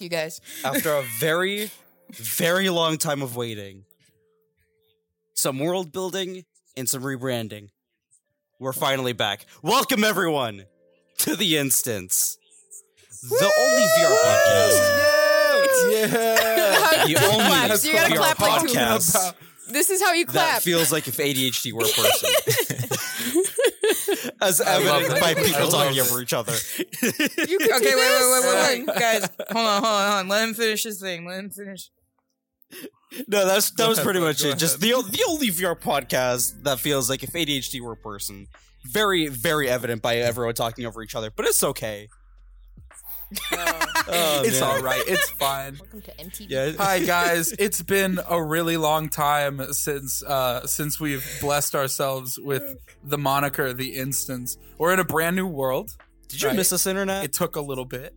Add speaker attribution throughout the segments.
Speaker 1: you guys.
Speaker 2: after a very, very long time of waiting, some world building, and some rebranding. We're finally back. Welcome, everyone, to The Instance, the only VR podcast.
Speaker 3: Yeah.
Speaker 2: The only
Speaker 1: Claps. You gotta
Speaker 2: VR
Speaker 1: clap like two
Speaker 2: podcast
Speaker 1: This is how you
Speaker 2: that
Speaker 1: clap.
Speaker 2: feels like if ADHD were a person. As
Speaker 3: I love
Speaker 2: evident
Speaker 3: it.
Speaker 2: by
Speaker 3: I
Speaker 2: people
Speaker 3: love
Speaker 2: talking
Speaker 3: it.
Speaker 2: over each other.
Speaker 1: you could
Speaker 4: Okay,
Speaker 1: do
Speaker 4: wait, wait,
Speaker 1: this.
Speaker 4: wait, wait, wait, guys. Hold on, hold on, hold on. Let him finish his thing. Let him finish.
Speaker 2: No, that's that
Speaker 3: Go
Speaker 2: was
Speaker 3: ahead,
Speaker 2: pretty
Speaker 3: bud,
Speaker 2: much
Speaker 3: go
Speaker 2: it. Just the o- the only VR podcast that feels like if ADHD were a person. Very, very evident by everyone talking over each other, but it's okay. Oh,
Speaker 3: it's
Speaker 2: man.
Speaker 3: all right. It's fine.
Speaker 1: Welcome to MTV.
Speaker 2: Yeah.
Speaker 3: Hi guys, it's been a really long time since uh since we've blessed ourselves with the moniker the instance. We're in a brand new world.
Speaker 2: Did you
Speaker 3: Right.
Speaker 2: miss us, internet?
Speaker 3: It took a little bit.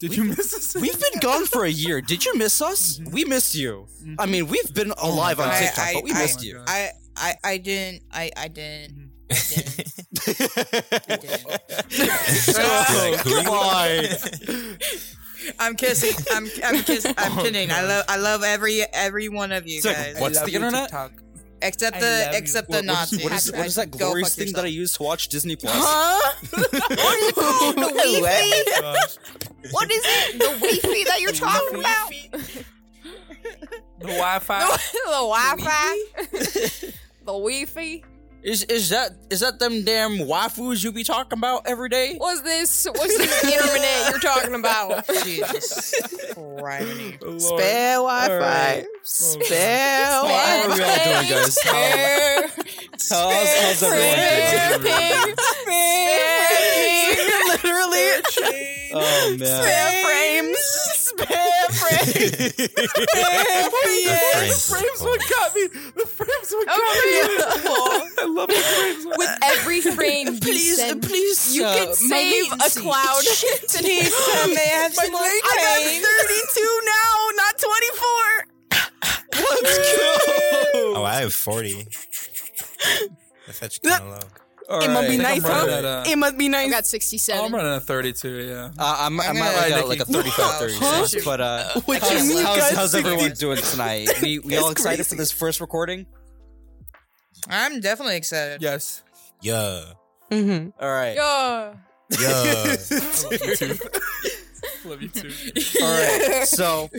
Speaker 3: Did you miss us?
Speaker 2: We've been gone for a year. Did you miss us? We missed you. I mean, we've been alive on
Speaker 4: God.
Speaker 2: TikTok,
Speaker 4: Mm-hmm. I-
Speaker 2: but we
Speaker 4: I-
Speaker 2: missed
Speaker 3: I-
Speaker 2: you.
Speaker 4: I, I, I didn't. I, I didn't.
Speaker 2: Mm-hmm.
Speaker 4: I didn't. I didn't.
Speaker 2: oh, come on.
Speaker 4: I'm kissing. I'm, I'm kissing. I'm kidding. I love, I love every, every one of you
Speaker 2: Oh, It's like,
Speaker 4: guys.
Speaker 2: What's
Speaker 3: I love
Speaker 2: the
Speaker 3: you,
Speaker 2: internet?
Speaker 3: TikTok.
Speaker 4: Except
Speaker 3: I
Speaker 4: the,
Speaker 3: love you.
Speaker 4: except
Speaker 3: What-
Speaker 4: the
Speaker 3: what
Speaker 4: Nazi.
Speaker 2: What is what is that
Speaker 4: Go
Speaker 2: glorious
Speaker 4: fuck
Speaker 2: thing that I
Speaker 4: yourself.
Speaker 2: used to watch Disney Plus?
Speaker 1: Huh? the Wi-Fi?
Speaker 3: Gosh.
Speaker 1: What is it? The Wi-Fi that you're talking about?
Speaker 3: The Wi-Fi.
Speaker 1: the Wi-Fi? the Wi-Fi?
Speaker 2: Is is that is that them damn waifus you be talking about every day?
Speaker 1: What's this? What's this internet you're talking about?
Speaker 4: Jesus Christ.
Speaker 2: Spare Wi-Fi. Spare
Speaker 1: Wi-Fi.
Speaker 2: How are we all doing, guys? How-
Speaker 1: Spare,
Speaker 2: How's, how's everyone?
Speaker 1: spare, pig, spare, pig.
Speaker 4: Literally.
Speaker 2: Oh man.
Speaker 4: Spare frames. Spare frames.
Speaker 5: Yes.
Speaker 3: Frames what got me. The frames what got
Speaker 1: Oh,
Speaker 3: me. I love the frames. What
Speaker 1: With every frame, you said,
Speaker 2: please.
Speaker 1: you can save a cloud.
Speaker 4: Please, sir, may I have some more
Speaker 1: I'm
Speaker 4: I'm 32 now, not 24.
Speaker 2: Let's go.
Speaker 5: Oh, I have 40. I fetch kind of low.
Speaker 2: All
Speaker 4: It must be
Speaker 2: right.
Speaker 3: I
Speaker 4: nice,
Speaker 3: think I'm running
Speaker 4: huh?
Speaker 3: at a-
Speaker 4: It must be
Speaker 1: I
Speaker 4: nice.
Speaker 1: got 67.
Speaker 3: I'm running a 32. Yeah.
Speaker 2: Uh, I'm, I
Speaker 4: I'm
Speaker 2: might
Speaker 4: gonna-
Speaker 2: like,
Speaker 3: Hi,
Speaker 2: a, like a
Speaker 3: Nikki.
Speaker 2: 35, 36,
Speaker 4: Huh?
Speaker 2: but uh,
Speaker 4: What you
Speaker 2: how's,
Speaker 4: mean,
Speaker 2: how's,
Speaker 4: guys?
Speaker 2: how's everyone doing tonight? We we all excited for this first recording?
Speaker 4: I'm definitely excited.
Speaker 3: Yes.
Speaker 5: Yeah.
Speaker 4: Mm-hmm.
Speaker 2: All right.
Speaker 1: Yeah.
Speaker 5: Yeah.
Speaker 3: Love you too.
Speaker 2: All right. So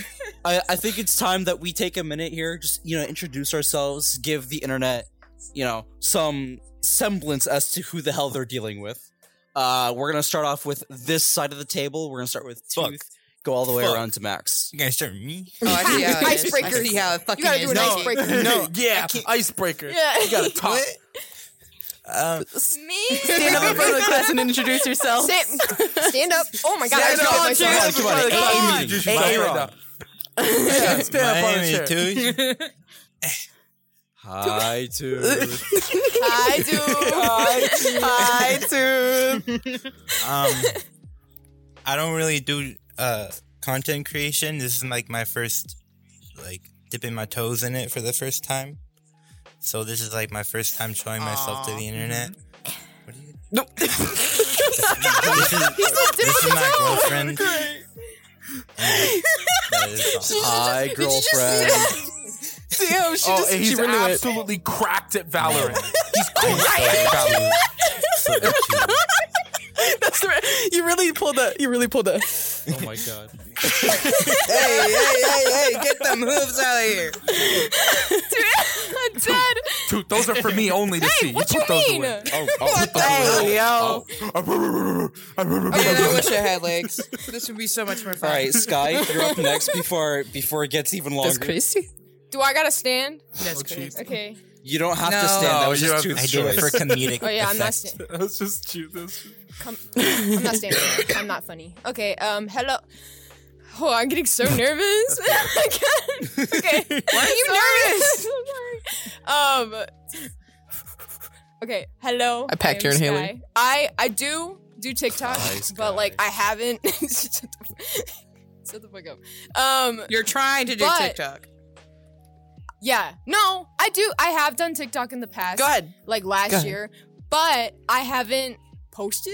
Speaker 2: I, I think it's time that we take a minute here, just, you know, introduce ourselves, give the internet, you know, some semblance as to who the hell they're dealing with. Uh, we're going to start off with this side of the table. We're going to start with
Speaker 5: Fuck.
Speaker 2: Tooth, go all the way
Speaker 5: Fuck.
Speaker 2: around to Max.
Speaker 5: you guys start with me?
Speaker 4: Oh, I see how it is. I
Speaker 1: Icebreakers.
Speaker 4: see how it fucking
Speaker 1: gotta do
Speaker 4: is.
Speaker 1: an
Speaker 4: No.
Speaker 1: icebreaker.
Speaker 3: no. Yeah. Icebreaker.
Speaker 1: Yeah.
Speaker 3: You gotta talk.
Speaker 5: Um,
Speaker 1: Me?
Speaker 4: Stand up in front of the class and introduce yourself.
Speaker 1: Stand, stand up. Oh my god.
Speaker 3: Stand up,
Speaker 1: I
Speaker 2: Come on,
Speaker 3: Jared.
Speaker 1: forgot
Speaker 2: come on.
Speaker 3: Come
Speaker 2: AA
Speaker 3: on.
Speaker 2: meeting.
Speaker 3: Introduce
Speaker 2: AA
Speaker 3: yourself
Speaker 2: round.
Speaker 3: right yeah,
Speaker 5: my
Speaker 3: stand up on a
Speaker 5: name
Speaker 3: chair.
Speaker 5: is Tooth.
Speaker 2: Hi, Tooth.
Speaker 1: myself. I do.
Speaker 4: Hi, too.
Speaker 5: Um, I don't really do uh, content creation. This is like my first, like, dipping my toes in it for the first time. So this is like my first time showing myself to
Speaker 4: Aw. mm-hmm.
Speaker 5: the internet. What are you?
Speaker 2: No.
Speaker 5: this is, this is my girlfriend. And that is all.
Speaker 2: Hi, girlfriend.
Speaker 4: Damn, she
Speaker 3: Oh,
Speaker 4: just,
Speaker 3: he's
Speaker 4: she really went.
Speaker 3: absolutely cracked at Valorant. he's
Speaker 5: So cute.
Speaker 4: That's right. You really pulled a. You really pulled a.
Speaker 2: Oh my god.
Speaker 4: Hey, hey, hey, hey! Get them hooves out of here.
Speaker 1: I'm dead.
Speaker 3: Dude, those are for me only to see. You
Speaker 1: What
Speaker 3: put
Speaker 1: you
Speaker 3: those
Speaker 1: mean?
Speaker 3: away.
Speaker 2: Oh,
Speaker 4: Hey, yo. Man, I
Speaker 3: Oh.
Speaker 4: wish I had legs. This would be so much more fun.
Speaker 2: All right, Sky, you're up next before before it gets even longer.
Speaker 4: crazy.
Speaker 1: Do I gotta stand?
Speaker 4: That's
Speaker 3: Oh,
Speaker 4: crazy.
Speaker 3: jeez.
Speaker 1: Okay.
Speaker 2: You don't have to
Speaker 4: No.
Speaker 2: stand. That was
Speaker 3: No,
Speaker 2: just
Speaker 3: you have-
Speaker 2: Tooth's
Speaker 5: I do it
Speaker 2: choice.
Speaker 5: for comedic.
Speaker 1: Oh yeah, I'm not
Speaker 5: effect.
Speaker 1: standing.
Speaker 3: Let's just shoot this.
Speaker 1: Come, I'm not standing. I'm not funny. Okay. Um. Hello. Oh, I'm getting so nervous. I can't- okay. Why are you nervous? um. Okay. Hello.
Speaker 4: I packed
Speaker 1: I'm
Speaker 4: your inhaler.
Speaker 1: Sky. I I do do TikTok, but like I haven't. Shut the f- shut the fuck up. Um.
Speaker 4: You're trying to do
Speaker 1: But-
Speaker 4: TikTok.
Speaker 1: Yeah. No, I do. I have done TikTok in the past.
Speaker 4: Go ahead.
Speaker 1: Like last
Speaker 4: Go ahead.
Speaker 1: year, but I haven't posted.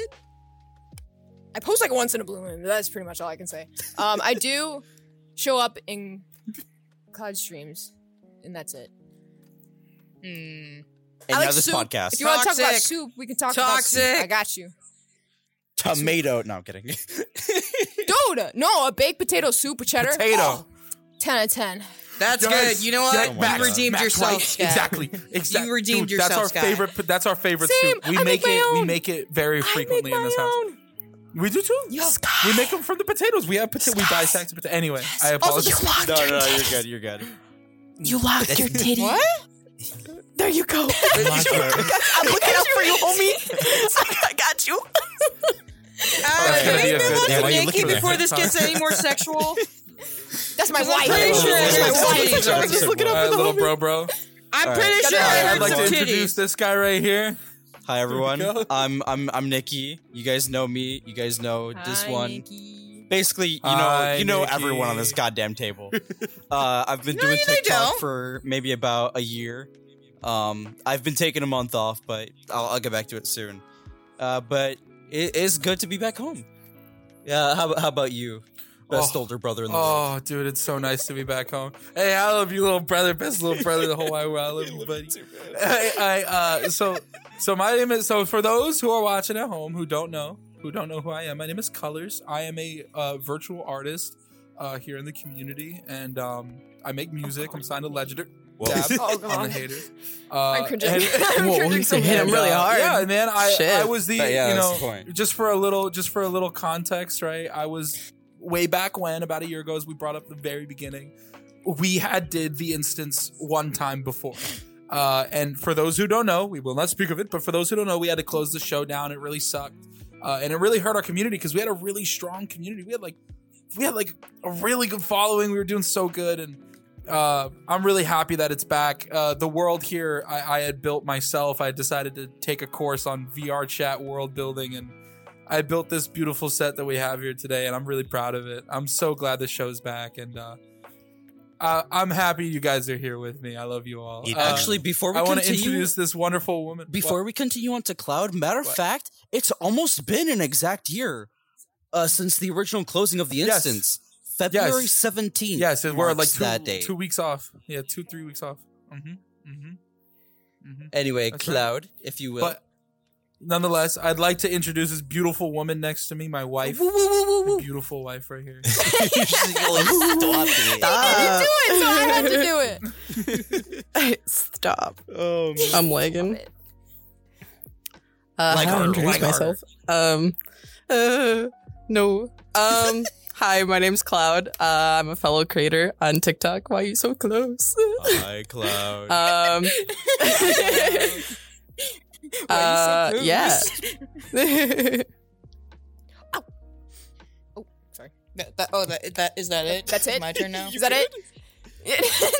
Speaker 1: I post like once in a blue moon. but That's pretty much all I can say. Um, I do show up in cloud streams, and that's it.
Speaker 6: Hmm.
Speaker 2: And
Speaker 1: I like
Speaker 2: now this
Speaker 1: soup.
Speaker 2: podcast.
Speaker 1: If you want to talk about
Speaker 4: Toxic.
Speaker 1: soup, we can talk about
Speaker 4: Toxic.
Speaker 1: soup. I got you.
Speaker 2: Tomato. No, I'm kidding.
Speaker 1: Dude, no, a baked potato soup with cheddar.
Speaker 3: Potato.
Speaker 1: Oh, 10 out of 10.
Speaker 4: That's
Speaker 3: Yes.
Speaker 4: good. You know what?
Speaker 3: Yes,
Speaker 4: you
Speaker 3: Max,
Speaker 4: redeemed
Speaker 3: Max,
Speaker 4: yourself.
Speaker 3: right.
Speaker 4: Scott.
Speaker 3: Exactly. Exactly.
Speaker 4: redeemed
Speaker 3: Dude,
Speaker 4: yourself,
Speaker 3: That's our
Speaker 4: Scott.
Speaker 3: favorite. That's our favorite
Speaker 1: Same.
Speaker 3: soup. We
Speaker 1: I
Speaker 3: make
Speaker 1: make my
Speaker 3: it. We
Speaker 1: own.
Speaker 3: make it very frequently in this house. We do too.
Speaker 1: Scott.
Speaker 3: We make them from the potatoes. We have potato. We dissect potato. Anyway, I
Speaker 1: Also,
Speaker 3: apologize.
Speaker 1: you locked
Speaker 2: No,
Speaker 1: your
Speaker 2: no, no,
Speaker 1: titty.
Speaker 2: you're good. You're good.
Speaker 1: You locked your titty.
Speaker 4: What?
Speaker 1: There you go.
Speaker 4: I'm looking out for you, homie.
Speaker 1: I got you.
Speaker 3: That's
Speaker 4: Uh,
Speaker 3: gonna be a
Speaker 4: anyone
Speaker 3: good-
Speaker 4: else
Speaker 5: Yeah, why
Speaker 4: to
Speaker 5: you
Speaker 4: make
Speaker 5: looking
Speaker 4: it
Speaker 5: at
Speaker 4: before
Speaker 5: that?
Speaker 4: this gets any more sexual?
Speaker 1: That's my
Speaker 4: 'Cause I'm
Speaker 1: wife.
Speaker 4: pretty sure
Speaker 1: That's my
Speaker 4: there's
Speaker 1: wife.
Speaker 4: titties.
Speaker 1: That's my
Speaker 4: I'm
Speaker 1: wife.
Speaker 4: just looking
Speaker 3: uh, little bro, bro.
Speaker 4: I'm
Speaker 2: All right.
Speaker 4: pretty sure
Speaker 1: Yeah,
Speaker 4: I
Speaker 1: yeah,
Speaker 4: heard
Speaker 3: I'd like to
Speaker 4: some
Speaker 3: introduce
Speaker 4: titties.
Speaker 3: this guy right here.
Speaker 2: Hi everyone.
Speaker 3: Here we go.
Speaker 2: I'm I'm I'm Nikki. You guys know me. You guys know this one. Basically, you know
Speaker 3: Hi,
Speaker 2: you know
Speaker 3: Nikki.
Speaker 2: everyone on this goddamn table. uh, I've been
Speaker 4: No,
Speaker 2: doing
Speaker 4: you
Speaker 2: TikTok
Speaker 4: don't.
Speaker 2: for maybe about a year. Um, I've been taking a month off, but I'll, I'll get back to it soon. Uh, but it is good to be back home. Yeah. How, how about you, best
Speaker 3: Oh.
Speaker 2: older brother in the world?
Speaker 3: Oh, dude, it's so nice to be back home. Hey, I love you, little brother, best little brother in the whole wide world. I love you, buddy. I, I, uh, so, so my name is. So for those who are watching at home who don't know, who don't know who I am, my name is Colors. I am a uh, virtual artist uh, here in the community, and um, I make music. I'm signed to Legendary. Dab
Speaker 1: Oh,
Speaker 3: on the
Speaker 1: God.
Speaker 3: haters. Uh,
Speaker 1: I'm cringing.
Speaker 3: and-
Speaker 1: I'm
Speaker 3: Whoa,
Speaker 1: cringing
Speaker 3: he
Speaker 1: so
Speaker 3: said
Speaker 1: bad.
Speaker 3: hit him really hard. Yeah, man. I,
Speaker 4: Shit.
Speaker 3: I was the
Speaker 2: But yeah,
Speaker 3: you
Speaker 2: that's
Speaker 3: know um,
Speaker 2: the point.
Speaker 3: just for a little just for a little context, right? I was way back when about a year ago, as we brought up the very beginning. We had did the instance one time before. Uh, and for those who don't know, we will not speak of it. But for those who don't know, we had to close the show down. It really sucked, uh, and it really hurt our community because we had a really strong community. We had like we had like a really good following. We were doing so good, and uh, I'm really happy that it's back. Uh, the world here, I, I had built myself. I decided to take a course on VR chat world building, and I built this beautiful set that we have here today, and I'm really proud of it. I'm so glad the show's back, and uh, I, I'm happy you guys are here with me. I love you all.
Speaker 5: Yeah.
Speaker 3: Uh,
Speaker 2: Actually, before we
Speaker 3: I want to
Speaker 2: continue,
Speaker 3: introduce this wonderful woman.
Speaker 2: Before we continue on to Cloud, matter of
Speaker 3: What?
Speaker 2: fact, it's almost been an exact year uh, since the original closing of the
Speaker 3: Yes.
Speaker 2: instance. February seventeenth.
Speaker 3: yes, and we're like two,
Speaker 2: that day.
Speaker 3: two weeks off. Yeah, two three weeks off. Mm-hmm. Mm-hmm. Mm-hmm.
Speaker 2: Anyway,
Speaker 3: That's right.
Speaker 2: Cloud, if you will.
Speaker 3: But nonetheless, I'd like to introduce this beautiful woman next to me, my wife.
Speaker 2: Woo, woo, woo, woo,
Speaker 3: My
Speaker 2: woo.
Speaker 3: beautiful wife right here.
Speaker 2: Stop it.
Speaker 1: You do it, so I had to do it.
Speaker 6: Stop.
Speaker 2: Oh, man.
Speaker 6: I'm lagging.
Speaker 1: it.
Speaker 6: Uh,
Speaker 2: Lag
Speaker 6: how I
Speaker 2: harder,
Speaker 6: introduce
Speaker 2: lag harder.
Speaker 6: myself. Um, uh, no. Um, hi, my name's Cloud. Uh, I'm a fellow creator on TikTok. Why are you so close?
Speaker 2: Hi, Cloud.
Speaker 6: Um, uh,
Speaker 1: close?
Speaker 6: yeah.
Speaker 4: That- that- Oh, that that is that it?
Speaker 1: That's it?
Speaker 4: My turn now.
Speaker 1: Is that it?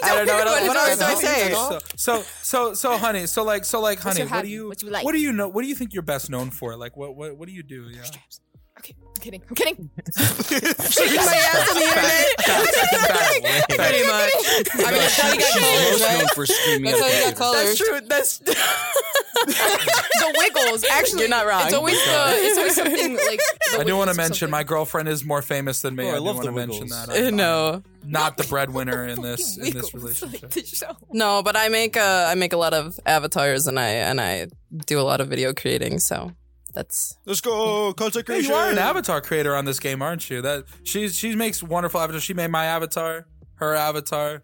Speaker 6: I don't know what else- what
Speaker 1: Don't
Speaker 6: else do I
Speaker 1: worry,
Speaker 6: say?
Speaker 1: don't worry.
Speaker 3: so, so, so, honey. So, like, so, like, honey.
Speaker 1: your
Speaker 3: What do
Speaker 1: hobby?
Speaker 3: you,
Speaker 1: What you like?
Speaker 3: What do you know? What do you think you're best known for? Like, what, what, what do you do? Yeah.
Speaker 1: Okay, I'm kidding. I'm kidding.
Speaker 4: Shaking my ass on the internet. Pretty much. I mean, that's how you got
Speaker 2: She's
Speaker 4: colors,
Speaker 2: most known
Speaker 4: right?
Speaker 2: for screaming
Speaker 4: That's how you
Speaker 2: at
Speaker 4: got
Speaker 2: people.
Speaker 4: colors.
Speaker 6: true. That's
Speaker 1: the Wiggles. Actually,
Speaker 6: You're not wrong.
Speaker 1: It's always the. It's always something like. the
Speaker 3: I do
Speaker 1: Wiggles
Speaker 3: want to
Speaker 1: or
Speaker 3: mention
Speaker 1: something.
Speaker 3: my girlfriend is more famous than me.
Speaker 2: Oh, I
Speaker 3: I,
Speaker 2: love
Speaker 3: do want
Speaker 2: the
Speaker 3: to mention
Speaker 2: Wiggles.
Speaker 3: that.
Speaker 6: uh,
Speaker 3: I'm-
Speaker 6: no,
Speaker 3: I'm not the breadwinner in
Speaker 1: Fucking
Speaker 3: this in
Speaker 1: Wiggles,
Speaker 3: this relationship.
Speaker 1: Like the show.
Speaker 6: no. But I make uh, I make a lot of avatars, and I and I do a lot of video creating. So that's
Speaker 2: Let's go, content
Speaker 3: Hey,
Speaker 2: creation.
Speaker 3: you are an avatar creator on this game, aren't you? That she she makes wonderful avatars. She made my avatar, her avatar.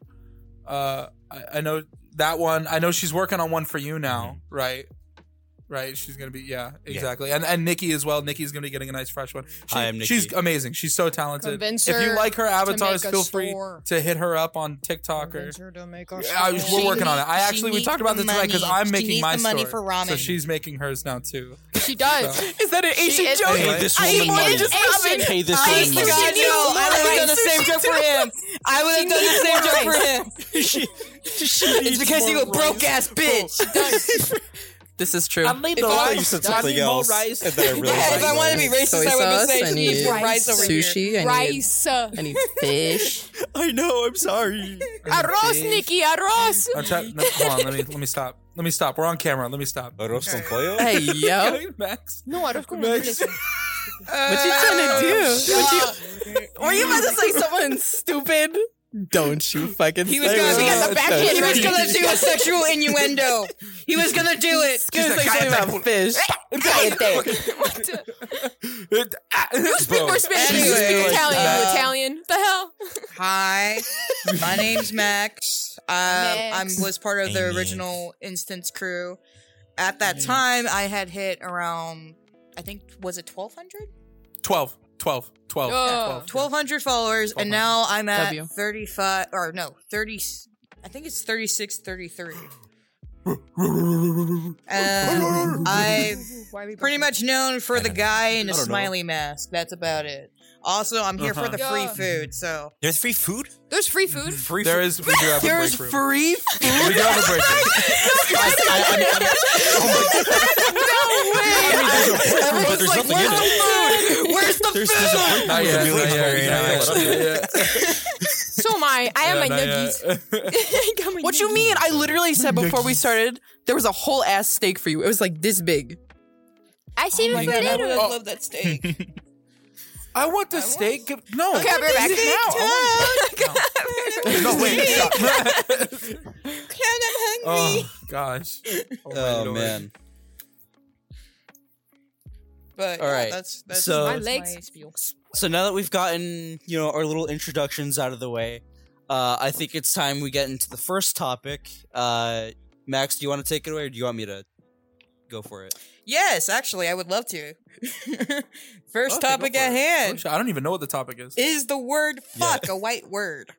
Speaker 3: Uh, I, I know that one. I know she's working on one for you now,
Speaker 2: Mm-hmm.
Speaker 3: right? Right. She's gonna be yeah, exactly. And and Nikki as well. Nikki's gonna be getting a nice fresh one. She,
Speaker 2: Hi, I'm Nikki.
Speaker 3: She's amazing. She's so talented.
Speaker 1: Convince
Speaker 3: if you
Speaker 1: her
Speaker 3: like her avatars,
Speaker 1: make a
Speaker 3: feel free
Speaker 1: store.
Speaker 3: to hit her up on TikTok or. Yeah, I was,
Speaker 4: store.
Speaker 3: we're working on it. I
Speaker 4: She
Speaker 3: actually we
Speaker 4: needs
Speaker 3: talked about this
Speaker 4: the
Speaker 3: tonight because
Speaker 4: money.
Speaker 3: I'm
Speaker 4: She
Speaker 3: making
Speaker 4: needs
Speaker 3: my
Speaker 4: the money
Speaker 3: store,
Speaker 4: for ramen.
Speaker 3: so she's making hers now too.
Speaker 1: She does.
Speaker 6: is that an
Speaker 1: Asian is- joke?
Speaker 2: Pay this
Speaker 4: I
Speaker 2: woman
Speaker 4: eat more
Speaker 2: money.
Speaker 4: than just
Speaker 1: ramen.
Speaker 2: Pay this
Speaker 4: I
Speaker 2: woman
Speaker 4: eat
Speaker 1: She
Speaker 4: more
Speaker 2: money.
Speaker 4: God,
Speaker 1: needs
Speaker 4: no. I would have done the
Speaker 1: rice.
Speaker 4: same joke for him. I would have done the same joke for him. It's because you a broke ass bitch.
Speaker 6: This is true.
Speaker 4: If I,
Speaker 2: you said something else, and then I realized
Speaker 4: yeah, if I
Speaker 2: you
Speaker 4: wanted to be
Speaker 2: were-
Speaker 4: racist,
Speaker 6: Soy
Speaker 4: I would have
Speaker 6: sauce,
Speaker 4: been
Speaker 6: I
Speaker 4: saying she needs
Speaker 6: need
Speaker 4: more rice over here.
Speaker 6: sushi. I need,
Speaker 1: Rice. Arroz,
Speaker 6: I need fish.
Speaker 2: I know. I'm sorry.
Speaker 1: Nikki. Arroz.
Speaker 3: I'm try- no, hold on, let me let me stop. Let me stop. We're on camera. Let me stop.
Speaker 5: Uh,
Speaker 2: Arroz con pollo?
Speaker 6: Hey yo,
Speaker 3: Max.
Speaker 1: No, arroz con
Speaker 3: Max.
Speaker 1: frijoles.
Speaker 6: What you trying to do? What you, were you about to say someone stupid? Don't you fucking
Speaker 4: He was
Speaker 6: say
Speaker 4: gonna-
Speaker 6: that.
Speaker 4: he got
Speaker 1: the back
Speaker 4: He
Speaker 1: end.
Speaker 4: was gonna do a sexual innuendo. He was gonna do it.
Speaker 6: He was gonna say something about fish.
Speaker 4: Cállate.
Speaker 1: What the-
Speaker 3: you
Speaker 1: Speak more Spanish. You speak
Speaker 4: Anyway,
Speaker 1: Italian. you
Speaker 4: uh,
Speaker 1: Italian. What the hell?
Speaker 4: Hi, my name's Max. Um, I
Speaker 1: Max.
Speaker 4: was part of
Speaker 5: Hey,
Speaker 4: the
Speaker 5: Max.
Speaker 4: original Instance crew. At that time, I had hit around, I think, was it 1,200?
Speaker 3: 12, 12, 12,
Speaker 1: Oh.
Speaker 3: 12.
Speaker 4: 1,200 followers, and now I'm at
Speaker 6: W.
Speaker 4: 35, or no, 30, I think it's 36, 33. Um, I'm
Speaker 1: Why are we
Speaker 4: pretty much known for the guy in
Speaker 3: I
Speaker 4: a
Speaker 3: don't know. Uh-huh.
Speaker 4: smiley mask. That's about it. Also, I'm here for the free
Speaker 1: Yeah.
Speaker 4: food, so.
Speaker 5: There's free food?
Speaker 1: There's free food.
Speaker 2: Free
Speaker 3: There
Speaker 2: food.
Speaker 3: is. We do have
Speaker 6: There's
Speaker 3: a break room.
Speaker 6: free
Speaker 3: we do have a break room.
Speaker 2: but there's nothing in it.
Speaker 4: Where's the
Speaker 2: There's, there's a break
Speaker 3: Not yet,
Speaker 2: room.
Speaker 3: not yet,
Speaker 5: Very
Speaker 3: not yet,
Speaker 5: nice.
Speaker 3: not yet.
Speaker 1: So am I. I have my nuggies. I got my
Speaker 6: What you
Speaker 1: nuggies.
Speaker 6: mean? I literally said before we started there was a whole ass steak for you. It was like this big.
Speaker 1: I saved it for later.
Speaker 4: I love that steak.
Speaker 3: I want the steak. Give- No.
Speaker 1: Okay, I'll be back.
Speaker 3: No, wait. Stop.
Speaker 4: I'm
Speaker 3: oh,
Speaker 4: hungry.
Speaker 3: gosh. my
Speaker 2: Oh
Speaker 3: lord.
Speaker 2: man.
Speaker 4: But
Speaker 2: All
Speaker 4: yeah,
Speaker 2: right.
Speaker 4: that's, that's
Speaker 2: So-
Speaker 1: My
Speaker 4: that's
Speaker 1: legs.
Speaker 4: spiel.
Speaker 2: So now that we've gotten you know our little introductions out of the way, uh, I think it's time we get into the first topic. Uh, Max, do you want to take it away, or do you want me to go for it?
Speaker 4: Yes, actually, I would love to. First
Speaker 3: Okay, go
Speaker 4: topic
Speaker 3: for
Speaker 4: at
Speaker 3: it.
Speaker 4: hand
Speaker 3: Actually, I don't even know what the topic is.
Speaker 4: is the word "fuck" a white word.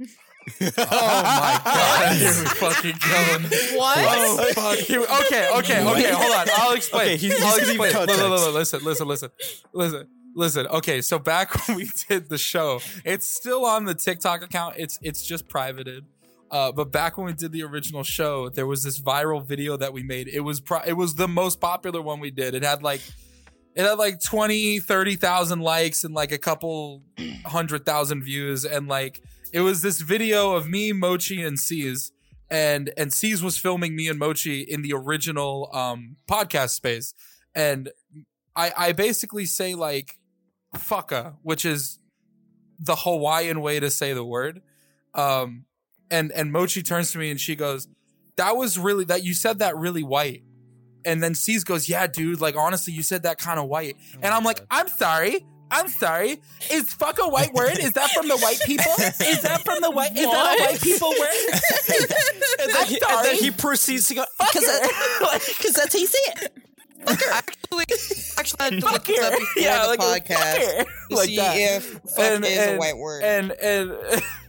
Speaker 3: Oh my god! Here we fucking go.
Speaker 1: What?
Speaker 3: Oh fuck! Here we- okay, okay, okay. Hold on. I'll explain.
Speaker 2: Okay, he's- he's
Speaker 3: I'll
Speaker 2: giving
Speaker 3: explain. Look, look,
Speaker 2: context.
Speaker 3: look, listen, listen, listen, listen, listen. Okay, so back when we did the show, it's still on the TikTok account. It's it's just privated. Uh, but back when we did the original show, there was this viral video that we made. It was pro- it was the most popular one we did. It had like it had like 20, 30,000 likes and like a couple hundred thousand views and like it was this video of me, Mochi, and C's and and C's was filming me and Mochi in the original um podcast space, and I I basically say like "fucka," which is the Hawaiian way to say the word, um, and and Mochi turns to me and she goes, "That was really that you said that really white." And then C's goes, "Yeah, dude. Like honestly, you said that kind of white." and I'm like, "I'm sorry." I'm sorry. Is fuck a white word? Is that from the white people? Is that from the white? Is that a white people word?
Speaker 2: And then, he, and then he proceeds to go because that's how you say it.
Speaker 4: Actually, actually, I had to look this up before the podcast to see if "fuck"
Speaker 3: And-
Speaker 4: is
Speaker 3: and-
Speaker 4: a white word.
Speaker 3: and and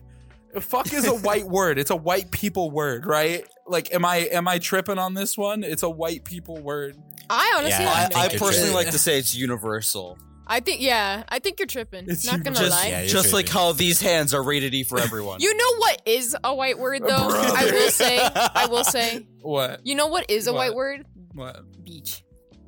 Speaker 3: fuck is a white word. It's a white people word, right? Like, am I am I tripping on this one? It's a white people word.
Speaker 1: I honestly
Speaker 5: Yeah,
Speaker 1: don't
Speaker 2: I,
Speaker 1: know.
Speaker 2: I
Speaker 5: think
Speaker 2: personally
Speaker 5: it's-
Speaker 2: like to say it's universal.
Speaker 1: I think yeah, I think you're tripping.
Speaker 3: It's
Speaker 1: Not gonna lie.
Speaker 3: humorous.
Speaker 2: Just,
Speaker 5: Yeah, you're
Speaker 2: just like
Speaker 5: tripping.
Speaker 2: how these hands are rated E for everyone.
Speaker 1: You know what is a white word though? I will say, I will say.
Speaker 3: What?
Speaker 1: You know what is a
Speaker 3: What?
Speaker 1: white word?
Speaker 3: What?
Speaker 1: Beach.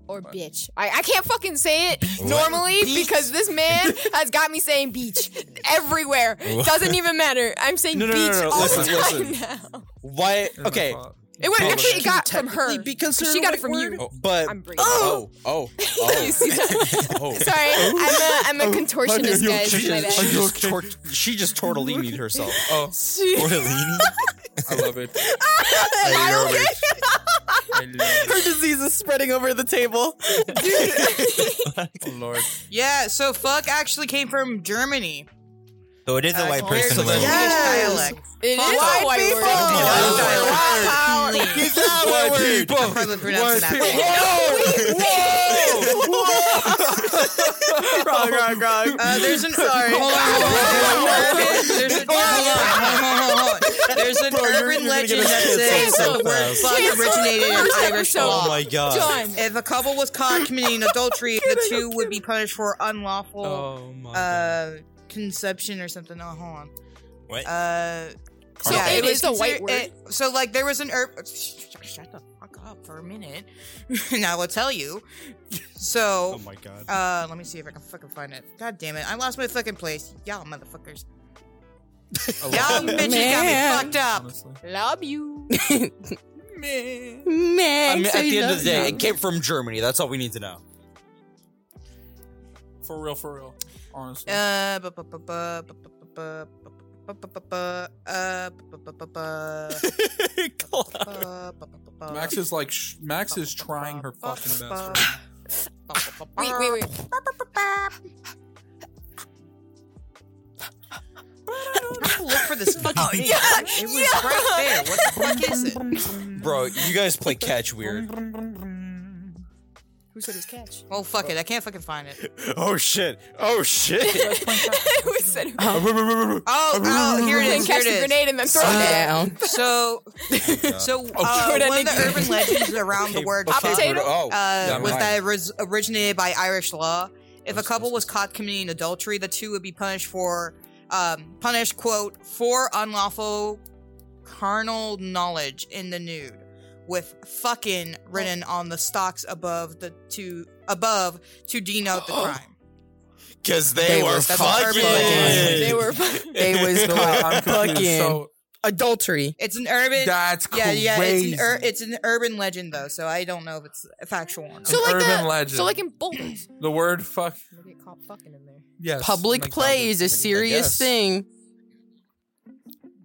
Speaker 1: Or
Speaker 3: What?
Speaker 1: bitch. I, I can't fucking say it
Speaker 5: What?
Speaker 1: normally because this man has got me saying beach everywhere.
Speaker 5: What?
Speaker 1: Doesn't even matter. I'm saying
Speaker 2: No, no,
Speaker 1: beach
Speaker 2: no, no,
Speaker 1: all the
Speaker 2: listen,
Speaker 1: time
Speaker 2: listen.
Speaker 1: now.
Speaker 2: Why? Okay.
Speaker 1: It was
Speaker 2: bitch
Speaker 1: actually it
Speaker 2: can
Speaker 1: got from her.
Speaker 2: technically Be considered
Speaker 1: She
Speaker 2: a
Speaker 1: got it
Speaker 2: white
Speaker 1: from you.
Speaker 2: word, But
Speaker 1: I'm brave.
Speaker 2: oh, oh,
Speaker 1: You
Speaker 2: oh.
Speaker 1: see that? Sorry, I'm a, I'm a contortionist,
Speaker 3: you
Speaker 1: guys.
Speaker 2: She
Speaker 1: My
Speaker 2: just,
Speaker 1: bad.
Speaker 2: she just tort- she just tortellini'd herself.
Speaker 3: Oh,
Speaker 5: Tortellini?
Speaker 3: I love it.
Speaker 5: I love it.
Speaker 3: I love it.
Speaker 6: Her disease is spreading over the table.
Speaker 3: Oh Lord.
Speaker 4: yeah, so "fuck" actually came from Germany.
Speaker 5: So it is a white
Speaker 2: Uh,
Speaker 5: person
Speaker 2: Tortellini.
Speaker 5: word.
Speaker 2: Yeah.
Speaker 4: Swedish dialect.
Speaker 1: It is
Speaker 4: Fuck
Speaker 1: a white
Speaker 4: people.
Speaker 1: word.
Speaker 4: Wow.
Speaker 2: White people.
Speaker 4: I'm probably pronouncing that
Speaker 3: people.
Speaker 4: wrong.
Speaker 6: Wrong, wrong, wrong.
Speaker 4: Uh, there's an Hold on, hold on, hold on, hold on. There's an hold on, hold on, hold on. There's an urban legend that says that the word "fuck"
Speaker 1: Cancel it.
Speaker 4: originated in
Speaker 1: First
Speaker 4: Irish
Speaker 1: episode.
Speaker 4: law.
Speaker 2: Oh my god.
Speaker 1: John.
Speaker 4: If a couple was caught committing adultery, the two would be punished for unlawful
Speaker 3: Oh my.
Speaker 4: uh, conception or something. Oh, hold on.
Speaker 5: What?
Speaker 4: Uh,
Speaker 1: So it
Speaker 4: was
Speaker 1: is a white
Speaker 4: consider-
Speaker 1: word.
Speaker 4: it- so like there was an herb. Shut the fuck up for a minute. and I will tell you. So.
Speaker 2: Oh my god.
Speaker 4: Uh, let me see if I can fucking find it. God damn it. I lost my fucking place. Y'all motherfuckers.
Speaker 3: I
Speaker 4: Y'all
Speaker 3: love it.
Speaker 4: bitches got
Speaker 6: Man.
Speaker 4: me fucked up.
Speaker 3: Honestly.
Speaker 1: Love you.
Speaker 2: I mean,
Speaker 6: Man,
Speaker 2: at the end of the day, it came from Germany. That's all we need to know.
Speaker 3: For real, for real. Honestly.
Speaker 4: Uh, bu- bu- bu- bu- bu- bu- bu- bu- bu- bu- bu- bu- bu- uh, bu- bu- bu- bu- bu- bu- bu- bu- bu-
Speaker 3: Max is like, sh- Max is trying her fucking best. Right now.
Speaker 1: Wait, wait, wait.
Speaker 4: Look for this fucking thing. It was right there. What the fuck is it?
Speaker 2: Bro, you guys play catch weird.
Speaker 1: Who said it was catch?
Speaker 4: Oh fuck it! I can't fucking find it.
Speaker 2: Oh shit. Oh shit.
Speaker 1: Who said it?
Speaker 4: Oh, oh, here it
Speaker 1: Then
Speaker 4: is. Here
Speaker 1: catch
Speaker 4: it
Speaker 1: the
Speaker 4: is.
Speaker 1: grenade and then throw it. there.
Speaker 6: Down.
Speaker 4: So, so
Speaker 3: Oh,
Speaker 4: uh,
Speaker 1: Sure, that
Speaker 4: one of the
Speaker 1: nigga.
Speaker 4: urban legends around the word
Speaker 1: okay.
Speaker 4: fuck,
Speaker 1: Potato?
Speaker 2: Oh,
Speaker 4: uh,
Speaker 2: never
Speaker 4: was
Speaker 2: mind.
Speaker 4: that it was originated by Irish law. If a couple was caught committing adultery, the two would be punished for um, punished quote for unlawful carnal knowledge in the nude, with fucking written on the stocks above the two above to denote the crime.
Speaker 2: Cause they,
Speaker 6: They
Speaker 2: were,
Speaker 6: were- that's what
Speaker 2: fucking.
Speaker 6: urban legend
Speaker 1: They were.
Speaker 6: They was
Speaker 3: God, I'm
Speaker 6: going
Speaker 3: confused.
Speaker 6: fucking
Speaker 3: So
Speaker 6: adultery.
Speaker 4: It's an urban.
Speaker 3: that's
Speaker 4: yeah,
Speaker 3: crazy.
Speaker 4: yeah, it's an, ur- it's an urban legend though, so I don't know if it's factual or not.
Speaker 1: So like
Speaker 3: urban
Speaker 1: the,
Speaker 3: legend.
Speaker 1: So like in boulders.
Speaker 3: the word fuck.
Speaker 1: They get caught fucking in there.
Speaker 3: Yes.
Speaker 6: Public
Speaker 3: like,
Speaker 6: play is a
Speaker 3: public- I
Speaker 6: serious
Speaker 3: guess.
Speaker 6: thing.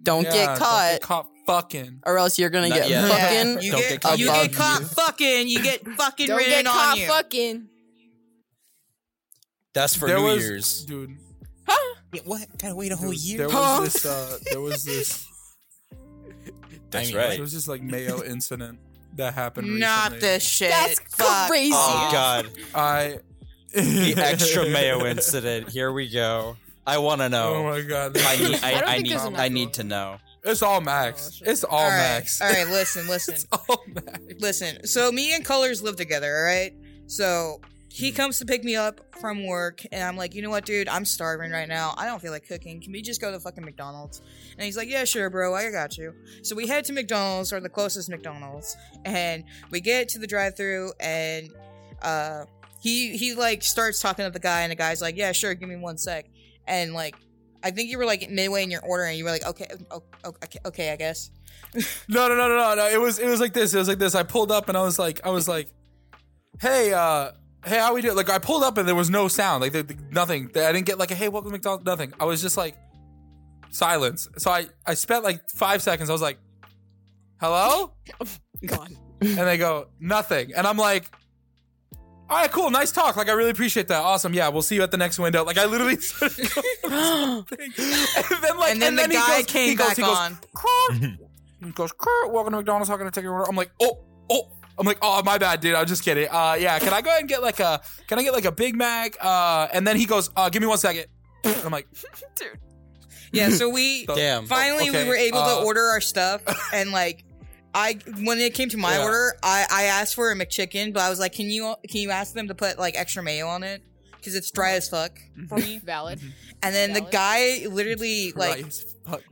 Speaker 6: Don't
Speaker 3: Yeah,
Speaker 6: get caught,
Speaker 3: Don't get caught fucking.
Speaker 6: or else you're gonna
Speaker 2: Not
Speaker 6: get
Speaker 2: yet.
Speaker 6: fucking.
Speaker 4: you
Speaker 2: Don't
Speaker 4: get,
Speaker 2: get caught
Speaker 4: you
Speaker 6: above
Speaker 4: get caught
Speaker 6: you.
Speaker 4: fucking, you get fucking
Speaker 1: Don't
Speaker 4: written
Speaker 1: get
Speaker 4: on
Speaker 1: caught
Speaker 4: you.
Speaker 1: fucking.
Speaker 2: That's for
Speaker 3: There
Speaker 2: New
Speaker 3: was-
Speaker 2: Year's.
Speaker 3: dude.
Speaker 5: Wait, what? Gotta wait a
Speaker 3: There
Speaker 5: whole
Speaker 3: was,
Speaker 5: year.
Speaker 3: there
Speaker 6: Huh?
Speaker 3: was this. Uh, there was this.
Speaker 2: That's
Speaker 5: I mean,
Speaker 2: right.
Speaker 3: There was this like Mayo incident that happened.
Speaker 4: Not
Speaker 3: recently.
Speaker 4: this shit.
Speaker 1: That's
Speaker 4: Fuck.
Speaker 1: crazy.
Speaker 2: Oh god.
Speaker 3: I.
Speaker 2: The extra mayo incident. Here we go. I want to
Speaker 3: Oh
Speaker 2: know.
Speaker 3: my god.
Speaker 2: I need.
Speaker 1: I
Speaker 2: I,
Speaker 1: don't
Speaker 2: I,
Speaker 1: think
Speaker 2: need.
Speaker 1: there's
Speaker 2: I
Speaker 1: enough.
Speaker 2: need to know.
Speaker 3: It's all Max. It's all,
Speaker 4: All right,
Speaker 3: Max.
Speaker 4: all right. Listen, listen,
Speaker 3: all Max.
Speaker 4: listen. So me and Colors live together. All right. So he
Speaker 3: Mm-hmm.
Speaker 4: comes to pick me up from work, and I'm like, you know what, dude? I'm starving right now. I don't feel like cooking. Can we just go to fucking McDonald's? And he's like, yeah, sure, bro. I got you. So we head to McDonald's or the closest McDonald's, and we get to the drive-through, and uh, he he like starts talking to the guy, and the guy's like, yeah, sure, give me one sec, and like. I think you were like midway in your order, and you were like, "Okay, o- o- okay, okay, I guess."
Speaker 3: No, no, no, no, no, no. It was it was like this. It was like this. I pulled up and I was like, I was like, hey, uh, hey, how we doing? Like I pulled up and there was no sound, like there, nothing. I didn't get like a hey, welcome to McDonald's. Nothing. I was just like silence. So I I spent like five seconds. I was like, hello,
Speaker 1: God.
Speaker 3: and they go nothing, and I'm like. All right, cool. Nice talk. Like, I really appreciate that. Awesome. Yeah, we'll see you at the next window. Like, I literally started going on something. and then like,
Speaker 4: and then the
Speaker 3: he
Speaker 4: guy
Speaker 3: goes-
Speaker 4: came
Speaker 3: he goes-
Speaker 4: back
Speaker 3: he goes,
Speaker 4: on.
Speaker 3: He goes, Kurt, welcome to McDonald's. How can I take your order? I'm like, oh, oh. I'm like, oh, my bad, dude. I was just kidding. Uh, yeah. Can I go ahead and get like a, can I get like a Big Mac? Uh, and then he goes, uh, give me one second. And I'm like,
Speaker 4: Yeah, so we
Speaker 2: Damn.
Speaker 4: finally
Speaker 3: Okay,
Speaker 4: we were able
Speaker 3: uh,
Speaker 4: to order our stuff, and like I when it came to my
Speaker 3: Yeah.
Speaker 4: order, I I asked for a McChicken, but I was like, can you can you ask them to put like extra mayo on it because it's dry as fuck for me.
Speaker 1: Valid.
Speaker 4: And then the
Speaker 1: Valid.
Speaker 4: guy literally like
Speaker 3: Christ, fuck.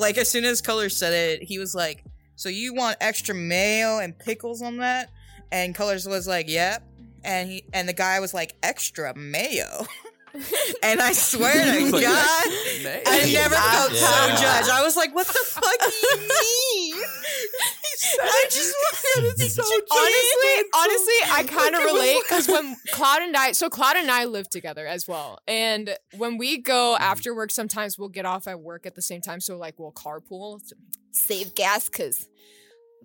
Speaker 4: like as soon as Color said it, he was like, "So you want extra mayo and pickles on that?" And Colors was like, "Yep." And he and the guy was like, "Extra mayo." and I swear to God, I never felt so
Speaker 2: Yeah.
Speaker 4: judged. I was like, "What the fuck do you mean?" I just wanted so
Speaker 1: honestly, honestly, I kind of relate because when Cloud and I, so Cloud and I live together as well, and when we go after work, sometimes we'll get off at work at the same time, so like we'll carpool, to save gas because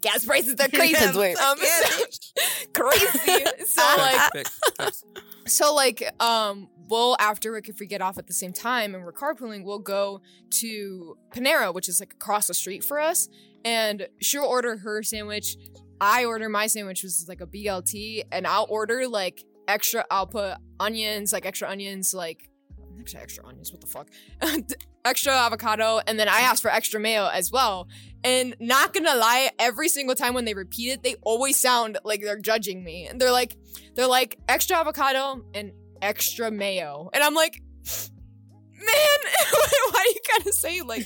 Speaker 1: gas prices are crazy,
Speaker 4: Yeah,
Speaker 1: um,
Speaker 4: yeah,
Speaker 1: crazy. So like,
Speaker 3: Fix, fix, fix.
Speaker 1: so like, um, we'll after work if we get off at the same time and we're carpooling, we'll go to Panera, which is like across the street for us, and she'll order her sandwich. I order my sandwich, which is like a BLT, and I'll order like extra. I'll put onions, like extra onions, like extra extra onions. What the fuck? extra avocado, and then I ask for extra mayo as well. And not gonna lie, every single time when they repeat it, they always sound like they're judging me. And they're like, they're like extra avocado and extra mayo, and I'm like. Man, why do you gotta say it like?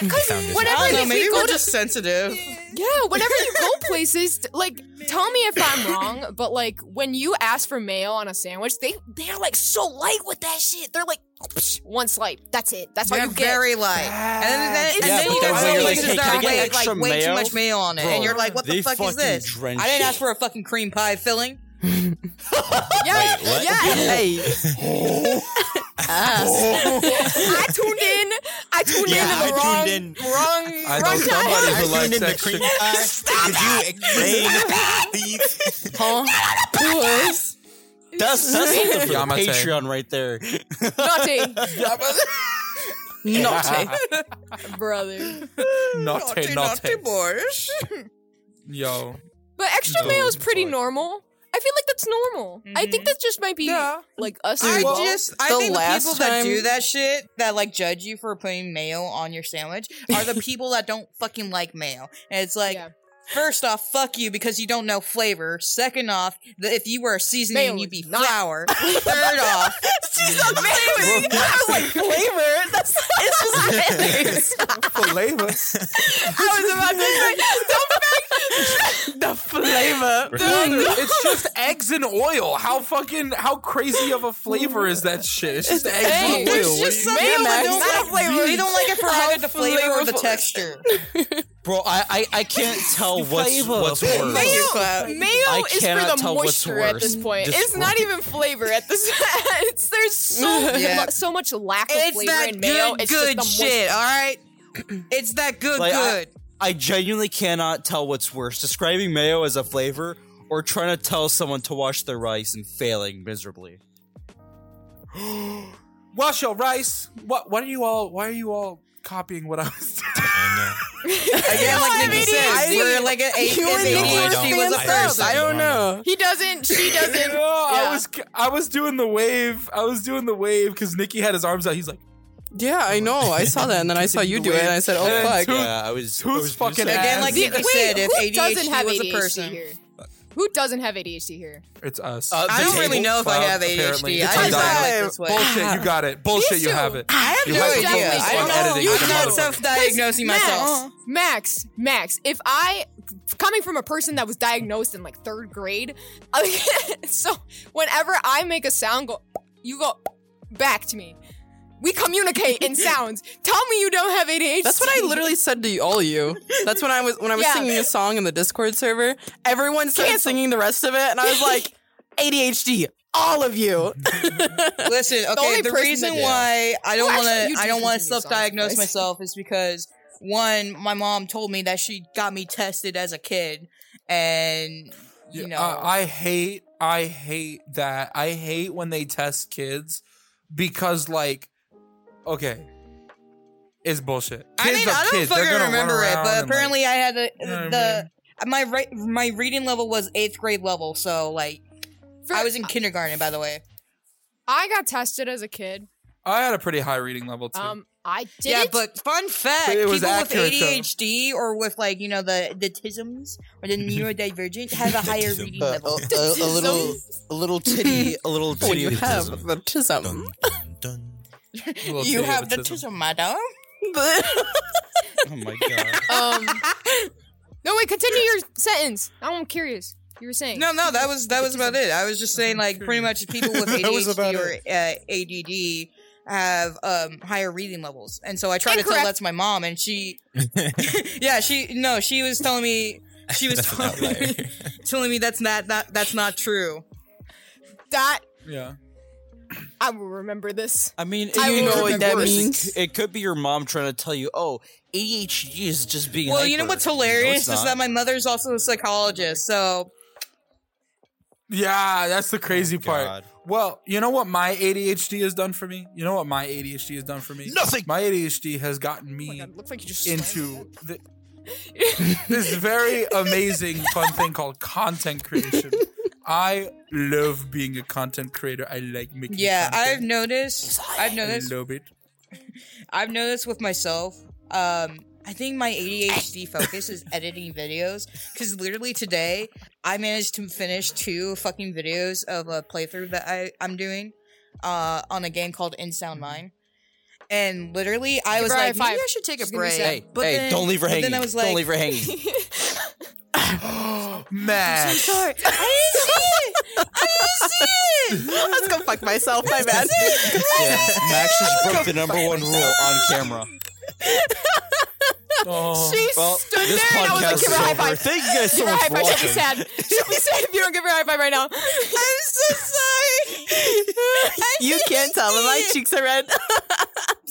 Speaker 1: Because
Speaker 5: Sound is-
Speaker 1: whenever
Speaker 4: I don't know.
Speaker 1: if
Speaker 4: Maybe
Speaker 1: we go
Speaker 4: we're
Speaker 1: to
Speaker 4: just sensitive.
Speaker 1: yeah, whenever you go places, t- like tell me if I'm wrong, but like when you ask for mayo on a sandwich, they they're like so light with that shit. They're like "Psh, one slice, that's it. That's all
Speaker 4: They're
Speaker 1: you get.
Speaker 4: very light. And then, then, and
Speaker 1: Yeah,
Speaker 4: then
Speaker 1: but
Speaker 4: you
Speaker 1: then
Speaker 4: got
Speaker 1: when
Speaker 4: some
Speaker 1: you're like,
Speaker 4: places
Speaker 1: "Hey,
Speaker 4: that
Speaker 1: can I
Speaker 4: are
Speaker 1: get
Speaker 4: way,
Speaker 2: extra
Speaker 4: like way
Speaker 2: mayo?"
Speaker 4: too much mayo on it.
Speaker 2: Bro,
Speaker 4: and you're like, what the
Speaker 2: they
Speaker 4: fuck is
Speaker 2: fucking
Speaker 4: this?
Speaker 2: drench
Speaker 4: I didn't ask
Speaker 2: it.
Speaker 4: for a fucking cream pie filling.
Speaker 1: Yeah,
Speaker 5: Wait, what?
Speaker 1: yeah.
Speaker 6: Hey.
Speaker 4: Ah.
Speaker 5: Oh,
Speaker 1: I tuned in. I tuned
Speaker 5: Yeah,
Speaker 1: in to the
Speaker 5: I
Speaker 1: wrong,
Speaker 5: tuned
Speaker 1: wrong,
Speaker 3: I
Speaker 1: wrong time.
Speaker 3: know somebody who
Speaker 5: I tuned
Speaker 3: likes
Speaker 5: in to
Speaker 3: extra.
Speaker 5: creep eye. Could you explain, please?
Speaker 6: Huh? What?
Speaker 2: That's that's something for the
Speaker 3: Yamate.
Speaker 2: Patreon right there.
Speaker 1: Naughty,
Speaker 6: Naughty.
Speaker 1: brother.
Speaker 3: naughty, naughty.
Speaker 4: boys.
Speaker 3: Yo,
Speaker 1: But extra
Speaker 3: No,
Speaker 1: mayo is pretty
Speaker 3: boy.
Speaker 1: normal. I feel like that's normal. I think
Speaker 4: Mhm.
Speaker 1: that just might be
Speaker 6: Yeah.
Speaker 1: like us.
Speaker 4: I
Speaker 6: Dude,
Speaker 1: well.
Speaker 4: just I
Speaker 6: the
Speaker 4: think the
Speaker 6: last
Speaker 4: people that
Speaker 6: time-
Speaker 4: do that shit that like judge you for putting mayo on your sandwich are the people that don't fucking like mayo. And it's like
Speaker 1: Yeah.
Speaker 4: First off, fuck you because you don't know flavor. Second off, the, if you were a seasoning,
Speaker 1: Mayo
Speaker 4: you'd
Speaker 1: is
Speaker 4: be
Speaker 1: not-
Speaker 4: flour. Third off,
Speaker 6: She's amazing. I was like, flavor. That's it's just feathers.
Speaker 3: flavor.
Speaker 6: I was about to say, the flavor.
Speaker 3: Dude, it's just eggs and oil. How fucking how crazy of a flavor is that shit? It's just eggs
Speaker 1: eggs.
Speaker 3: and oil.
Speaker 1: There's
Speaker 3: What
Speaker 1: just
Speaker 3: do
Speaker 1: some-
Speaker 3: you-
Speaker 4: mayo
Speaker 6: Max,
Speaker 4: don't
Speaker 6: that
Speaker 4: like flavor. They don't like it for
Speaker 6: How
Speaker 4: either the flavor or the
Speaker 6: flavorful.
Speaker 4: texture.
Speaker 2: Bro, I, I, I can't tell what's
Speaker 5: Flavor.
Speaker 2: what's worse.
Speaker 1: Mayo,
Speaker 6: Fuck.
Speaker 1: mayo
Speaker 2: I
Speaker 1: is for
Speaker 2: cannot
Speaker 1: the
Speaker 2: tell what's
Speaker 1: moisture at this
Speaker 2: worse.
Speaker 1: point.
Speaker 2: Just
Speaker 1: it's not even flavor at this. it's there's so
Speaker 4: Yeah.
Speaker 1: mu- so much lack of flavor in mayo. it's just the
Speaker 4: all right? It's that good,
Speaker 2: Like, I- I genuinely cannot tell what's worse: describing mayo as a flavor or trying to tell someone to wash their rice and failing miserably.
Speaker 3: Wash your rice. What? What are you all? Why are you all copying what I was doing?
Speaker 5: I
Speaker 4: Again, like Nikki said,
Speaker 6: I
Speaker 4: we're
Speaker 6: see.
Speaker 4: like an eight.
Speaker 6: You and
Speaker 4: if
Speaker 5: Nikki
Speaker 4: Nikki
Speaker 5: were
Speaker 4: she was a
Speaker 5: fans
Speaker 4: first.
Speaker 5: first.
Speaker 6: I don't know.
Speaker 1: He doesn't. She doesn't.
Speaker 3: No,
Speaker 1: Yeah.
Speaker 3: I was I was doing the wave. I was doing the wave because Nikki had his arms out. He's like,
Speaker 6: Yeah, I know. I saw that, and then I saw you do it, and I said,
Speaker 3: And
Speaker 6: "Oh
Speaker 3: then
Speaker 6: fuck."
Speaker 3: two-
Speaker 2: Yeah, I was. I
Speaker 3: who's
Speaker 2: was
Speaker 3: fucking
Speaker 2: just-
Speaker 4: Again, like
Speaker 3: Wait,
Speaker 4: Nikki said, if
Speaker 1: who doesn't have
Speaker 4: ADHD was
Speaker 1: ADHD
Speaker 4: a person,
Speaker 1: here? Who doesn't have ADHD here?
Speaker 3: "It's us."
Speaker 2: Uh,
Speaker 4: I
Speaker 2: The
Speaker 4: don't really
Speaker 2: table
Speaker 4: know if I
Speaker 3: cloud,
Speaker 4: have ADHD.
Speaker 3: apparently.
Speaker 4: I
Speaker 3: It's
Speaker 4: just dialect
Speaker 6: on
Speaker 4: this way.
Speaker 3: Bullshit, you got it. Bullshit, you
Speaker 1: too.
Speaker 3: have it.
Speaker 4: I have
Speaker 3: You
Speaker 4: no
Speaker 3: have to
Speaker 4: idea.
Speaker 3: focus
Speaker 4: I
Speaker 3: on
Speaker 4: don't
Speaker 3: editing
Speaker 4: know.
Speaker 3: this
Speaker 4: I'm not
Speaker 3: motherfucker.
Speaker 4: self-diagnosing
Speaker 1: Max,
Speaker 4: myself.
Speaker 1: Max, Max, if I coming from a person that was diagnosed in like third grade, so whenever I make a sound go, you go back to me. We communicate in sounds. Tell me you don't have ADHD.
Speaker 6: That's what I literally said to you- all you. That's when I was when I was
Speaker 1: Yeah.
Speaker 6: singing a song in the Discord server. Everyone started
Speaker 1: Cancel.
Speaker 6: singing the rest of it, and I was like, "ADHD, all of you."
Speaker 4: Listen,
Speaker 1: only
Speaker 4: okay, the,
Speaker 1: person
Speaker 4: reason
Speaker 1: that-
Speaker 4: why I don't
Speaker 1: Well,
Speaker 4: want
Speaker 1: actually, you
Speaker 4: to I
Speaker 1: do
Speaker 4: don't want
Speaker 1: continue
Speaker 4: to
Speaker 1: songs,
Speaker 4: self-diagnose
Speaker 1: guys.
Speaker 4: myself is because one, my mom told me that she got me tested as a kid and you know
Speaker 3: uh, I hate, I hate that. I hate when they test kids because, like, okay, it's bullshit.
Speaker 4: I
Speaker 3: Kids
Speaker 4: mean,
Speaker 3: are
Speaker 4: I don't
Speaker 3: kids. They're
Speaker 4: fucking
Speaker 3: gonna run
Speaker 4: remember it,
Speaker 3: around and,
Speaker 4: but
Speaker 3: like-
Speaker 4: apparently I had the
Speaker 3: You know what I
Speaker 4: the my re- my reading level was eighth grade level, so like
Speaker 1: For-
Speaker 4: I was in kindergarten, by the way.
Speaker 1: I got tested as a kid.
Speaker 3: I had a pretty high reading level too.
Speaker 1: Um, I did.
Speaker 4: yeah, but fun fact:
Speaker 3: But it was
Speaker 4: people
Speaker 3: accurate,
Speaker 4: with
Speaker 3: though.
Speaker 4: ADHD or with like you know the the tisms or the neurodivergent have a higher reading
Speaker 2: Uh,
Speaker 4: level.
Speaker 2: a- a, a little, a little titty, a little
Speaker 6: When you
Speaker 2: titty.
Speaker 6: have
Speaker 2: autism.
Speaker 6: the tism.
Speaker 3: Little
Speaker 4: You
Speaker 3: titty
Speaker 4: have the
Speaker 3: autism.
Speaker 4: tism, madam.
Speaker 2: Oh my god.
Speaker 1: um, no wait, continue your sentence. Now I'm curious. You were saying
Speaker 4: No, no, that was that was about it. I was just saying like pretty much people with
Speaker 5: That was
Speaker 4: ADHD
Speaker 5: about
Speaker 4: or uh, ADD have um higher reading levels, and so I tried to tell
Speaker 1: Incorrect.
Speaker 4: that to my mom, and she, yeah, she no, she was telling me she was
Speaker 5: That's an
Speaker 4: telling
Speaker 5: outlier.
Speaker 4: me, telling me that's not that that's not true.
Speaker 1: that.
Speaker 3: Yeah.
Speaker 1: I will remember this.
Speaker 2: I mean,
Speaker 1: I
Speaker 2: it,
Speaker 1: will
Speaker 2: could
Speaker 1: know
Speaker 2: be
Speaker 1: what
Speaker 6: that
Speaker 2: worse. It c-
Speaker 6: means.
Speaker 2: It, could be your mom trying to tell you, "Oh, ADHD is just being."
Speaker 4: Well, you know
Speaker 2: hyper."
Speaker 4: what's
Speaker 2: No, it's
Speaker 4: hilarious is
Speaker 2: not.
Speaker 4: that my mother's also a psychologist, so
Speaker 3: Yeah, that's the crazy part.
Speaker 2: God.
Speaker 3: Well, you know what my ADHD has done for me? You know what my ADHD has done for me?
Speaker 2: Nothing.
Speaker 3: My ADHD has gotten
Speaker 1: Oh my
Speaker 3: me
Speaker 1: God, it looks like you just
Speaker 3: into the, this very amazing fun thing called content creation. I love being a content creator. I like making
Speaker 4: yeah, I've
Speaker 3: content.
Speaker 4: noticed, I've noticed
Speaker 3: I love it.
Speaker 4: I've noticed with myself, um, I think my ADHD focus is editing videos because literally today I managed to finish two fucking videos of a playthrough that I, I'm doing uh, on a game called In Sound Mine. And literally, I
Speaker 1: Give
Speaker 4: was
Speaker 1: her
Speaker 4: like,
Speaker 1: high five.
Speaker 4: maybe I should take a
Speaker 1: She's gonna be
Speaker 4: break.
Speaker 1: sad.
Speaker 2: Hey, hey, don't leave her
Speaker 4: but
Speaker 2: hanging.
Speaker 4: Then I was like,
Speaker 2: don't leave her hanging.
Speaker 4: I'm
Speaker 3: Oh, Man.
Speaker 4: sorry. I didn't see it. I didn't see it.
Speaker 6: Let's go fuck myself. My bad.
Speaker 2: yeah, Max just broke the number one rule on camera.
Speaker 3: Oh.
Speaker 1: She
Speaker 2: Well,
Speaker 1: stood
Speaker 2: this
Speaker 1: there and I was
Speaker 2: podcast
Speaker 1: like, give her a
Speaker 2: is
Speaker 1: high
Speaker 2: over.
Speaker 1: five.
Speaker 2: Thank you guys so
Speaker 1: give her a high
Speaker 2: much for
Speaker 1: five. She'll be
Speaker 2: watching.
Speaker 1: sad. She'll be sad if you don't give her a high five right now. I'm so sorry. I
Speaker 6: You
Speaker 1: think
Speaker 6: can't tell, but my cheeks are red.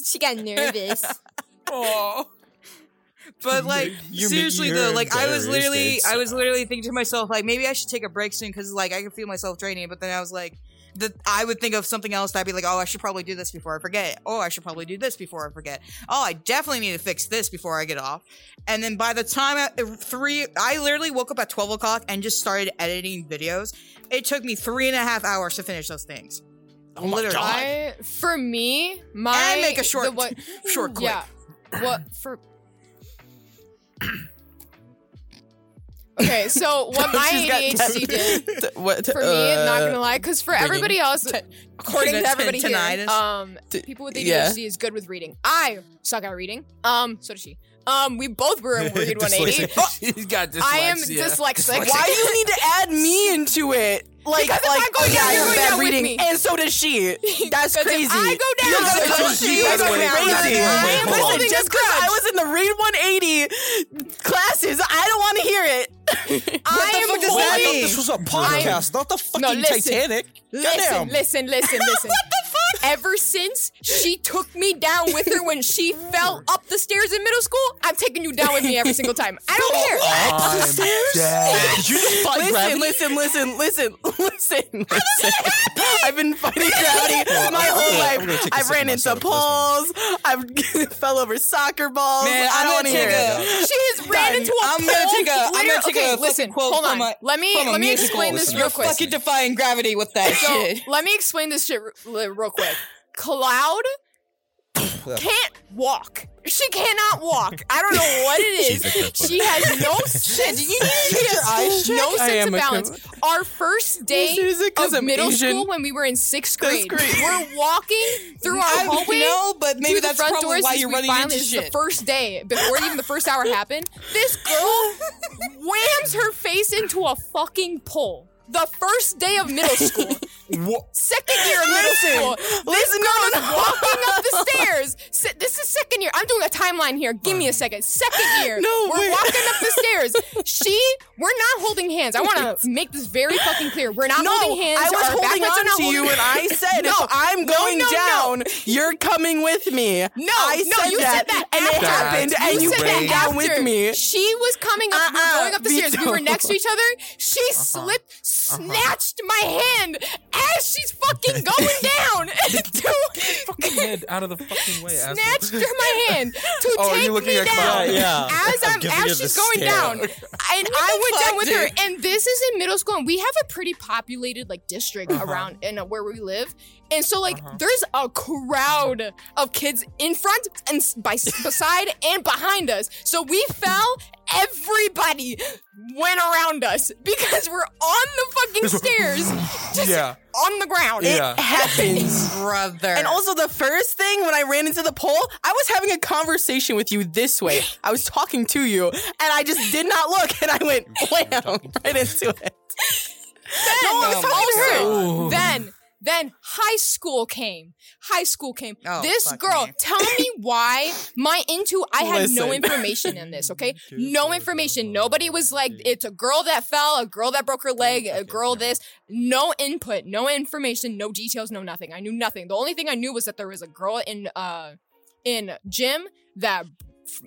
Speaker 7: She got nervous.
Speaker 4: But like
Speaker 2: You're ma-
Speaker 4: seriously
Speaker 2: you're
Speaker 4: though, like I was
Speaker 2: embarrassed,
Speaker 4: literally,
Speaker 2: it's-
Speaker 4: I was literally thinking to myself, like maybe I should take a break soon because like I can feel myself draining. But then I was like, the, I would think of something else. that I'd be like, oh, I should probably do this before I forget. Oh, I should probably do this before I forget. Oh, I definitely need to fix this before I get off. And then by the time I, three, I literally woke up at twelve o'clock and just started editing videos. It took me three and a half hours to finish those things.
Speaker 2: Oh my
Speaker 4: Literally.
Speaker 2: god.
Speaker 1: I, for me, my
Speaker 4: And make a short-
Speaker 1: the what-
Speaker 4: short clip.
Speaker 1: Yeah. What for? Okay, so what my
Speaker 6: She's got
Speaker 1: ADHD did
Speaker 6: what, uh,
Speaker 1: for me, not gonna lie, because for everybody else, according
Speaker 4: Ten-
Speaker 1: to everybody
Speaker 4: tinnitus.
Speaker 1: here, um,
Speaker 6: T-
Speaker 1: people with ADHD
Speaker 6: yeah.
Speaker 1: is good with reading. I suck at reading. Um, so does she. Um, we both were in weird 180.
Speaker 2: Dyslexic.
Speaker 1: Oh,
Speaker 3: He's got dyslexia.
Speaker 1: I am dyslexic.
Speaker 6: Why do you need to add me into it? Like,
Speaker 1: Because if
Speaker 6: like,
Speaker 1: I go
Speaker 6: oh,
Speaker 1: down,
Speaker 6: yeah,
Speaker 1: you're
Speaker 6: you're
Speaker 1: going
Speaker 6: bad
Speaker 1: down with
Speaker 6: reading,
Speaker 1: me.
Speaker 6: and so does she. That's
Speaker 1: Because
Speaker 6: crazy.
Speaker 1: if I go down,
Speaker 6: You're
Speaker 1: so
Speaker 6: so
Speaker 1: does
Speaker 6: she.
Speaker 1: she.
Speaker 6: That's
Speaker 1: Wait, wait,
Speaker 6: crazy.
Speaker 1: wait, wait,
Speaker 6: I am
Speaker 1: hold on.
Speaker 6: listening just because I was in the read 180 classes. I don't want to hear it.
Speaker 1: I am
Speaker 2: Well, I thought
Speaker 1: holding-
Speaker 2: this was a podcast, not the fucking
Speaker 1: No, listen.
Speaker 2: Titanic.
Speaker 1: Listen,
Speaker 2: Goddamn.
Speaker 1: listen, listen, listen. what the fuck? Ever since she took me down with her when she fell up the stairs in middle school, I'm taking you down with me every single time. I don't care.
Speaker 3: I'm dead.
Speaker 2: Did you defy
Speaker 6: Listen,
Speaker 2: gravity?
Speaker 6: listen, listen, listen, listen, listen. I've been fighting gravity my whole
Speaker 2: I'm gonna
Speaker 6: life.
Speaker 2: take a
Speaker 6: I've
Speaker 2: sip of
Speaker 6: ran
Speaker 2: my
Speaker 6: into
Speaker 2: soda for this
Speaker 6: poles. I've fell over soccer balls.
Speaker 4: Man,
Speaker 6: I
Speaker 4: I'm
Speaker 6: don't
Speaker 4: gonna
Speaker 6: want to hear
Speaker 4: take
Speaker 6: it.
Speaker 4: a-
Speaker 1: She has ran
Speaker 4: Done.
Speaker 1: into a
Speaker 4: I'm gonna
Speaker 1: pole
Speaker 4: take a- I'm gonna
Speaker 1: liter-
Speaker 4: take a
Speaker 1: okay,
Speaker 4: fucking
Speaker 1: listen,
Speaker 4: quote
Speaker 1: hold on.
Speaker 4: from a-
Speaker 1: let me
Speaker 4: from a
Speaker 1: let me
Speaker 4: musical
Speaker 1: explain this
Speaker 2: listener.
Speaker 1: real
Speaker 2: You're
Speaker 1: quick.
Speaker 2: fucking
Speaker 4: defying gravity with that
Speaker 1: So, let me explain this shit r- li- real quick. Cloud can't walk. She cannot walk. I don't know what it
Speaker 5: She's a cripple.
Speaker 1: is. She has no sense. you No
Speaker 6: I
Speaker 1: sense
Speaker 6: am
Speaker 1: of
Speaker 6: a
Speaker 1: balance. Our first day
Speaker 6: Is it 'cause
Speaker 1: of
Speaker 6: I'm
Speaker 1: middle
Speaker 6: Asian?
Speaker 1: school when we were in sixth
Speaker 6: That's
Speaker 1: grade,
Speaker 6: great.
Speaker 1: we're walking through our hallway
Speaker 4: know, but maybe
Speaker 1: through the
Speaker 4: that's
Speaker 1: front
Speaker 4: probably
Speaker 1: doors
Speaker 4: why
Speaker 1: as
Speaker 4: you're
Speaker 1: we
Speaker 4: running
Speaker 1: finally,
Speaker 4: into
Speaker 1: this is
Speaker 4: shit.
Speaker 1: The first day, before even the first hour happened, this girl whams her face into a fucking pole. The first day of middle school, second year of middle school,
Speaker 6: Listen, no, no, no.
Speaker 1: walking up the stairs. Se- this is second year. I'm doing a timeline here. Give me a second. Second year.
Speaker 6: No,
Speaker 1: we're
Speaker 6: wait.
Speaker 1: walking up the stairs. She, we're not holding hands. I want to make this very fucking clear. We're not
Speaker 6: No,
Speaker 1: holding hands.
Speaker 6: I was
Speaker 1: Our
Speaker 6: holding
Speaker 1: backlights are
Speaker 6: on
Speaker 1: not
Speaker 6: to you,
Speaker 1: holding-
Speaker 6: and I said,
Speaker 1: No,
Speaker 6: if I'm
Speaker 1: no,
Speaker 6: going
Speaker 1: no, no.
Speaker 6: down, you're coming with me.
Speaker 1: No,
Speaker 6: I
Speaker 1: no,
Speaker 6: said
Speaker 1: you
Speaker 6: that,
Speaker 1: said that
Speaker 6: and it
Speaker 1: after.
Speaker 6: happened,
Speaker 3: That's
Speaker 6: and you
Speaker 1: said
Speaker 3: crazy.
Speaker 6: came
Speaker 1: that
Speaker 6: down
Speaker 1: after.
Speaker 6: with me.
Speaker 1: She was coming up. we
Speaker 6: Uh-uh,
Speaker 1: were going up the
Speaker 6: me
Speaker 1: stairs. We were
Speaker 6: too. Uh-huh.
Speaker 1: next to each other. She slipped, snatched my hand as she's fucking going down.
Speaker 3: fucking
Speaker 1: to,
Speaker 3: head out of the fucking way, asshole.
Speaker 1: snatched her my hand to
Speaker 3: Oh, are
Speaker 1: take
Speaker 3: you looking
Speaker 1: me
Speaker 3: at
Speaker 1: down
Speaker 3: Cloud?
Speaker 2: Yeah.
Speaker 1: as
Speaker 2: I'm
Speaker 1: I'm,
Speaker 2: giving you
Speaker 1: as
Speaker 2: the
Speaker 1: she's going
Speaker 2: stare.
Speaker 1: down. And I went down with her. And this is in middle school, and we have a pretty populated like district
Speaker 2: Uh-huh.
Speaker 1: around in uh, where we live. And so like
Speaker 3: Uh-huh.
Speaker 1: there's a crowd of kids in front and s- by s- beside and behind us. So we fell. Everybody went around us because we're on the fucking stairs, just
Speaker 3: Yeah.
Speaker 1: on the ground.
Speaker 3: Yeah.
Speaker 6: It happens.
Speaker 4: brother.
Speaker 6: And also, the first thing when I ran into the pole, I was having a conversation with you this way. I was talking to you, and I just did not look, and I went wham right into it.
Speaker 1: then,
Speaker 6: I was talking
Speaker 3: to
Speaker 1: also,
Speaker 3: her.
Speaker 1: then, then high school came. High school came.
Speaker 4: Oh,
Speaker 1: this
Speaker 4: fuck
Speaker 1: girl,
Speaker 4: me.
Speaker 1: tell me why my into I had no
Speaker 6: Listen.
Speaker 1: information in this, okay? No information. Nobody was like, it's a girl that fell, a girl that broke her leg, a girl this. No input, no information, no details, no nothing. I knew nothing. The only thing I knew was that there was a girl in uh in gym that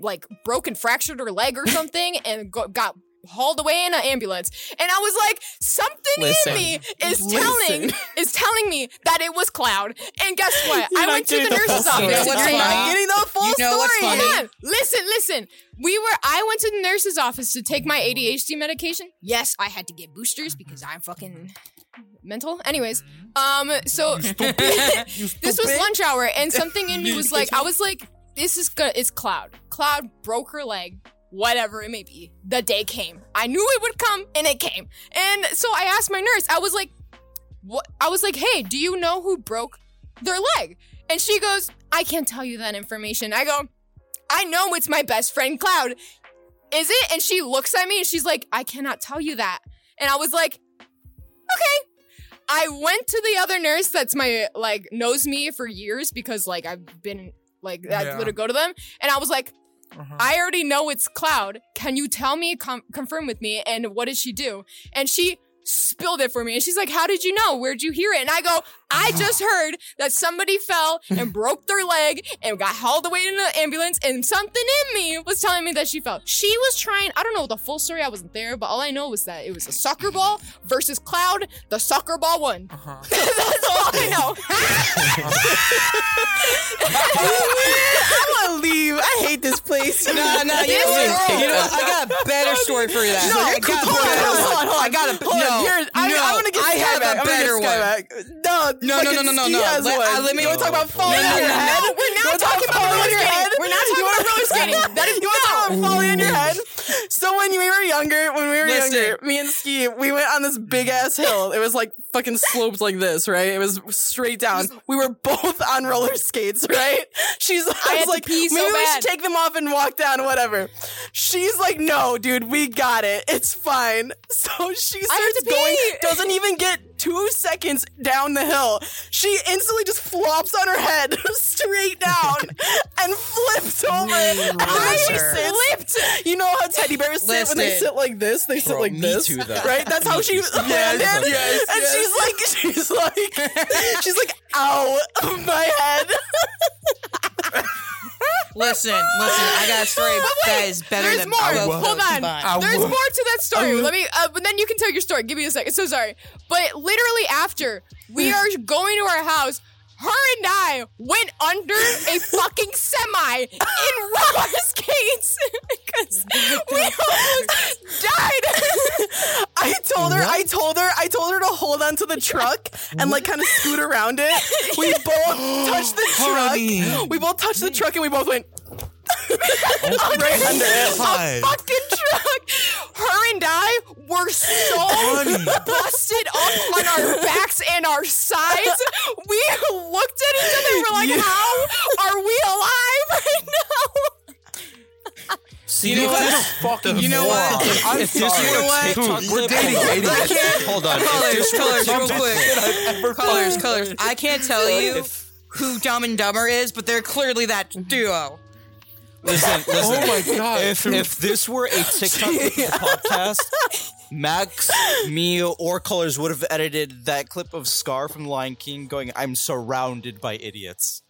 Speaker 1: like broke and fractured her leg or something and go- got hauled away in an ambulance. And I was like, something
Speaker 6: Listen.
Speaker 1: in me is
Speaker 6: Listen.
Speaker 1: telling is telling me that it was Cloud. And guess what? I
Speaker 6: not
Speaker 1: went to the
Speaker 6: getting the
Speaker 1: nurse's office.
Speaker 6: full story.
Speaker 4: You know what's
Speaker 1: today.
Speaker 6: You're
Speaker 4: funny?
Speaker 6: not getting the full
Speaker 4: You know what's
Speaker 6: story.
Speaker 4: funny?
Speaker 1: Hold on. Listen, listen. We were. I went to the nurse's office to take my ADHD medication. Yes, I had to get boosters because I'm fucking mental. Anyways, um, so this was lunch hour, and something in me was like, I was like, this is good. It's Cloud. Cloud broke her leg. Whatever it may be, the day came. I knew it would come, and it came. And so I asked my nurse. I was like, "What?" I was like, "Hey, do you know who broke their leg?" And she goes, "I can't tell you that information." I go, I know it's my best friend Cloud. Is it? And she looks at me and she's like, I cannot tell you that. And I was like, okay. I went to the other nurse that's my like knows me for years because like I've been like that
Speaker 3: Yeah.
Speaker 1: little go to them and I was like,
Speaker 3: Uh-huh.
Speaker 1: I already know it's Cloud. Can you tell me com- confirm with me and what did she do? And she spilled it for me. And she's like, How did you know? Where'd you hear it? And I go, I just heard that somebody fell and broke their leg and got hauled away in the ambulance. And something in me was telling me that she fell. She was trying, I don't know the full story, I wasn't there, but all I know was that it was a soccer ball versus cloud. The soccer ball won.
Speaker 3: Uh-huh.
Speaker 1: That's all I know.
Speaker 6: I want to leave. I hate this place.
Speaker 4: No, no, you know what? You know what? I got a better story for that.
Speaker 6: No,
Speaker 4: I got a
Speaker 6: hold on,
Speaker 4: better-
Speaker 6: hold on, hold on.
Speaker 4: I got a
Speaker 6: Hold
Speaker 4: no,
Speaker 6: on, you're, I,
Speaker 4: no,
Speaker 6: I want to get
Speaker 4: I
Speaker 6: Sky
Speaker 4: have
Speaker 6: back.
Speaker 4: a
Speaker 6: I'm gonna
Speaker 4: better
Speaker 6: get Sky
Speaker 4: one.
Speaker 6: back. No,
Speaker 4: No, no, no, no, no,
Speaker 6: fucking
Speaker 4: no.
Speaker 6: Ski has
Speaker 4: Let-
Speaker 6: one.
Speaker 4: I- let me-
Speaker 6: You want to talk about falling
Speaker 4: no,
Speaker 6: on your
Speaker 4: no, no,
Speaker 6: head?
Speaker 1: we're not
Speaker 6: You wanna talk
Speaker 1: talking about roller
Speaker 6: falling on your
Speaker 1: skating.
Speaker 6: head?
Speaker 1: We're not
Speaker 6: You
Speaker 1: talking
Speaker 6: wanna-
Speaker 1: about roller skating. That is-
Speaker 6: you want to talk about falling on your head? So when we were younger, when we were
Speaker 4: Listen.
Speaker 6: younger, me and Ski, we went on this big ass hill. It was like fucking sloped like this, right? It was straight down. We were both on roller skates, right? She's, I,
Speaker 1: had
Speaker 6: was
Speaker 1: to
Speaker 6: like,
Speaker 1: pee so
Speaker 6: maybe we
Speaker 1: bad."
Speaker 6: should take them off and walk down, whatever. She's like, no, dude, we got it. It's fine. So she starts
Speaker 1: to
Speaker 6: going,
Speaker 1: pee.
Speaker 6: doesn't even get two seconds down the hill. She instantly just flops on her head straight down and flips over. And then she sits. You know how teddy bears sit when they
Speaker 4: Listen.
Speaker 6: sit like this? They sit like this. Right? That's how she landed.
Speaker 3: yes,
Speaker 6: and she's like, she's like, she's like, ow, my head.
Speaker 4: Listen, listen, I got a story that is better
Speaker 1: There's
Speaker 4: than
Speaker 1: more.
Speaker 4: both of
Speaker 1: Hold
Speaker 4: those
Speaker 1: on.
Speaker 4: combined.
Speaker 3: I
Speaker 1: There's
Speaker 3: will-
Speaker 1: more to that story. Let me, uh, but then you can tell your story. Give me a second. So sorry. But literally after we are going to our house, her and I went under a fucking semi in roller skates because we almost died.
Speaker 6: I told her, I told her, I told her to hold onto the truck and like kind of scoot around it. We both touched the truck. We both touched the truck and we both went right under it.
Speaker 1: fucking truck. Her and I were so busted up on our backs and our sides. We looked at each other and we're like,
Speaker 6: Yeah.
Speaker 1: how are we alive right now?
Speaker 2: See,
Speaker 3: You know
Speaker 2: if
Speaker 3: what?
Speaker 2: this-
Speaker 3: Fucking
Speaker 4: You know
Speaker 3: moron.
Speaker 4: what?
Speaker 3: I'm
Speaker 2: if this
Speaker 3: sorry.
Speaker 2: were a
Speaker 4: know what?
Speaker 2: TikTok
Speaker 3: We're
Speaker 2: clip-
Speaker 3: dating
Speaker 2: hold on.
Speaker 3: idiots.
Speaker 4: I can't-
Speaker 2: Hold on. If
Speaker 4: Colors,
Speaker 2: this were a
Speaker 4: colors, real
Speaker 2: TikTok
Speaker 4: quick.
Speaker 2: clip-
Speaker 4: Colors, colors. I can't tell you who Dumb and Dumber is, but they're clearly that duo.
Speaker 2: Listen, listen.
Speaker 3: Oh my god.
Speaker 2: If, if this were a TikTok clip of the podcast, Max, me, or Colors would have edited that clip of Scar from Lion King going, I'm surrounded by idiots.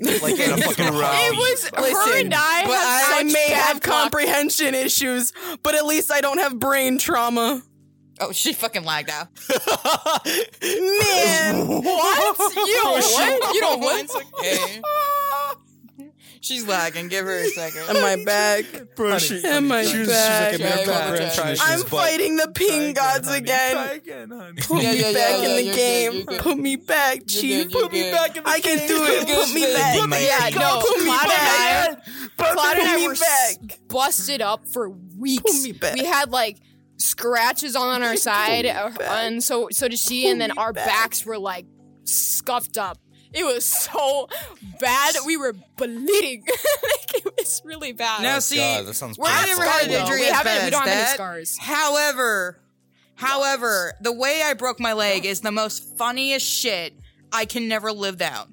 Speaker 2: like in a fucking round.
Speaker 1: It was her
Speaker 6: Listen,
Speaker 1: and I.
Speaker 6: but
Speaker 1: have
Speaker 6: I,
Speaker 1: such
Speaker 6: may
Speaker 1: bad
Speaker 6: have
Speaker 1: luck.
Speaker 6: comprehension issues, but at least I don't have brain trauma.
Speaker 4: Oh, she fucking lagged out.
Speaker 6: Man, what? You
Speaker 4: what? You don't want okay. She's lagging. Give her a second.
Speaker 6: Am I back?
Speaker 3: Bro,
Speaker 6: Am I
Speaker 3: Try
Speaker 4: man,
Speaker 6: back?
Speaker 4: comprehension
Speaker 3: again, try
Speaker 2: issues.
Speaker 3: again.
Speaker 6: I'm
Speaker 2: but-
Speaker 6: fighting the ping gods
Speaker 3: Try
Speaker 6: again.
Speaker 3: again, honey.
Speaker 6: Put
Speaker 4: Yeah,
Speaker 6: me
Speaker 4: yeah, yeah,
Speaker 6: back
Speaker 4: yeah,
Speaker 6: in the
Speaker 4: you're good,
Speaker 6: game.
Speaker 4: you're good.
Speaker 6: Put me back, chief.
Speaker 4: good, you're
Speaker 6: Put me
Speaker 4: good.
Speaker 6: back in the I can do it. Put me
Speaker 4: You're
Speaker 6: back.
Speaker 5: good.
Speaker 6: Yeah,
Speaker 5: You're
Speaker 6: no.
Speaker 1: good.
Speaker 6: Put me
Speaker 1: Clyde and I-
Speaker 6: back.
Speaker 1: Clyde and
Speaker 6: Put
Speaker 1: I
Speaker 6: me
Speaker 1: were
Speaker 6: back.
Speaker 1: busted up for weeks.
Speaker 6: me back.
Speaker 1: We had like scratches on our side, uh, and so so did she. and then our backs were like scuffed up. It was so bad. We were bleeding. like it was really bad.
Speaker 4: Now see,
Speaker 5: Oh, God, that sounds
Speaker 1: we're
Speaker 4: I
Speaker 1: not
Speaker 4: never
Speaker 5: painful.
Speaker 1: scarred
Speaker 4: had an
Speaker 1: though.
Speaker 4: injury
Speaker 1: We
Speaker 4: as
Speaker 1: haven't.
Speaker 4: bad
Speaker 1: we don't
Speaker 4: as
Speaker 1: have any
Speaker 4: that.
Speaker 1: scars.
Speaker 4: However, however, the way I broke my leg is the most funniest shit I can never live down.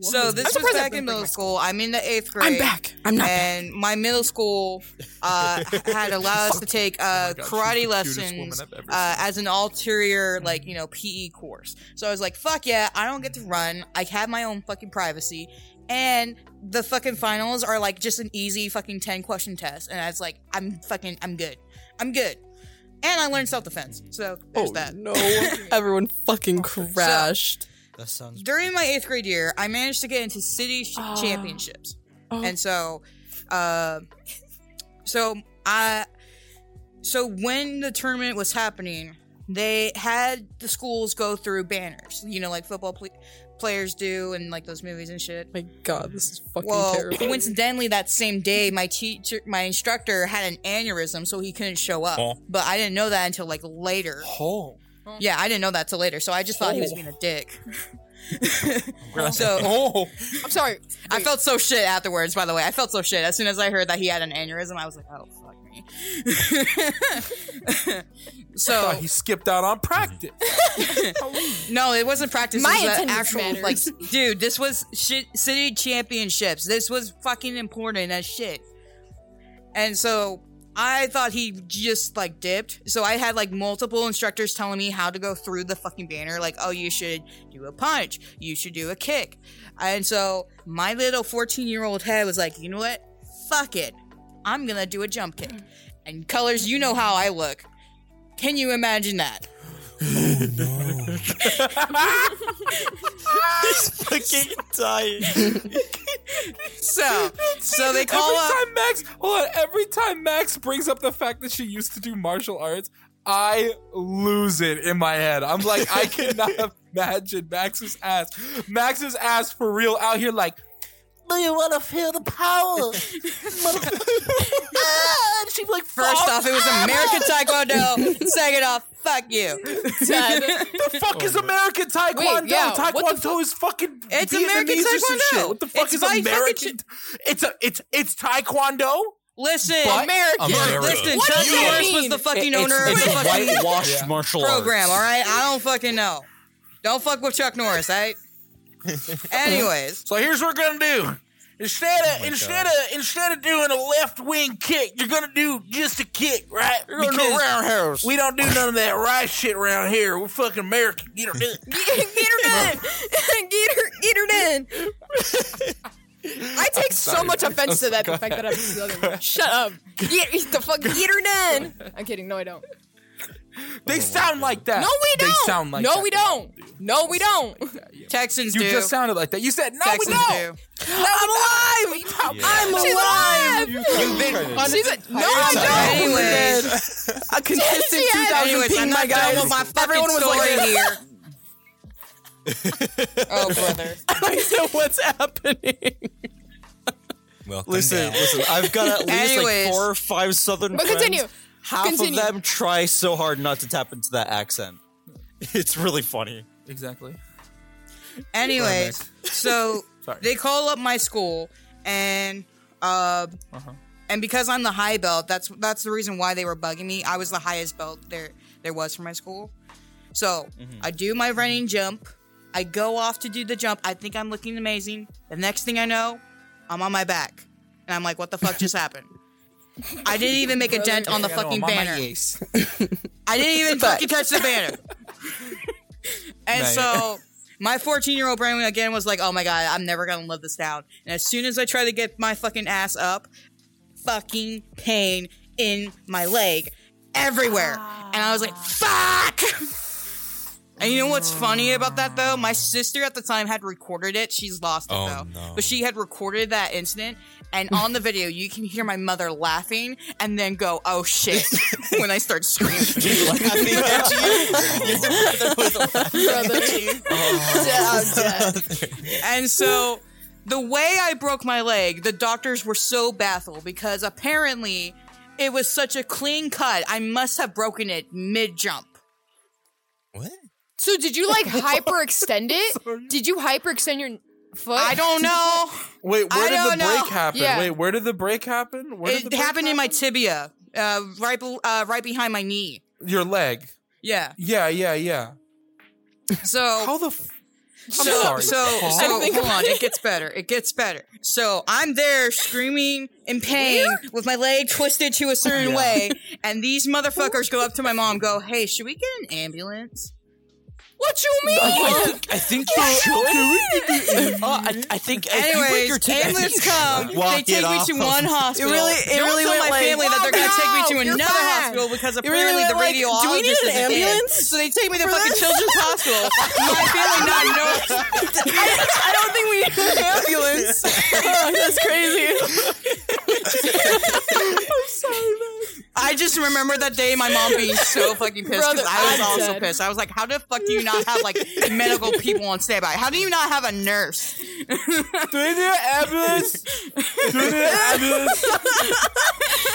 Speaker 4: so this was
Speaker 1: surprised I
Speaker 4: back
Speaker 1: didn't
Speaker 4: in
Speaker 1: break
Speaker 4: middle
Speaker 1: my
Speaker 4: school. I'm in the eighth grade.
Speaker 6: I'm back. I'm not back.
Speaker 4: And my middle school uh, had allowed us to take
Speaker 3: Oh
Speaker 4: uh,
Speaker 3: God, she's
Speaker 4: karate
Speaker 3: the cutest woman
Speaker 4: lessons uh,
Speaker 3: I've ever Mm-hmm.
Speaker 4: as an ulterior, like you know, PE course. So I was like, "Fuck yeah, I don't get to run. I have my own fucking privacy." And the fucking finals are like just an easy fucking ten question test, and I was like, "I'm fucking, I'm good, I'm good." And I learned self defense. So there's
Speaker 3: Oh,
Speaker 4: that.
Speaker 6: No, everyone fucking crashed.
Speaker 2: That sounds
Speaker 4: during my eighth grade year, I managed to get into city sh- championships, and so, uh, so I, so when the tournament was happening, they had the schools go through banners, you know, like football pl- players do, and like those movies and shit.
Speaker 6: My God, this is fucking
Speaker 4: Well,
Speaker 6: terrible.
Speaker 4: coincidentally, that same day, my teacher, my instructor, had an aneurysm, so he couldn't show up.
Speaker 5: Oh.
Speaker 4: But I didn't know that until like later.
Speaker 3: Oh.
Speaker 4: Yeah, I didn't know that till later, so I just thought he was being a dick. so
Speaker 3: Oh.
Speaker 1: I'm sorry.
Speaker 4: I felt so shit afterwards, by the way. I felt so shit. As soon as I heard that he had an aneurysm, I was like, oh, fuck me.
Speaker 3: Thought
Speaker 4: so,
Speaker 3: he skipped out on practice.
Speaker 4: no, it wasn't practice.
Speaker 1: My
Speaker 4: it was the
Speaker 1: attendance
Speaker 4: actual,
Speaker 1: matters.
Speaker 4: like, dude, this was shit, city championships. This was fucking important as shit. And so I thought he just like dipped. So I had like multiple instructors telling me how to go through the fucking banner. Like, oh, you should do a punch. You should do a kick. And so my little 14 year old head was like, you know what? Fuck it. I'm going to do a jump kick. And colors, you know how I look. Can you imagine that?
Speaker 2: fucking dying.
Speaker 4: So, so they call
Speaker 3: every
Speaker 4: up.
Speaker 3: time Max, hold on, every time Max brings up the fact that she used to do martial arts, I lose it in my head. I'm like, I cannot imagine Max's ass. Max's ass for real out here, like,
Speaker 6: Do you want to feel the power? ah, and she's like,
Speaker 4: First
Speaker 6: "Fuck
Speaker 4: off, it was American Taekwondo. Second off, fuck you.
Speaker 1: Ted.
Speaker 3: the fuck
Speaker 4: Oh
Speaker 3: is American Taekwondo?
Speaker 1: Wait, yeah, what the
Speaker 3: Taekwondo is fucking
Speaker 4: It's
Speaker 3: Vietnamese
Speaker 4: American
Speaker 3: or some
Speaker 4: Taekwondo.
Speaker 3: shit. What the fuck
Speaker 4: It's
Speaker 3: is
Speaker 4: my fucking
Speaker 3: American? it's a it's it's Taekwondo.
Speaker 4: Listen,
Speaker 3: But-
Speaker 1: American.
Speaker 5: America.
Speaker 4: listen.
Speaker 1: What
Speaker 4: Chuck
Speaker 1: does that
Speaker 4: Norris was
Speaker 1: mean?
Speaker 4: the fucking
Speaker 2: it's,
Speaker 4: owner of
Speaker 2: it's
Speaker 4: the fucking
Speaker 2: whitewashed martial
Speaker 4: program.
Speaker 2: arts.
Speaker 4: All right, I don't fucking know. Don't fuck with Chuck Norris, right? Anyways,
Speaker 3: So here's what we're gonna do. Instead of instead of instead of doing a left wing kick, you're gonna do just a kick, right? Because
Speaker 2: roundhouse.
Speaker 3: we don't do none of that right shit around here. We're fucking American. You don't do it.
Speaker 7: Get her done. Get her. Get her done.
Speaker 1: I take so much offense to that. The fact that I'm the other one. Shut up.
Speaker 7: Get the fuck. Get her done.
Speaker 1: I'm kidding. No, I don't.
Speaker 3: They sound like that.
Speaker 1: No, we don't.
Speaker 3: They sound like
Speaker 1: no,
Speaker 3: that.
Speaker 1: we don't. No, we don't.
Speaker 4: Texans
Speaker 3: You
Speaker 4: do.
Speaker 3: just sounded like that. You said no,
Speaker 4: Texans
Speaker 3: we don't.
Speaker 4: do.
Speaker 3: I'm alive.
Speaker 1: I'm alive.
Speaker 2: You've been
Speaker 1: She's a, no, I don't.
Speaker 4: Anyways,
Speaker 6: A consistent
Speaker 1: Yes.
Speaker 6: 2000
Speaker 4: anyways, I'm
Speaker 6: ping, my
Speaker 4: not done
Speaker 6: guys.
Speaker 4: with my fucking
Speaker 6: Everyone was
Speaker 4: story
Speaker 6: like,
Speaker 4: here. oh brother.
Speaker 6: I know what's happening.
Speaker 5: Welcome
Speaker 2: Listen,
Speaker 5: down.
Speaker 2: listen. I've got at least
Speaker 4: Anyways.
Speaker 2: like four or five Southern
Speaker 1: But
Speaker 2: friends.
Speaker 1: continue.
Speaker 2: Half
Speaker 1: Continue.
Speaker 2: of them try so hard not to tap into that accent. It's really funny.
Speaker 3: Exactly.
Speaker 4: Anyways, so
Speaker 3: Sorry.
Speaker 4: they call up my school and uh, and because I'm the high belt, that's that's the reason why they were bugging me. I was the highest belt there there was for my school. So I do my running jump. I go off to do the jump. I think I'm looking amazing. The next thing I know, I'm on my back, and I'm like, "What the fuck just happened?" I didn't even make a dent on the
Speaker 3: Yeah, no, I'm
Speaker 4: fucking
Speaker 3: on my
Speaker 4: banner.
Speaker 3: yes.
Speaker 4: I didn't even fucking touch the banner. and
Speaker 3: Nice.
Speaker 4: so my 14 year old brain again was like, oh my God, I'm never going to live this down. And as soon as I try to get my fucking ass up, fucking pain in my leg everywhere. And I was like, fuck! And you know what's funny about that though? My sister at the time had recorded it. She's lost it
Speaker 5: Oh,
Speaker 4: though.
Speaker 5: no.
Speaker 4: But she had recorded that incident. And on the video, you can hear my mother laughing and then go, oh shit, when I start screaming. And so the way I broke my leg, the doctors were so baffled because apparently it was such a clean cut. I must have broken it mid jump.
Speaker 5: What?
Speaker 1: So did you like hyperextend it? Did you hyperextend your foot?
Speaker 4: I don't know.
Speaker 3: Wait,
Speaker 4: I
Speaker 3: where did the
Speaker 4: don't know.
Speaker 3: break happen?
Speaker 1: Yeah.
Speaker 3: Wait, where did the break happen? Where did the
Speaker 4: It
Speaker 3: break
Speaker 4: happened in my
Speaker 3: happen?
Speaker 4: tibia, uh, right, bel uh, right behind my knee.
Speaker 3: your leg.
Speaker 4: Yeah.
Speaker 3: Yeah, yeah, yeah.
Speaker 4: So
Speaker 3: How the f-
Speaker 4: So,
Speaker 3: sorry.
Speaker 4: so, so hold on. It gets better. It gets better. So I'm there screaming in pain with my leg twisted to a certain way, and these motherfuckers go up to my mom, go, "Hey, should we get an ambulance?"
Speaker 1: What you mean?
Speaker 2: I think you should. Oh, I, I think if you break your tooth, I
Speaker 4: Anyways,
Speaker 2: think
Speaker 4: ambulance
Speaker 2: you should
Speaker 4: come.
Speaker 2: walk
Speaker 4: They
Speaker 2: it
Speaker 4: take me
Speaker 2: off.
Speaker 4: to one hospital.
Speaker 6: really- it
Speaker 4: Don't
Speaker 6: really
Speaker 4: tell
Speaker 6: went
Speaker 4: my
Speaker 6: like-
Speaker 4: family that they're gonna take me to
Speaker 1: You're
Speaker 4: another
Speaker 1: fine.
Speaker 4: hospital because
Speaker 6: really
Speaker 4: apparently the
Speaker 6: went like,
Speaker 4: radiologist
Speaker 6: "Do we need
Speaker 4: isn't
Speaker 6: an
Speaker 4: in."
Speaker 6: ambulance
Speaker 4: So they take me to
Speaker 6: for
Speaker 4: fucking
Speaker 6: this?
Speaker 4: Children's Hospital. my family not knowing.
Speaker 6: I don't think we need an ambulance. Oh, that's crazy.
Speaker 4: I just remember that day my mom being so fucking pissed because
Speaker 1: Brother,
Speaker 4: I was
Speaker 1: I'm
Speaker 4: also
Speaker 1: dead.
Speaker 4: pissed. I was like, how the fuck do you not have like medical people on standby? How do you not have a nurse?
Speaker 3: Do they need an ambulance? Do they need an ambulance?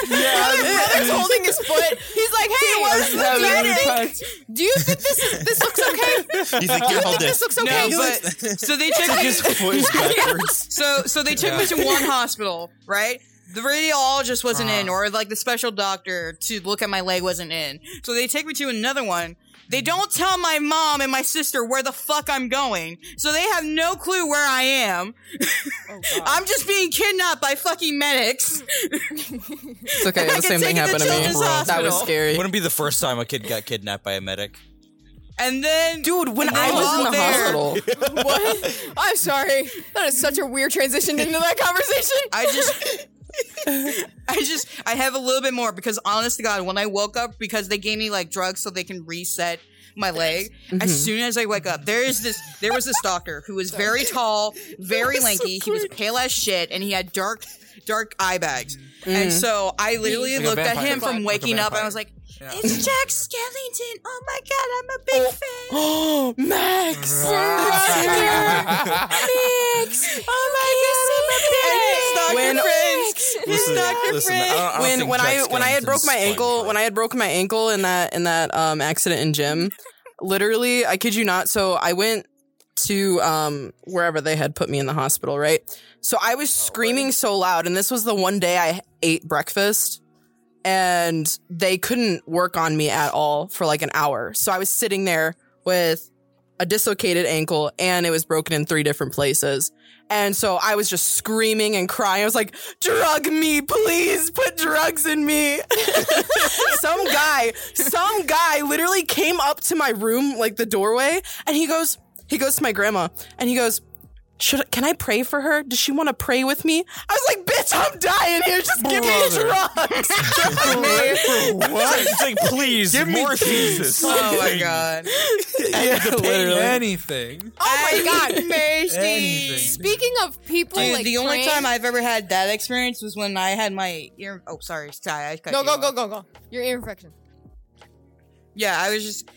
Speaker 3: yeah,
Speaker 6: He's holding his foot.
Speaker 1: He's like, hey,
Speaker 3: I'm having an impact.
Speaker 1: do you think this is this looks okay?
Speaker 5: He's like, you hold
Speaker 1: This
Speaker 5: this.
Speaker 1: looks okay.
Speaker 4: No, but so they took me,
Speaker 2: His foot is backwards.
Speaker 4: so so they took me to one hospital, right? The radiologist wasn't in, or like the special doctor to look at my leg wasn't in. So they take me to another one, They don't tell my mom and my sister where the fuck I'm going. So they have no clue where I am. I'm just being kidnapped by fucking medics.
Speaker 6: It's okay.
Speaker 4: I
Speaker 6: The
Speaker 4: got
Speaker 6: same
Speaker 4: taken
Speaker 6: thing
Speaker 4: to
Speaker 6: happened to me.
Speaker 4: children's
Speaker 6: That was
Speaker 4: hospital.
Speaker 6: scary.
Speaker 2: Wouldn't be the first time a kid got kidnapped by a medic.
Speaker 4: And then
Speaker 6: Dude, when I
Speaker 4: They're
Speaker 6: was
Speaker 4: all
Speaker 6: in the
Speaker 4: there.
Speaker 6: hospital,
Speaker 7: What? I'm sorry. That is such a weird transition into that conversation.
Speaker 4: I just I just I have a little bit more because honest to God, when I woke up because they gave me like drugs so they can reset my leg. As soon as I wake up, there is this there was this doctor who was very tall, very lanky, he was pale as shit, and he had dark dark eye bags. And so I literally
Speaker 3: Like a
Speaker 4: looked at
Speaker 3: vampire.
Speaker 4: him from
Speaker 3: Like a
Speaker 4: waking up and I
Speaker 3: vampire.
Speaker 4: was like,
Speaker 3: Yeah.
Speaker 4: It's Jack Skellington. Oh my god, I'm a big fan.
Speaker 6: oh, Max, Max, oh my god, when,
Speaker 2: Listen, listen, I don't, I don't
Speaker 6: when
Speaker 2: think
Speaker 6: when I
Speaker 2: Jack
Speaker 6: when I had broke my
Speaker 2: Skellington's
Speaker 6: ankle
Speaker 2: fine.
Speaker 6: when I had broke my ankle in that in that um accident in gym, literally I kid you not. So I went to um wherever they had put me in the hospital, right? So I
Speaker 2: Oh,
Speaker 6: was screaming so loud, and this was the one day I ate breakfast, and they couldn't work on me at all for like an hour. So I was sitting there with a dislocated ankle, and it was broken in three different places. And so I was just screaming and crying. I was like, drug me, please put drugs in me. some guy, some guy literally came up to my room, like the doorway, and he goes, he goes to my grandma and he goes, should can I pray for her? Does she want to pray with me? I was like, bitch, I'm dying here. Just give me
Speaker 3: Brother.
Speaker 6: drugs. Drug me.
Speaker 2: It's like, please,
Speaker 3: Give me
Speaker 2: more
Speaker 3: Jesus.
Speaker 2: thesis.
Speaker 4: Oh my god.
Speaker 3: anything.
Speaker 4: Oh my god. Mercy.
Speaker 3: Anything.
Speaker 7: Speaking of people,
Speaker 4: Dude,
Speaker 7: like
Speaker 4: the only
Speaker 7: praying-
Speaker 4: time I've ever had that experience was when I had my ear. Oh, sorry, Ty, I cut
Speaker 1: Go
Speaker 4: you
Speaker 1: go
Speaker 4: off.
Speaker 1: go go go. Your ear infection.
Speaker 4: Yeah, I was just.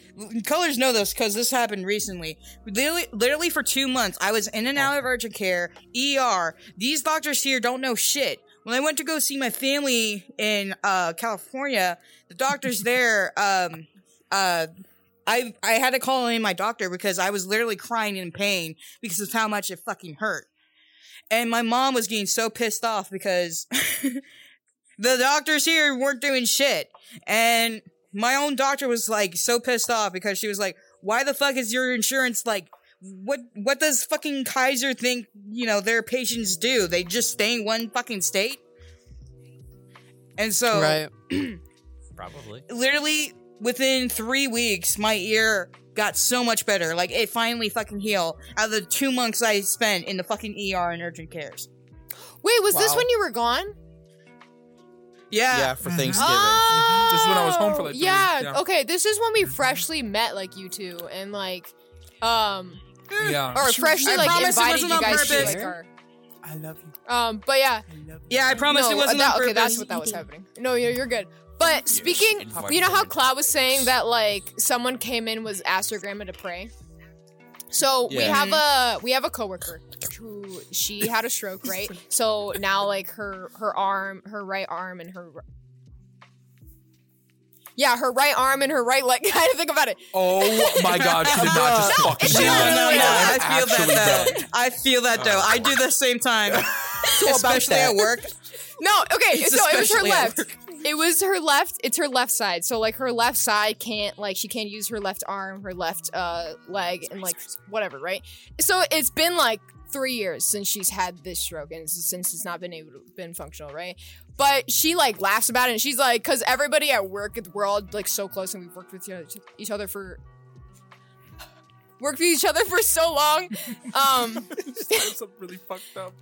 Speaker 4: Colors know this because this happened recently. Literally, literally for two months, I was in and out of urgent care, ER. These doctors here don't know shit. When I went to go see my family in uh, California, the doctors there, um, uh, I I had to call in my doctor because I was literally crying in pain because of how much it fucking hurt. And my mom was getting so pissed off because the doctors here weren't doing shit. And my own doctor was like so pissed off because she was like, "Why the fuck is your insurance like what what does fucking Kaiser think, you know, their patients do? They just stay in one fucking state?" And so
Speaker 6: Right.
Speaker 2: Probably.
Speaker 4: literally within three weeks, my ear got so much better. Like it finally fucking healed out of the two months I spent in the fucking ER and urgent cares.
Speaker 1: Wait, was this
Speaker 4: Wow.
Speaker 1: when you were gone?
Speaker 4: Yeah.
Speaker 2: Yeah, for Thanksgiving.
Speaker 1: Oh,
Speaker 3: This is Mm-hmm. when I was home for, like, three
Speaker 1: yeah.
Speaker 3: weeks, yeah.
Speaker 1: Okay, this is when we freshly met, like you two, and like, um,
Speaker 3: Yeah.
Speaker 1: or freshly
Speaker 4: I
Speaker 1: like
Speaker 4: promise it
Speaker 1: invited
Speaker 4: wasn't
Speaker 1: you
Speaker 4: on
Speaker 1: guys to
Speaker 4: purpose.
Speaker 1: like our.
Speaker 3: I love you.
Speaker 1: Um, but yeah,
Speaker 4: Yeah, I promise
Speaker 1: no,
Speaker 4: it wasn't
Speaker 1: that,
Speaker 4: on
Speaker 1: okay. That's
Speaker 4: purpose.
Speaker 1: what that was happening. No, you're, you're good. But speaking,
Speaker 2: invited
Speaker 1: you know how
Speaker 2: them.
Speaker 1: Cloud was saying that like someone came in was asked her grandma to pray. So we
Speaker 2: Yeah.
Speaker 1: have a we have a coworker who she had a stroke, right? So now like her her arm, her right arm, and her. Yeah, her right arm and her right leg. I had to think about it.
Speaker 3: Oh my god, she did not just fucking
Speaker 1: it's not-
Speaker 4: No, no, no.
Speaker 1: Yeah,
Speaker 4: I
Speaker 3: that's
Speaker 4: feel
Speaker 3: actually
Speaker 4: that though.
Speaker 3: bad.
Speaker 4: I feel that though. I do the same time. Especially at work.
Speaker 1: No, okay,
Speaker 4: It's
Speaker 1: so it was her
Speaker 4: especially at
Speaker 1: left. It was her left. It's her left side. So like her left side can't like she can't use her left arm, her left uh leg, and like whatever, right? So it's been like three years since she's had this stroke, and it's- since it's not been able to been functional, right? But she like laughs about it, and she's like, because everybody at work, we're all like so close, and we've worked with each- each other for worked with each other for so long. Um.
Speaker 3: That's really fucked up.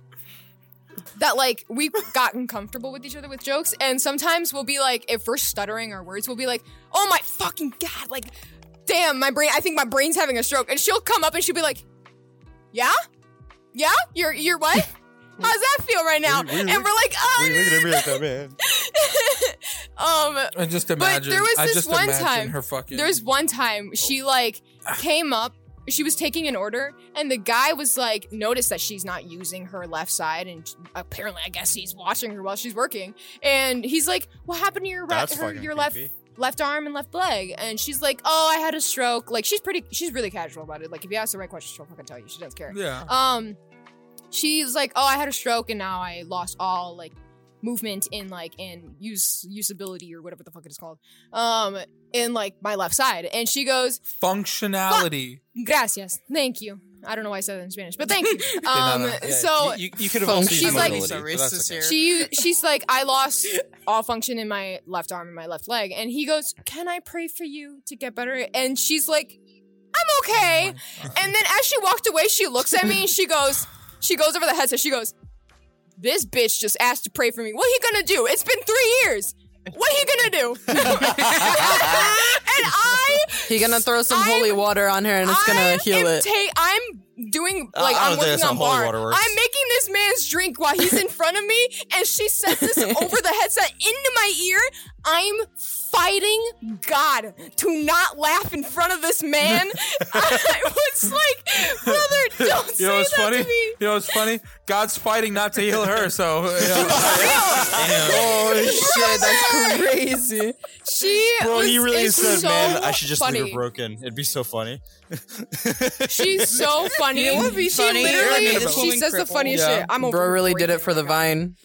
Speaker 1: that like we've gotten comfortable with each other with jokes and sometimes we'll be like if we're stuttering our words we'll be like oh my fucking god like damn my brain i think my brain's having a stroke and she'll come up and she'll be like yeah yeah you're you're what how's that feel right now
Speaker 5: Wait, wait,
Speaker 1: and we're
Speaker 5: wait.
Speaker 1: like
Speaker 5: Wait,
Speaker 1: oh
Speaker 5: look at me like that, man.
Speaker 1: um
Speaker 3: And just
Speaker 1: But
Speaker 3: imagine.
Speaker 1: there was
Speaker 3: I
Speaker 1: this
Speaker 3: just
Speaker 1: one
Speaker 3: imagine
Speaker 1: time-
Speaker 3: Her fucking.
Speaker 1: there was one
Speaker 5: Oh.
Speaker 1: time she like came up. She was taking an order, and the guy was like, noticed that she's not using her left side, and apparently, I guess he's watching her while she's working. And he's like, "What happened to your re-
Speaker 5: That's
Speaker 1: her,
Speaker 5: fucking
Speaker 1: your left
Speaker 5: creepy.
Speaker 1: left arm and left leg?" And she's like, "Oh, I had a stroke." Like she's pretty, she's really casual about it. Like if you ask the right question, she'll fucking tell you. She doesn't care.
Speaker 3: Yeah.
Speaker 1: Um, she's like, "Oh, I had a stroke, and now I lost all like movement in like and use usability or whatever the fuck it is called um in like my left side and she goes
Speaker 3: Functionality.
Speaker 1: gracias thank you i don't know why i said that in spanish but thank you um
Speaker 3: no, yeah,
Speaker 1: so
Speaker 2: you, you could have also
Speaker 1: She's
Speaker 2: used
Speaker 1: like-
Speaker 2: mobility,
Speaker 4: So
Speaker 2: but that's
Speaker 4: racist
Speaker 2: okay.
Speaker 4: here.
Speaker 1: she she's like i lost all function in my left arm and my left leg and he goes can i pray for you to get better and she's like i'm okay and then as she walked away she looks at me and she goes she goes over the headset she goes this bitch just asked to pray for me what he gonna do it's been three years what he gonna do and i
Speaker 6: He gonna throw some holy
Speaker 1: I'm-
Speaker 6: water on her and it's gonna
Speaker 1: I
Speaker 6: heal
Speaker 1: am
Speaker 6: it.
Speaker 1: ta- I'm doing
Speaker 2: Uh,
Speaker 1: like
Speaker 2: I
Speaker 1: I'm
Speaker 2: don't think
Speaker 1: working
Speaker 2: that's
Speaker 1: on
Speaker 2: how holy
Speaker 1: bar.
Speaker 2: water works.
Speaker 1: I'm making this man's drink while he's in front of me, and she says this over the headset into my ear. I'm fighting God to not laugh in front of this man. I was like, brother, don't say
Speaker 3: You know what's
Speaker 1: that
Speaker 3: funny?
Speaker 1: to me.
Speaker 3: You know what's funny? God's fighting not to heal her, so. You know.
Speaker 6: Oh shit, that's crazy.
Speaker 1: She
Speaker 2: Bro,
Speaker 1: was,
Speaker 2: he Oh, really
Speaker 1: is
Speaker 2: said,
Speaker 1: so
Speaker 2: man, I should just
Speaker 1: funny.
Speaker 2: leave her broken. It'd be so funny.
Speaker 1: She's so funny.
Speaker 4: You know what would be funny?
Speaker 1: She
Speaker 4: You're
Speaker 1: literally
Speaker 4: gonna
Speaker 1: she
Speaker 4: be
Speaker 1: says the
Speaker 4: crippled.
Speaker 1: funniest
Speaker 3: Yeah.
Speaker 1: shit. I'm over
Speaker 6: Bro
Speaker 1: it
Speaker 6: really
Speaker 1: right
Speaker 6: did
Speaker 1: now.
Speaker 6: it for the vine.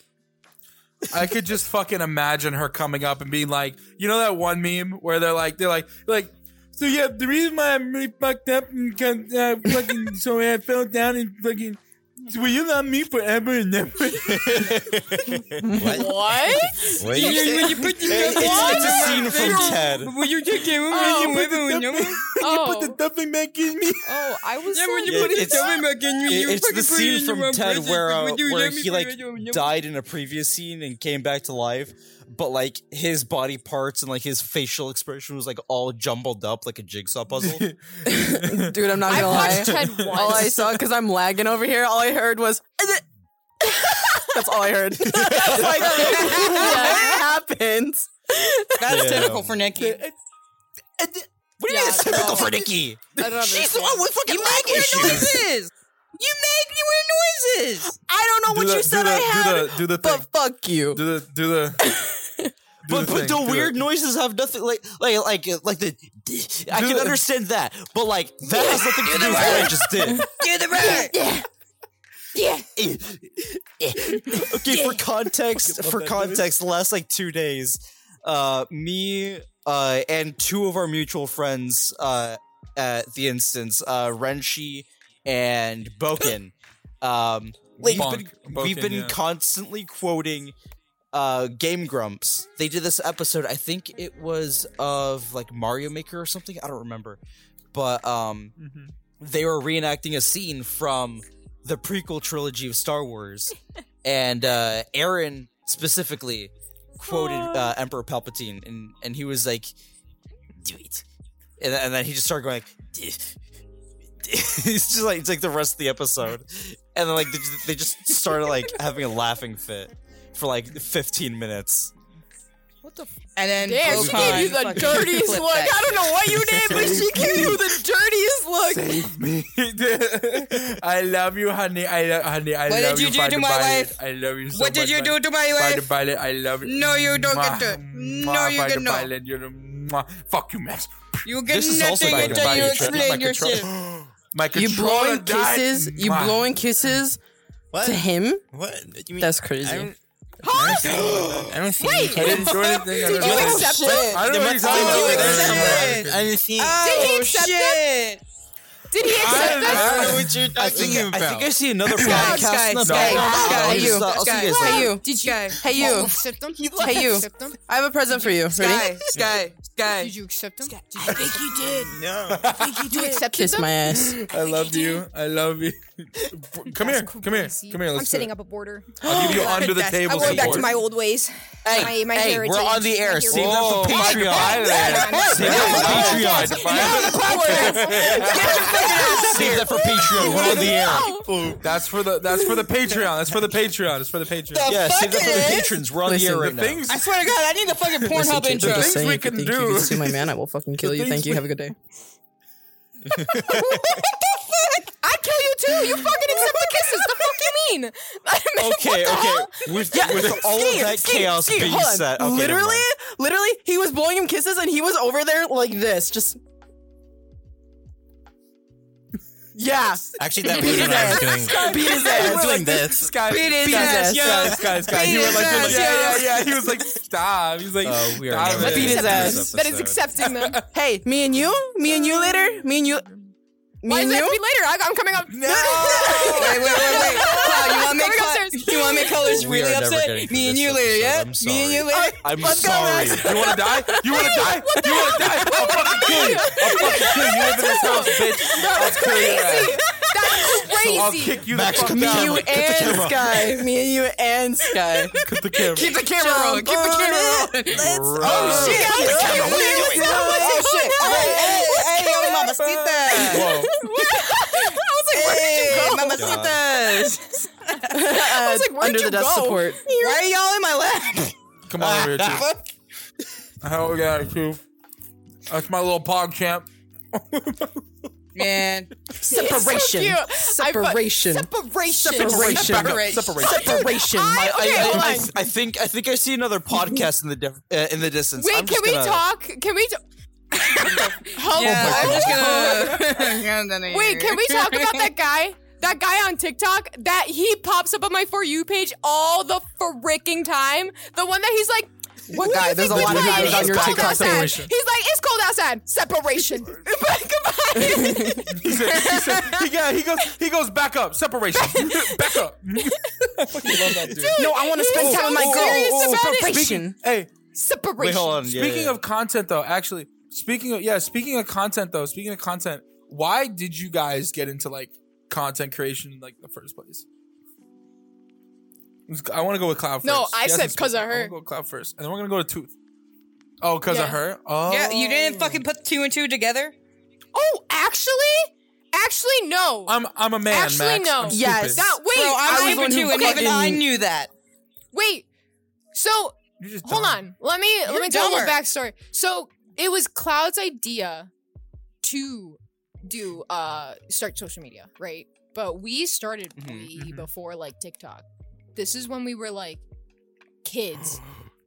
Speaker 3: I could just fucking imagine her coming up and being like, you know that one meme where they're like, they're like, like, so yeah, the reason why I'm really fucked up and got, uh, fucking, so I fell down and fucking, will you love me forever and ever?
Speaker 5: What?
Speaker 1: What?
Speaker 5: What you say?
Speaker 2: It's, it's a scene from Ted.
Speaker 4: Will you take him?
Speaker 1: Oh.
Speaker 4: Will you never know?
Speaker 1: Oh,
Speaker 3: Nothing back in me.
Speaker 1: oh, I was
Speaker 4: Yeah, when
Speaker 1: like,
Speaker 4: you
Speaker 2: Yeah,
Speaker 4: put it
Speaker 2: it's-
Speaker 4: down back in you,
Speaker 2: It-
Speaker 4: you
Speaker 2: it's the
Speaker 4: fucking put it
Speaker 2: scene
Speaker 4: in
Speaker 2: from
Speaker 4: your
Speaker 2: Ted
Speaker 4: presence,
Speaker 2: where
Speaker 4: but
Speaker 2: uh,
Speaker 4: would you
Speaker 2: where
Speaker 4: let me
Speaker 2: he like
Speaker 4: put it in your-
Speaker 2: died in a previous scene and came back to life, but like his body parts and like his facial expression was like all jumbled up like a jigsaw puzzle.
Speaker 6: Dude, I'm not
Speaker 1: I
Speaker 6: gonna lie.
Speaker 1: punched Ted once.
Speaker 6: all I saw, because I'm lagging over here, all I heard was. That's all I heard. It's like, what happens?
Speaker 4: That's
Speaker 2: Yeah.
Speaker 4: typical for Nikki.
Speaker 2: what do you mean it's typical for Nikki? She's the one with fucking leg issues.
Speaker 4: noises. You make me wear noises.
Speaker 6: I don't know what you said
Speaker 3: do the,
Speaker 6: I had,
Speaker 3: Do the, do the thing.
Speaker 6: but fuck you.
Speaker 3: do the, do the. do
Speaker 2: But, but
Speaker 3: thing,
Speaker 2: the
Speaker 3: do
Speaker 2: weird
Speaker 3: it.
Speaker 2: noises have nothing like like like uh, like the I
Speaker 3: Do
Speaker 2: can
Speaker 3: the-
Speaker 2: understand that, but like that has nothing to do with what I just did.
Speaker 4: Get the right.
Speaker 2: Eh, eh. okay, for context, for context, the last like two days, uh, me uh, and two of our mutual friends uh, at the instance, uh, Renshi and Boken, um, we've been,
Speaker 3: Bonk.
Speaker 2: we've
Speaker 3: Boken,
Speaker 2: been
Speaker 3: yeah.
Speaker 2: constantly quoting uh, Game Grumps. They did this episode, I think it was of like Mario Maker or something. I don't remember, but um,
Speaker 3: Mm-hmm.
Speaker 2: they were reenacting a scene from the prequel trilogy of Star Wars, and uh, Aaron specifically quoted uh, Emperor Palpatine, and and he was like, "Do it," and, and then he just started going. Like, it's just like it's like the rest of the episode, and then like they just, they just started like having a laughing fit for like 15 minutes.
Speaker 4: And then
Speaker 1: Damn, she gave you the dirtiest look. I don't know what you did, but she gave you the dirtiest look.
Speaker 3: Save me. I love you, honey. I lo- honey. I
Speaker 4: What did
Speaker 3: love
Speaker 4: you do
Speaker 3: Bye
Speaker 4: to my
Speaker 3: bye.
Speaker 4: wife?
Speaker 3: I love you so
Speaker 4: What did
Speaker 3: much,
Speaker 4: you
Speaker 3: honey.
Speaker 4: do to my
Speaker 3: By the
Speaker 4: wife?
Speaker 3: pilot, I love it.
Speaker 4: No, you don't
Speaker 3: Mwah,
Speaker 4: get to. No,
Speaker 3: mwah,
Speaker 4: you
Speaker 3: by the
Speaker 4: get no.
Speaker 3: pilot, you're the- mwah. Fuck you, Max.
Speaker 4: You get
Speaker 2: This is also
Speaker 4: nothing
Speaker 2: by the
Speaker 4: until
Speaker 2: body
Speaker 4: you
Speaker 2: trick,
Speaker 4: explain yourself.
Speaker 3: My
Speaker 6: You
Speaker 3: controller
Speaker 6: blowing
Speaker 3: died.
Speaker 6: kisses? You
Speaker 3: Mwah.
Speaker 6: blowing kisses
Speaker 5: What?
Speaker 6: to him?
Speaker 5: What? You mean-
Speaker 6: That's crazy.
Speaker 5: I don't, I don't, I don't see Wait,
Speaker 3: I didn't do anything. I don't
Speaker 1: you
Speaker 3: know.
Speaker 1: accept
Speaker 6: shit.
Speaker 1: it?
Speaker 3: I don't know what you're talking
Speaker 4: Did you
Speaker 3: about.
Speaker 4: accept
Speaker 5: I didn't see
Speaker 4: Oh
Speaker 1: accept
Speaker 4: shit!
Speaker 1: Did he accept
Speaker 3: I-
Speaker 1: that?
Speaker 5: I don't know what you're
Speaker 2: I
Speaker 5: talking
Speaker 2: think I,
Speaker 5: about.
Speaker 2: think I see another
Speaker 4: Guys,
Speaker 2: podcast. in
Speaker 4: guys,
Speaker 2: the
Speaker 3: guys,
Speaker 2: background.
Speaker 3: guys,
Speaker 2: I'll
Speaker 6: guys,
Speaker 2: just, uh, I'll see
Speaker 4: guys.
Speaker 2: you guys
Speaker 6: Hey
Speaker 2: later.
Speaker 6: you.
Speaker 1: Did you?
Speaker 6: Hey you.
Speaker 1: accept them?
Speaker 6: Hey you.
Speaker 1: Accept them?
Speaker 6: I have a present for you. Ready?
Speaker 4: Sky, sky, sky.
Speaker 1: Did you accept them? Did
Speaker 4: I think you did.
Speaker 5: No.
Speaker 1: you accept
Speaker 6: Kiss my ass.
Speaker 3: I love you. I love you. Come here. Come here. Come
Speaker 1: I'm
Speaker 3: here. Let's do
Speaker 1: sitting
Speaker 3: it.
Speaker 1: up a border.
Speaker 3: I'll give you under the table
Speaker 7: I'm going back
Speaker 3: support.
Speaker 7: to my old ways.
Speaker 2: Hey,
Speaker 7: my, my
Speaker 2: hey,
Speaker 7: heritage.
Speaker 2: we're on the air.
Speaker 7: My
Speaker 2: Save
Speaker 7: heritage.
Speaker 2: that for
Speaker 3: Whoa.
Speaker 2: Patreon. Save that for Patreon. Save that for Patreon. We're on the air.
Speaker 3: That's for the that's for the Patreon. That's for the Patreon. It's for the Patreon.
Speaker 2: Yeah, save that for the patrons. We're on
Speaker 6: Listen,
Speaker 2: the air right
Speaker 6: the
Speaker 3: The things
Speaker 4: I swear to God, I need the fucking Pornhub intro.
Speaker 3: things
Speaker 6: Just saying,
Speaker 3: we
Speaker 6: if you
Speaker 3: can
Speaker 6: think you
Speaker 3: do.
Speaker 6: can sue my man, I will fucking kill you.
Speaker 3: things
Speaker 6: Thank you.
Speaker 3: we-
Speaker 6: Have a good day.
Speaker 1: I'd kill you too. You fucking accept the kisses. The fuck you mean?
Speaker 3: Oh,
Speaker 2: now. Okay, okay. With, with all of that chaos
Speaker 6: Steve,
Speaker 2: being
Speaker 6: hold on.
Speaker 2: set, okay, never
Speaker 6: literally,
Speaker 2: mind.
Speaker 6: literally, he was blowing him kisses, and he was over there like this, just. Yeah.
Speaker 5: Actually, that was what I was doing.
Speaker 6: Beat his
Speaker 5: I was
Speaker 6: ass.
Speaker 5: doing this.
Speaker 3: Guys,
Speaker 4: Beat his
Speaker 6: his
Speaker 4: ass.
Speaker 6: ass.
Speaker 4: yo.
Speaker 3: guys, guys, guys. He
Speaker 4: Beat
Speaker 3: was like,
Speaker 4: his ass,
Speaker 3: yeah, yeah,
Speaker 4: yo.
Speaker 3: yeah. He was like, stop. He was like,
Speaker 2: Oh, we are
Speaker 3: stop
Speaker 2: never
Speaker 3: it.
Speaker 6: Beat his
Speaker 2: doing
Speaker 6: ass.
Speaker 2: this
Speaker 1: That is
Speaker 2: episode.
Speaker 1: accepting them.
Speaker 6: Hey, me and you? Me and you later? Me and you? Me
Speaker 1: Why
Speaker 6: and
Speaker 1: does it
Speaker 6: you?
Speaker 1: have to be later? I, I'm coming up.
Speaker 3: No.
Speaker 4: Wait, wait, wait, wait. Cloud, you want to make
Speaker 1: Coming
Speaker 4: Cloud-
Speaker 1: upstairs.
Speaker 4: you want to make colors
Speaker 2: We are
Speaker 4: really
Speaker 2: never
Speaker 4: upset?
Speaker 2: getting
Speaker 4: Me
Speaker 2: through this
Speaker 4: and you
Speaker 2: episode.
Speaker 4: later, yeah.
Speaker 2: I'm
Speaker 4: Me and you
Speaker 2: sorry.
Speaker 4: later.
Speaker 3: I'm
Speaker 6: Let's go,
Speaker 3: sorry.
Speaker 6: guys.
Speaker 3: You want to die? You want to die? You want to die? I'll fucking kill you. I'll fucking kill you. You live in this house, bitch. I'll kill your ass.
Speaker 1: That's
Speaker 3: So I'll
Speaker 1: crazy.
Speaker 3: kick you
Speaker 2: Max,
Speaker 3: the fuck
Speaker 2: come
Speaker 6: Me,
Speaker 3: down.
Speaker 6: you,
Speaker 2: Cut the
Speaker 6: and
Speaker 2: camera.
Speaker 6: Sky. Me and you and Sky.
Speaker 3: Cut the camera.
Speaker 4: Keep the camera on. Keep the camera on.
Speaker 3: Oh,
Speaker 6: shit.
Speaker 4: Oh shit! Hey, hey, hey, mamacita.
Speaker 3: Whoa.
Speaker 4: Hey,
Speaker 2: God.
Speaker 4: mamacitas.
Speaker 6: Uh,
Speaker 1: like, where'd
Speaker 6: under
Speaker 1: you
Speaker 6: the dust
Speaker 1: go?
Speaker 6: support.
Speaker 4: Why are y'all in my lap?
Speaker 3: Come on over here, Chief. How we got Chief? That's my little pog champ.
Speaker 4: Man,
Speaker 2: Oh
Speaker 6: Separation.
Speaker 1: cute. I fu-
Speaker 6: Separation.
Speaker 1: Separation.
Speaker 6: Separation.
Speaker 4: Separation.
Speaker 3: Separation.
Speaker 6: Separation.
Speaker 1: I-
Speaker 6: My-
Speaker 1: okay,
Speaker 2: I,
Speaker 1: hold
Speaker 2: I-
Speaker 1: on.
Speaker 2: I think I think I see another podcast in the dif- uh, in the distance.
Speaker 1: Wait,
Speaker 2: I'm
Speaker 1: can
Speaker 2: just
Speaker 1: we
Speaker 2: gonna-
Speaker 1: talk? Can we? T- Help.
Speaker 4: yeah, I'm just gonna.
Speaker 1: Wait, can we talk about that guy? That guy on TikTok that he pops up on my for you page all the fricking time. The one that he's like,
Speaker 6: What guy? There's a
Speaker 1: "Goodbye,
Speaker 6: lot of guys
Speaker 1: it's
Speaker 6: on your
Speaker 1: cold
Speaker 6: TikTok.
Speaker 1: outside." He's
Speaker 3: separation.
Speaker 1: like, it's cold outside. Separation. Goodbye.
Speaker 3: He said, he said, he, yeah, he goes, he goes back up, separation, back up. I fucking love that dude.
Speaker 6: No, I want to
Speaker 1: He's
Speaker 6: spend
Speaker 1: so
Speaker 6: time with my
Speaker 1: serious
Speaker 6: girl.
Speaker 1: about it.
Speaker 6: Separation.
Speaker 3: Hey,
Speaker 1: Separation.
Speaker 2: Wait, hold on. Yeah,
Speaker 3: speaking
Speaker 2: yeah.
Speaker 3: of content though, actually, speaking of yeah, speaking of content though, speaking of content, why did you guys get into like content creation in, like the first place? It was- I want to go with Cloud first.
Speaker 1: No, I
Speaker 3: He hasn't
Speaker 1: said 'cause
Speaker 3: spoken.
Speaker 1: of
Speaker 3: I
Speaker 1: her.
Speaker 3: wanna go with Cloud first, and then we're gonna go to Tooth. Oh, because
Speaker 1: Yeah.
Speaker 3: of her. Oh,
Speaker 4: Yeah, you didn't fucking put two and two together.
Speaker 1: Oh, actually, actually no.
Speaker 3: I'm I'm a man.
Speaker 1: Actually,
Speaker 3: Max.
Speaker 1: no.
Speaker 3: I'm
Speaker 6: Yes.
Speaker 3: stupid.
Speaker 1: That wait,
Speaker 4: Bro,
Speaker 6: was
Speaker 4: I'm
Speaker 6: the
Speaker 4: even
Speaker 6: one who
Speaker 4: two, and even
Speaker 6: fucking-
Speaker 4: I knew that.
Speaker 1: wait. So
Speaker 3: You're just
Speaker 1: Hold
Speaker 3: dumb.
Speaker 1: on. Let me let
Speaker 4: You're
Speaker 1: me tell you a
Speaker 4: dumber.
Speaker 1: little backstory. So it was Cloud's idea to do uh start social media, right? But we started way before like TikTok. This is when we were like kids.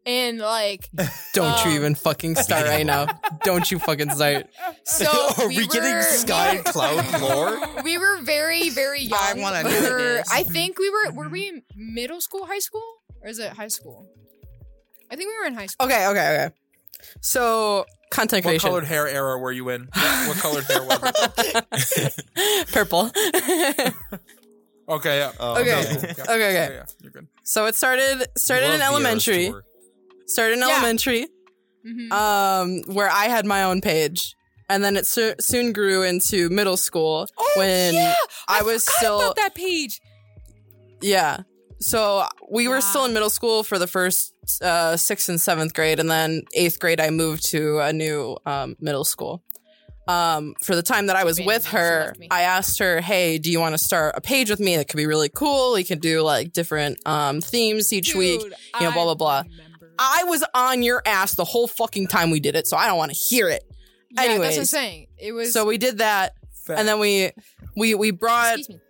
Speaker 1: And like
Speaker 6: Don't you
Speaker 1: Um,
Speaker 6: even fucking start right now. Don't you fucking start.
Speaker 1: so
Speaker 2: Are
Speaker 1: we,
Speaker 2: we getting
Speaker 1: were-
Speaker 2: Sky and Cloud lore?
Speaker 1: We were very, very young.
Speaker 4: I wanna know
Speaker 1: We
Speaker 4: this.
Speaker 1: were- I think we were were we in middle school, high school? Or is it high school? I think we were in high school.
Speaker 6: Okay, okay, okay. So content
Speaker 3: What
Speaker 6: creation,
Speaker 3: colored hair era were you in? What, what colored hair was it?
Speaker 6: purple.
Speaker 3: Okay, yeah.
Speaker 2: Oh,
Speaker 6: Okay.
Speaker 2: no.
Speaker 3: okay,
Speaker 6: Okay, okay.
Speaker 3: yeah, you're good.
Speaker 6: so it started started
Speaker 2: Love
Speaker 6: in
Speaker 2: the Eras
Speaker 6: elementary.
Speaker 2: tour.
Speaker 6: Started in
Speaker 1: Yeah.
Speaker 6: elementary,
Speaker 1: Mhm.
Speaker 6: um, where I had my own page, and then it so- soon grew into middle school when
Speaker 1: Oh, yeah!
Speaker 6: I, was
Speaker 1: forgot
Speaker 6: still
Speaker 1: about that page.
Speaker 6: yeah. So we were
Speaker 1: Yeah.
Speaker 6: still in middle school for the first uh, sixth and seventh grade, and then eighth grade I moved to a new um, middle school. Um, for the time that I was
Speaker 1: Abandoned
Speaker 6: with
Speaker 1: me. She
Speaker 6: her,
Speaker 1: left me.
Speaker 6: I asked her, "Hey, do you want to start a page with me? That could be really cool. We could do like different um, themes each week."
Speaker 1: Dude,
Speaker 6: you know, blah, blah, blah.
Speaker 1: remember.
Speaker 6: I was on your ass the whole fucking time we did it, so I don't want to hear it.
Speaker 1: Yeah, that's what I'm
Speaker 6: anyways.
Speaker 1: saying. It was
Speaker 6: So we did that, and then we we we brought
Speaker 1: excuse me.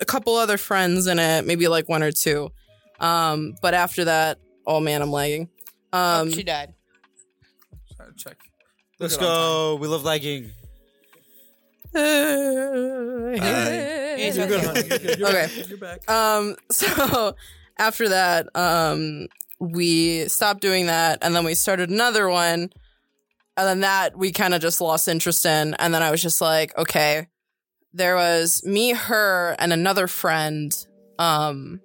Speaker 6: a couple other friends in it, maybe like one or two. Um, but after that, oh man, I'm lagging. Um,
Speaker 4: she died.
Speaker 3: Try to check.
Speaker 2: Let's
Speaker 3: Look at all
Speaker 2: go. We love lagging.
Speaker 3: You're good. honey. You're good. You're
Speaker 6: Okay.
Speaker 3: back. You're back.
Speaker 6: um, so after that, um, we stopped doing that, and then we started another one, and then that we kind of just lost interest in, and then I was just like, okay, there was me, her, and another friend, um,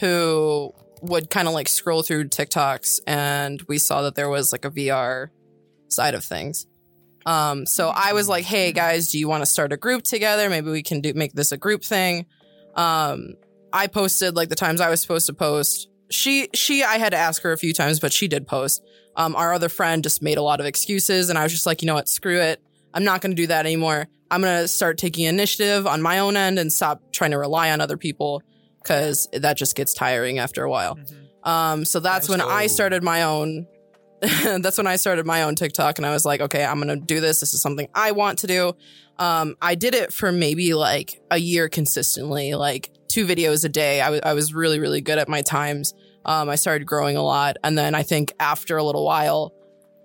Speaker 6: who would kind of like scroll through TikToks, and we saw that there was like a VR side of things. Um, so I was like, hey guys, do you want to start a group together? Maybe we can do make this a group thing um i posted like the times i was supposed to post she she i had to ask her a few times but she did post um our other friend just made a lot of excuses and i was just like you know what screw it i'm not going to do that anymore i'm going to start taking initiative on my own end and stop trying to rely on other people because that just gets tiring after a while
Speaker 3: Mhm.
Speaker 6: um so that's when i
Speaker 2: Nice.
Speaker 6: started my own that's when i started my own tiktok and i was like okay i'm going to do this this is something i want to do um, I did it for maybe like a year consistently, like two videos a day. I wa- I was really, really good at my times. Um, I started growing a lot. And then I think after a little while,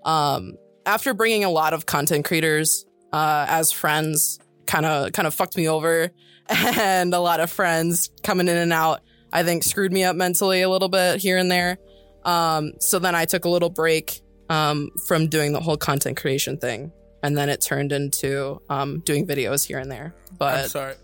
Speaker 6: um, after bringing a lot of content creators uh, as friends, kind of kind of fucked me over, and a lot of friends coming in and out. I think screwed me up mentally a little bit here and there. Um, so then I took a little break um, from doing the whole content creation thing, and then it turned into um, doing videos here and there.
Speaker 3: I'm
Speaker 6: But
Speaker 3: sorry.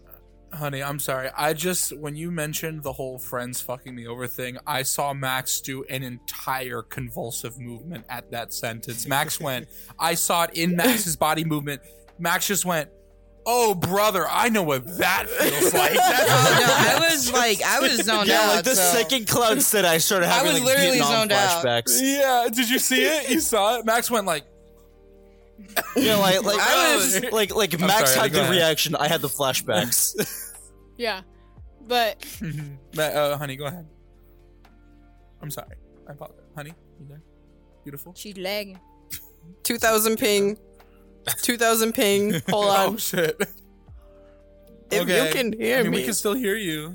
Speaker 3: Honey, I'm sorry. I just when you mentioned the whole friends fucking me over thing, I saw Max do an entire convulsive movement at that sentence. Max went, I saw it in Max's body movement. Max just went, "Oh brother, I know what that feels like." That's
Speaker 4: Oh, no, I was like, I was zoned
Speaker 2: yeah,
Speaker 4: out.
Speaker 2: like the
Speaker 4: so.
Speaker 2: second Cloud said, I started
Speaker 4: I
Speaker 2: having
Speaker 4: was
Speaker 2: like
Speaker 4: literally
Speaker 2: Vietnam
Speaker 4: zoned out.
Speaker 2: flashbacks.
Speaker 3: yeah, did you see it? You saw it? Max went like,
Speaker 2: You know, like like
Speaker 4: I was-
Speaker 2: like like
Speaker 3: I'm
Speaker 2: Max
Speaker 3: sorry,
Speaker 2: had
Speaker 3: go
Speaker 2: the
Speaker 3: ahead.
Speaker 2: reaction. I had the flashbacks.
Speaker 1: Yeah. But
Speaker 3: Ma- uh, honey, go ahead. I'm sorry. I apologize. Honey, you there? Beautiful.
Speaker 1: she's lagging.
Speaker 6: two thousand ping, two thousand ping. Hold on,
Speaker 3: Oh shit.
Speaker 6: if
Speaker 3: Oh, okay.
Speaker 6: you can
Speaker 3: I
Speaker 6: hear
Speaker 3: mean,
Speaker 6: me.
Speaker 3: we can still hear you.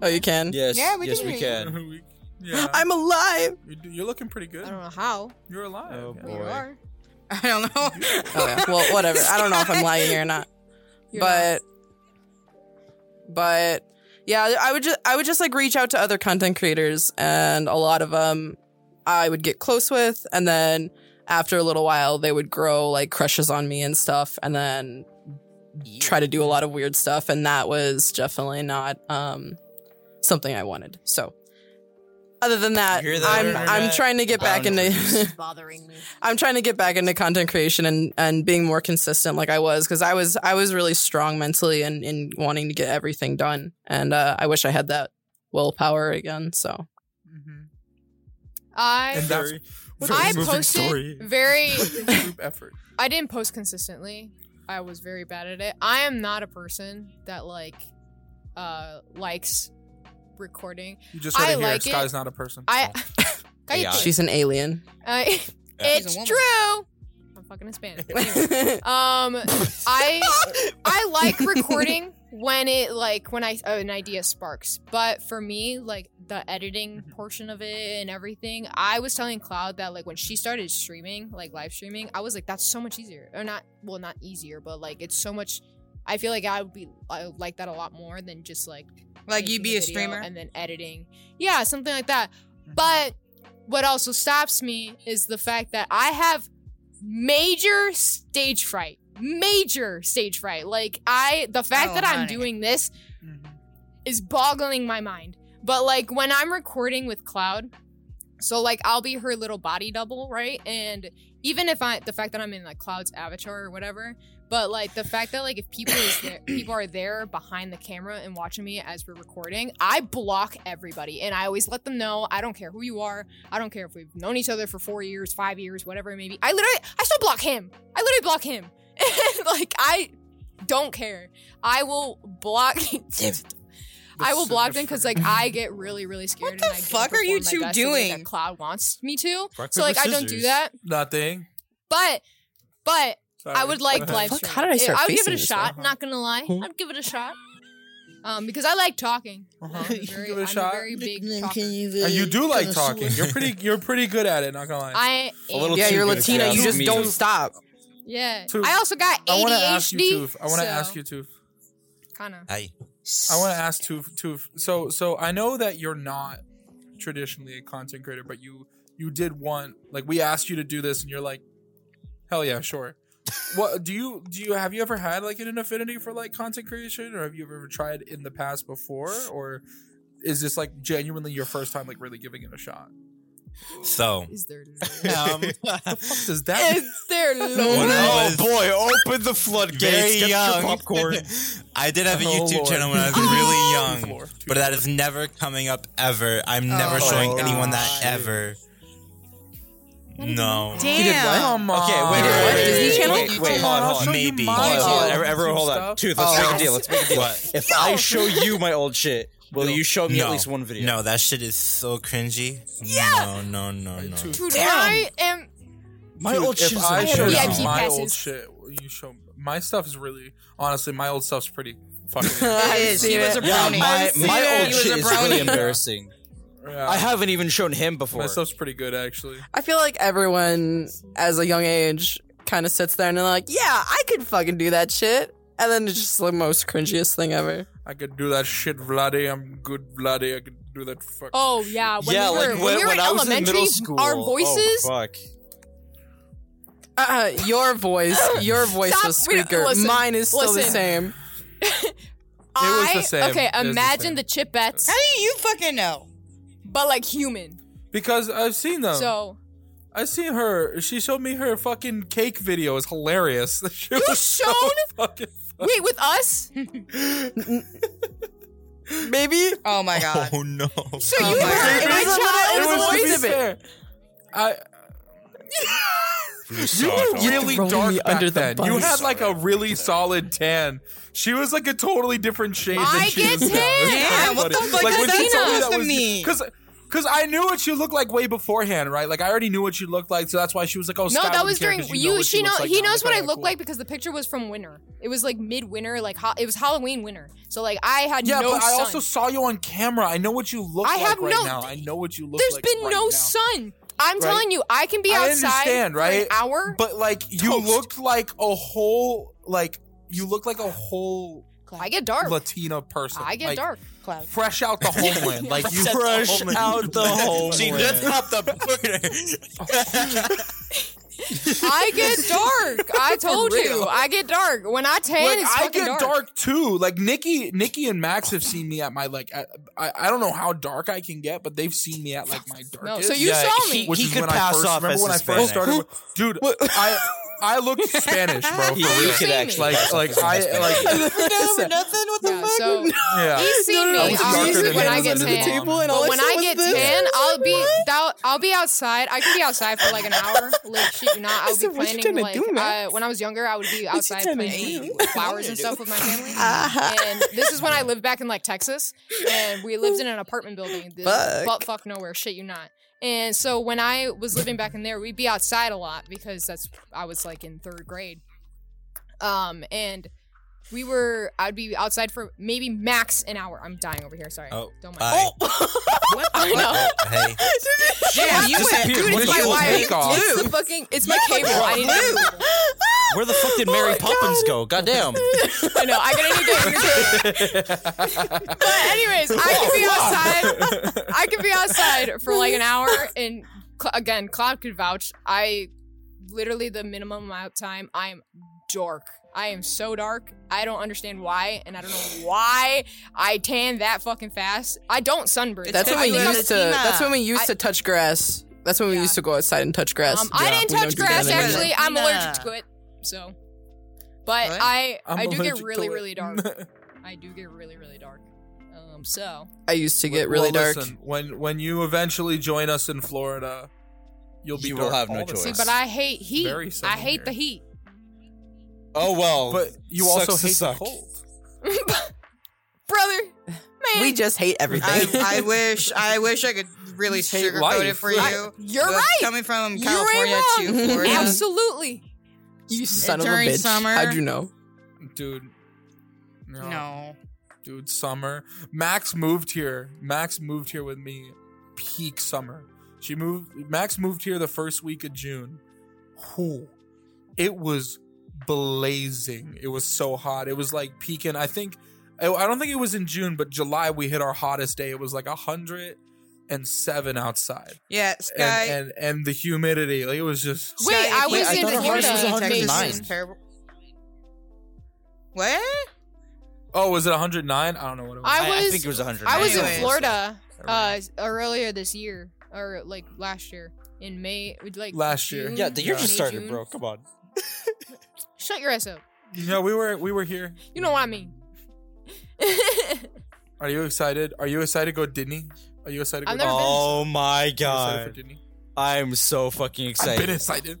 Speaker 6: oh, you can.
Speaker 2: yes,
Speaker 1: Yeah, we
Speaker 2: yes,
Speaker 1: can
Speaker 2: we
Speaker 1: hear
Speaker 2: can.
Speaker 3: We- yeah.
Speaker 6: I'm alive.
Speaker 3: You're do- You're looking pretty good.
Speaker 1: I don't know how.
Speaker 3: You're alive.
Speaker 2: Oh,
Speaker 3: yeah.
Speaker 1: but you
Speaker 2: Boy.
Speaker 1: are.
Speaker 4: I don't know.
Speaker 6: Oh yeah. Well, whatever. I don't know if I'm lying here or not.
Speaker 1: You're
Speaker 6: but but yeah i would just i would just like reach out to other content creators and a lot of them i would get close with and then after a little while they would grow like crushes on me and stuff and then try to do a lot of weird stuff and that was definitely not um something i wanted so other than that,
Speaker 5: You hear that,
Speaker 6: I'm I'm
Speaker 5: internet?
Speaker 6: trying to get back into
Speaker 5: Boundaries.
Speaker 8: bothering me.
Speaker 6: I'm trying to get back into content creation and and being more consistent like I was because I was I was really strong mentally and in wanting to get everything done and uh, I wish I had that willpower again. So
Speaker 1: I
Speaker 3: And that's very
Speaker 1: I
Speaker 3: moving
Speaker 1: posted
Speaker 3: story.
Speaker 1: very
Speaker 3: group effort.
Speaker 1: I didn't post consistently. I was very bad at it. I am not a person that like uh likes recording.
Speaker 3: You just heard
Speaker 1: I
Speaker 3: it here.
Speaker 1: like it.
Speaker 3: Sky's not a person.
Speaker 1: I
Speaker 2: Yeah.
Speaker 1: Cállate.
Speaker 6: she's an alien.
Speaker 1: I- Uh, it's
Speaker 4: woman.
Speaker 1: true. I'm fucking Hispanic. Anyway. Um, I I like recording when it like when I uh, an idea sparks, but for me, like the editing portion of it and everything, I was telling Cloud that like when she started streaming, like live streaming, I was like, that's so much easier, or not, well, not easier, but like it's so much. I feel like I would be I would like that a lot more than just like
Speaker 4: like you
Speaker 1: making
Speaker 4: be
Speaker 1: the video
Speaker 4: a streamer. Mm-hmm.
Speaker 1: and then editing. Yeah, something like that. But what also stops me is the fact that I have major stage fright. Major stage fright. Like I the fact
Speaker 4: Oh,
Speaker 1: that I'm
Speaker 4: honey.
Speaker 1: doing this
Speaker 3: Mhm.
Speaker 1: is boggling my mind. But like when I'm recording with Cloud, so like I'll be her little body double, right? And even if I the fact that I'm in like Cloud's avatar or whatever, but like the fact that like if people is there, people are there behind the camera and watching me as we're recording, I block everybody and I always let them know I don't care who you are. I don't care if we've known each other for 4 years, 5 years, whatever it may be. I literally I still block him. I literally block him. And like I don't care. I will block I will
Speaker 3: That's so
Speaker 1: block them because like
Speaker 3: different.
Speaker 1: I get really really scared.
Speaker 4: the
Speaker 1: and I don't
Speaker 4: fuck are you
Speaker 1: perform my
Speaker 4: two
Speaker 1: best the way
Speaker 4: doing?
Speaker 1: That Cloud wants me to,
Speaker 2: Rock,
Speaker 1: so like
Speaker 2: paper,
Speaker 1: I don't do
Speaker 2: scissors.
Speaker 1: that.
Speaker 3: Nothing.
Speaker 1: But but
Speaker 3: Sorry.
Speaker 1: I would like
Speaker 3: Go
Speaker 1: to live
Speaker 3: ahead.
Speaker 6: Fuck,
Speaker 1: stream.
Speaker 6: how did I
Speaker 1: it.
Speaker 6: start
Speaker 1: I would give it
Speaker 6: facing
Speaker 1: a
Speaker 6: this
Speaker 1: shot.
Speaker 3: way?
Speaker 1: Not gonna lie, I'd give it a shot. Um, because I like talking.
Speaker 3: Uh-huh.
Speaker 1: I'm
Speaker 3: You
Speaker 1: very,
Speaker 3: give it a
Speaker 1: I'm
Speaker 3: shot.
Speaker 1: very big talker.
Speaker 3: Uh, you do like talking. You're pretty. You're pretty good at it. Not gonna lie.
Speaker 1: I
Speaker 2: A little
Speaker 6: yeah,
Speaker 2: too
Speaker 6: you're
Speaker 2: good for
Speaker 6: Latina. You
Speaker 2: us
Speaker 6: just
Speaker 2: memes.
Speaker 6: don't stop.
Speaker 1: yeah.
Speaker 3: Tooth,
Speaker 1: I also got ADHD.
Speaker 3: I want to ask you, Toof. I want to
Speaker 1: so,
Speaker 3: ask you, Toof.
Speaker 1: Kind of.
Speaker 5: I
Speaker 3: I want to ask Toof. Toof. So, so I know that you're not traditionally a content creator, but you you did want like we asked you to do this, and you're like, hell yeah, sure. what do you do? You have you ever had like an affinity for like content creation, or have you ever tried in the past before, or is this like genuinely your first time like really giving it a shot?
Speaker 5: so
Speaker 1: Is there?
Speaker 5: um,
Speaker 3: What does that?
Speaker 1: there
Speaker 5: When I was-
Speaker 2: oh boy, open the
Speaker 5: very
Speaker 2: floodgates. Get
Speaker 5: young.
Speaker 2: your popcorn.
Speaker 5: I did have a
Speaker 3: Oh,
Speaker 5: YouTube
Speaker 3: Lord.
Speaker 5: channel when I was
Speaker 3: Oh,
Speaker 5: really young,
Speaker 3: Lord.
Speaker 5: but that is never coming up ever. I'm never
Speaker 4: Oh,
Speaker 5: showing
Speaker 2: my
Speaker 5: anyone that
Speaker 4: God.
Speaker 5: ever. No.
Speaker 4: Damn.
Speaker 3: Come on.
Speaker 2: Okay, wait, wait, wait,
Speaker 6: Disney
Speaker 2: wait,
Speaker 6: Channel?
Speaker 2: wait, wait,
Speaker 5: Come
Speaker 2: hold on,
Speaker 5: on, I'll
Speaker 2: hold on.
Speaker 5: show you Maybe.
Speaker 2: Hold
Speaker 5: mine.
Speaker 2: on, hold on.
Speaker 5: Oh,
Speaker 2: Everyone, everyone, hold on. Tooth,
Speaker 4: Oh.
Speaker 2: let's make a deal. Let's make a deal.
Speaker 5: What?
Speaker 2: If I show you my old shit, will you show me at least one video?
Speaker 5: No, that shit is so cringy. Yeah. No, no, no, no.
Speaker 1: Dude, I am.
Speaker 2: my
Speaker 3: Dude,
Speaker 2: old
Speaker 3: if
Speaker 2: shit is
Speaker 3: I
Speaker 2: on
Speaker 3: showed
Speaker 1: Yeah,
Speaker 3: you
Speaker 1: keep
Speaker 2: YouTube.
Speaker 3: my
Speaker 1: passes.
Speaker 3: old shit. will You show my stuff is really honestly my old stuff's pretty fucking.
Speaker 4: It is. He was a
Speaker 2: Yeah,
Speaker 4: brownie.
Speaker 2: my,
Speaker 4: He
Speaker 2: my old
Speaker 4: was
Speaker 2: shit
Speaker 4: a
Speaker 2: is
Speaker 4: brownie.
Speaker 2: really embarrassing.
Speaker 3: yeah.
Speaker 2: I haven't even shown him before.
Speaker 3: my stuff's pretty good actually.
Speaker 6: I feel like everyone as a young age kind of sits there and they're like, yeah, I could fucking do that shit. And then it's just the most cringiest thing ever.
Speaker 3: I could do that shit, Vladdy. I'm good, Vladdy. I could do that. Fuck.
Speaker 1: Oh yeah, when
Speaker 2: yeah,
Speaker 1: we were,
Speaker 2: like
Speaker 1: when,
Speaker 2: when,
Speaker 1: we were
Speaker 2: when
Speaker 1: in
Speaker 2: I was in
Speaker 1: elementary,
Speaker 2: middle school.
Speaker 1: our voices.
Speaker 2: Oh, fuck.
Speaker 6: Uh, your voice, your voice
Speaker 1: Stop.
Speaker 6: was
Speaker 1: We-
Speaker 6: squeaker.
Speaker 1: listen,
Speaker 6: Mine is still the
Speaker 1: listen.
Speaker 6: same.
Speaker 3: was the
Speaker 1: I-
Speaker 3: same.
Speaker 1: Okay,
Speaker 3: It was the
Speaker 1: imagine
Speaker 3: same.
Speaker 1: the, chipettes,
Speaker 4: How do you fucking know?
Speaker 1: but like human.
Speaker 3: Because I've seen them.
Speaker 1: So
Speaker 3: I've seen her. She showed me her fucking cake video. It's hilarious. She you was so
Speaker 1: shown-
Speaker 3: fucking funny.
Speaker 1: wait, with us,
Speaker 6: Maybe
Speaker 4: Oh my god.
Speaker 5: Oh no.
Speaker 1: so you
Speaker 4: my
Speaker 1: were
Speaker 4: God.
Speaker 1: in
Speaker 6: It
Speaker 1: my
Speaker 6: was a little-
Speaker 1: child.
Speaker 6: it was a
Speaker 3: to
Speaker 6: voice
Speaker 3: be
Speaker 6: of it.
Speaker 3: fair, I
Speaker 5: You
Speaker 3: really
Speaker 6: throwing
Speaker 3: dark
Speaker 6: me
Speaker 3: back
Speaker 6: under the
Speaker 3: then.
Speaker 6: bus.
Speaker 3: You had like a really solid tan. She was like a totally different shade.
Speaker 1: I
Speaker 3: than she
Speaker 1: get
Speaker 3: is now. It's
Speaker 1: tan.
Speaker 3: kinda
Speaker 4: Yeah, what
Speaker 3: funny.
Speaker 4: the fuck
Speaker 3: like,
Speaker 4: does
Speaker 3: when she told me
Speaker 4: that supposed
Speaker 3: that
Speaker 4: to
Speaker 3: was
Speaker 4: mean?
Speaker 3: because. Cause I knew what she looked like way beforehand, right? Like I already knew what she looked like, so that's why she was like, "Oh,
Speaker 1: No,
Speaker 3: Sky
Speaker 1: that
Speaker 3: wouldn't
Speaker 1: was
Speaker 3: care
Speaker 1: during
Speaker 3: 'cause you know
Speaker 1: you.
Speaker 3: what
Speaker 1: She
Speaker 3: she
Speaker 1: knows
Speaker 3: looks like
Speaker 1: he
Speaker 3: now."
Speaker 1: knows what I
Speaker 3: Okay,
Speaker 1: look
Speaker 3: cool.
Speaker 1: like because the picture was from winter. It was like mid winter, like ho- it was Halloween winter. So like I had
Speaker 3: Yeah,
Speaker 1: no
Speaker 3: but
Speaker 1: sun.
Speaker 3: I also saw you on camera. I know what you look
Speaker 1: I
Speaker 3: like
Speaker 1: have
Speaker 3: right
Speaker 1: no-
Speaker 3: now. I know what you look
Speaker 1: There's
Speaker 3: like.
Speaker 1: been
Speaker 3: right
Speaker 1: no
Speaker 3: now.
Speaker 1: sun. I'm
Speaker 3: Right?
Speaker 1: telling you, I can be
Speaker 3: I
Speaker 1: outside
Speaker 3: understand,
Speaker 1: for
Speaker 3: right?
Speaker 1: an hour.
Speaker 3: But like you
Speaker 1: Toast.
Speaker 3: looked like a whole like you look like a whole
Speaker 1: I get dark.
Speaker 3: Latina person.
Speaker 1: I get
Speaker 3: like,
Speaker 1: dark. Cloud.
Speaker 3: Fresh out the homeland. like you
Speaker 2: Fresh out the
Speaker 3: Oh,
Speaker 2: home.
Speaker 5: She just popped the burger.
Speaker 1: I get dark. I told you. I get dark. When I tan,
Speaker 3: Like,
Speaker 1: it's
Speaker 3: I
Speaker 1: fucking
Speaker 3: get dark.
Speaker 1: dark.
Speaker 3: too. Like Nikki, Nikki and Max have seen me at my like. At, I I don't know how dark I can get, but they've seen me at like my
Speaker 1: No,
Speaker 3: darkest.
Speaker 1: so you saw me.
Speaker 2: he-
Speaker 3: which is
Speaker 2: could
Speaker 3: when I
Speaker 2: pass
Speaker 3: first
Speaker 2: off
Speaker 3: remember
Speaker 2: as
Speaker 3: when I
Speaker 2: Hispanic.
Speaker 3: first started. with- dude, I I looked Spanish, bro. For
Speaker 2: He,
Speaker 3: real.
Speaker 1: see
Speaker 2: could
Speaker 1: me.
Speaker 2: actually.
Speaker 3: Like like I like
Speaker 4: Over nothing? What the
Speaker 1: Yeah,
Speaker 4: fuck?
Speaker 1: so
Speaker 3: yeah.
Speaker 1: he's seen me
Speaker 3: I was darker
Speaker 1: obviously
Speaker 3: than
Speaker 1: when I
Speaker 3: him
Speaker 1: get
Speaker 3: under the
Speaker 1: tan.
Speaker 3: table.
Speaker 6: and
Speaker 1: But
Speaker 6: all
Speaker 1: when
Speaker 6: saw
Speaker 1: I
Speaker 6: was
Speaker 1: get
Speaker 6: this.
Speaker 1: tan, I'll be thou- I'll be outside. I could be outside for like an hour. Like shit, you not. I'll
Speaker 6: said,
Speaker 1: be
Speaker 6: "What you
Speaker 1: planting.
Speaker 6: tryna
Speaker 1: Like
Speaker 6: do,
Speaker 1: uh,
Speaker 6: Max?"
Speaker 1: when I was younger, I would be
Speaker 6: you
Speaker 1: outside
Speaker 6: tryna
Speaker 1: planting
Speaker 6: do? Uh-huh.
Speaker 1: flowers and stuff with my family. And this is when I lived back in like Texas, and we lived in an apartment building. This
Speaker 6: Fuck.
Speaker 1: butt fuck nowhere. Shit, you not. And so when I was living back in there, we'd be outside a lot because that's I was like in third grade. Um and we were I'd be outside for maybe max an hour. I'm dying over here, sorry.
Speaker 5: Oh,
Speaker 1: Don't mind.
Speaker 5: I,
Speaker 1: I know.
Speaker 5: hey,
Speaker 4: Damn, you went.
Speaker 2: disappeared.
Speaker 4: Dude,
Speaker 2: What
Speaker 4: it's
Speaker 2: the
Speaker 4: my
Speaker 2: hell was
Speaker 4: wife.
Speaker 2: that?
Speaker 3: Takeoff.
Speaker 1: It's the fucking it's my cable. I need to
Speaker 2: Where the fuck
Speaker 1: Oh
Speaker 2: did Mary Poppins go? Goddamn.
Speaker 1: I know, I gotta need to interject. But anyways, I can be outside I can be outside for like an hour and Cla- again, Cloud could vouch. I literally the minimum amount of time I am dark. I am so dark. I don't understand why, and I don't know why I tan that fucking fast. I don't sunburn.
Speaker 6: That's when
Speaker 4: I
Speaker 6: we
Speaker 4: was
Speaker 6: used to.
Speaker 4: Latina.
Speaker 6: That's when we used to touch grass. That's when we
Speaker 1: Yeah.
Speaker 6: used to go outside and touch grass.
Speaker 1: Um, I didn't
Speaker 6: We
Speaker 1: touch
Speaker 6: don't do
Speaker 1: grass
Speaker 6: that anymore.
Speaker 1: actually. I'm
Speaker 4: Nah.
Speaker 1: allergic to it. So, but
Speaker 4: What?
Speaker 1: I
Speaker 3: I'm
Speaker 1: I do get
Speaker 3: allergic
Speaker 1: really
Speaker 3: to it.
Speaker 1: really dark. I do get really really dark. Um, so
Speaker 6: I used to get
Speaker 3: Well,
Speaker 6: really dark.
Speaker 3: listen, when when you eventually join us in Florida, you'll be
Speaker 2: You will
Speaker 3: dark
Speaker 2: have no
Speaker 3: all the
Speaker 2: choice.
Speaker 3: time.
Speaker 1: see, but I hate heat.
Speaker 3: Very
Speaker 1: I
Speaker 3: similar.
Speaker 1: hate the heat.
Speaker 2: Oh well.
Speaker 3: But you
Speaker 2: Sucks
Speaker 3: also
Speaker 2: to
Speaker 3: hate the
Speaker 2: suck.
Speaker 3: cold.
Speaker 1: Brother, man,
Speaker 6: We just hate everything.
Speaker 4: I, I wish I wish I could really
Speaker 3: Hate
Speaker 4: sugarcoat it
Speaker 3: life.
Speaker 4: for you.
Speaker 3: I-
Speaker 1: you're
Speaker 4: But
Speaker 1: right.
Speaker 4: Coming from
Speaker 1: You ain't
Speaker 4: California
Speaker 6: wrong.
Speaker 4: to Florida.
Speaker 1: Absolutely.
Speaker 6: you son of a
Speaker 4: during
Speaker 6: bitch.
Speaker 4: summer-
Speaker 6: How'd you know?
Speaker 3: dude. No,
Speaker 4: No.
Speaker 3: dude. Summer. Max moved here. Max moved here with me. Peak summer. She moved. Max moved here the first week of June. Whew. It was blazing. It was so hot. It was like peaking. I think. I I don't think it was in June, but July we hit our hottest day. It was like hundred and seven outside,
Speaker 4: Yeah, Sky.
Speaker 3: and, and and the humidity. Like it was just.
Speaker 1: Wait,
Speaker 4: Sky,
Speaker 1: I
Speaker 4: if
Speaker 1: was
Speaker 4: you-
Speaker 1: in
Speaker 4: thought our
Speaker 1: Florida,
Speaker 4: hottest was
Speaker 1: Mason.
Speaker 4: 109. Terrible. What?
Speaker 3: Oh, was it 109? I don't know what it was.
Speaker 1: I was. I,
Speaker 2: think it was 100.
Speaker 1: was
Speaker 4: Anyways.
Speaker 1: in Florida uh earlier this year or like last year in May. Like
Speaker 3: Last year.
Speaker 1: June,
Speaker 2: Yeah, the year
Speaker 1: May,
Speaker 2: just started,
Speaker 1: June.
Speaker 2: bro. Come on.
Speaker 1: Shut your ass up.
Speaker 3: No, we were we were here.
Speaker 1: You know what I mean.
Speaker 3: Are you excited? Are you excited to go to Disney? Are you excited to
Speaker 1: I've
Speaker 3: go
Speaker 1: never been.
Speaker 2: Oh my
Speaker 3: Are you excited for
Speaker 2: god.
Speaker 3: Disney?
Speaker 2: I'm so fucking
Speaker 3: I've
Speaker 2: excited.
Speaker 3: been excited.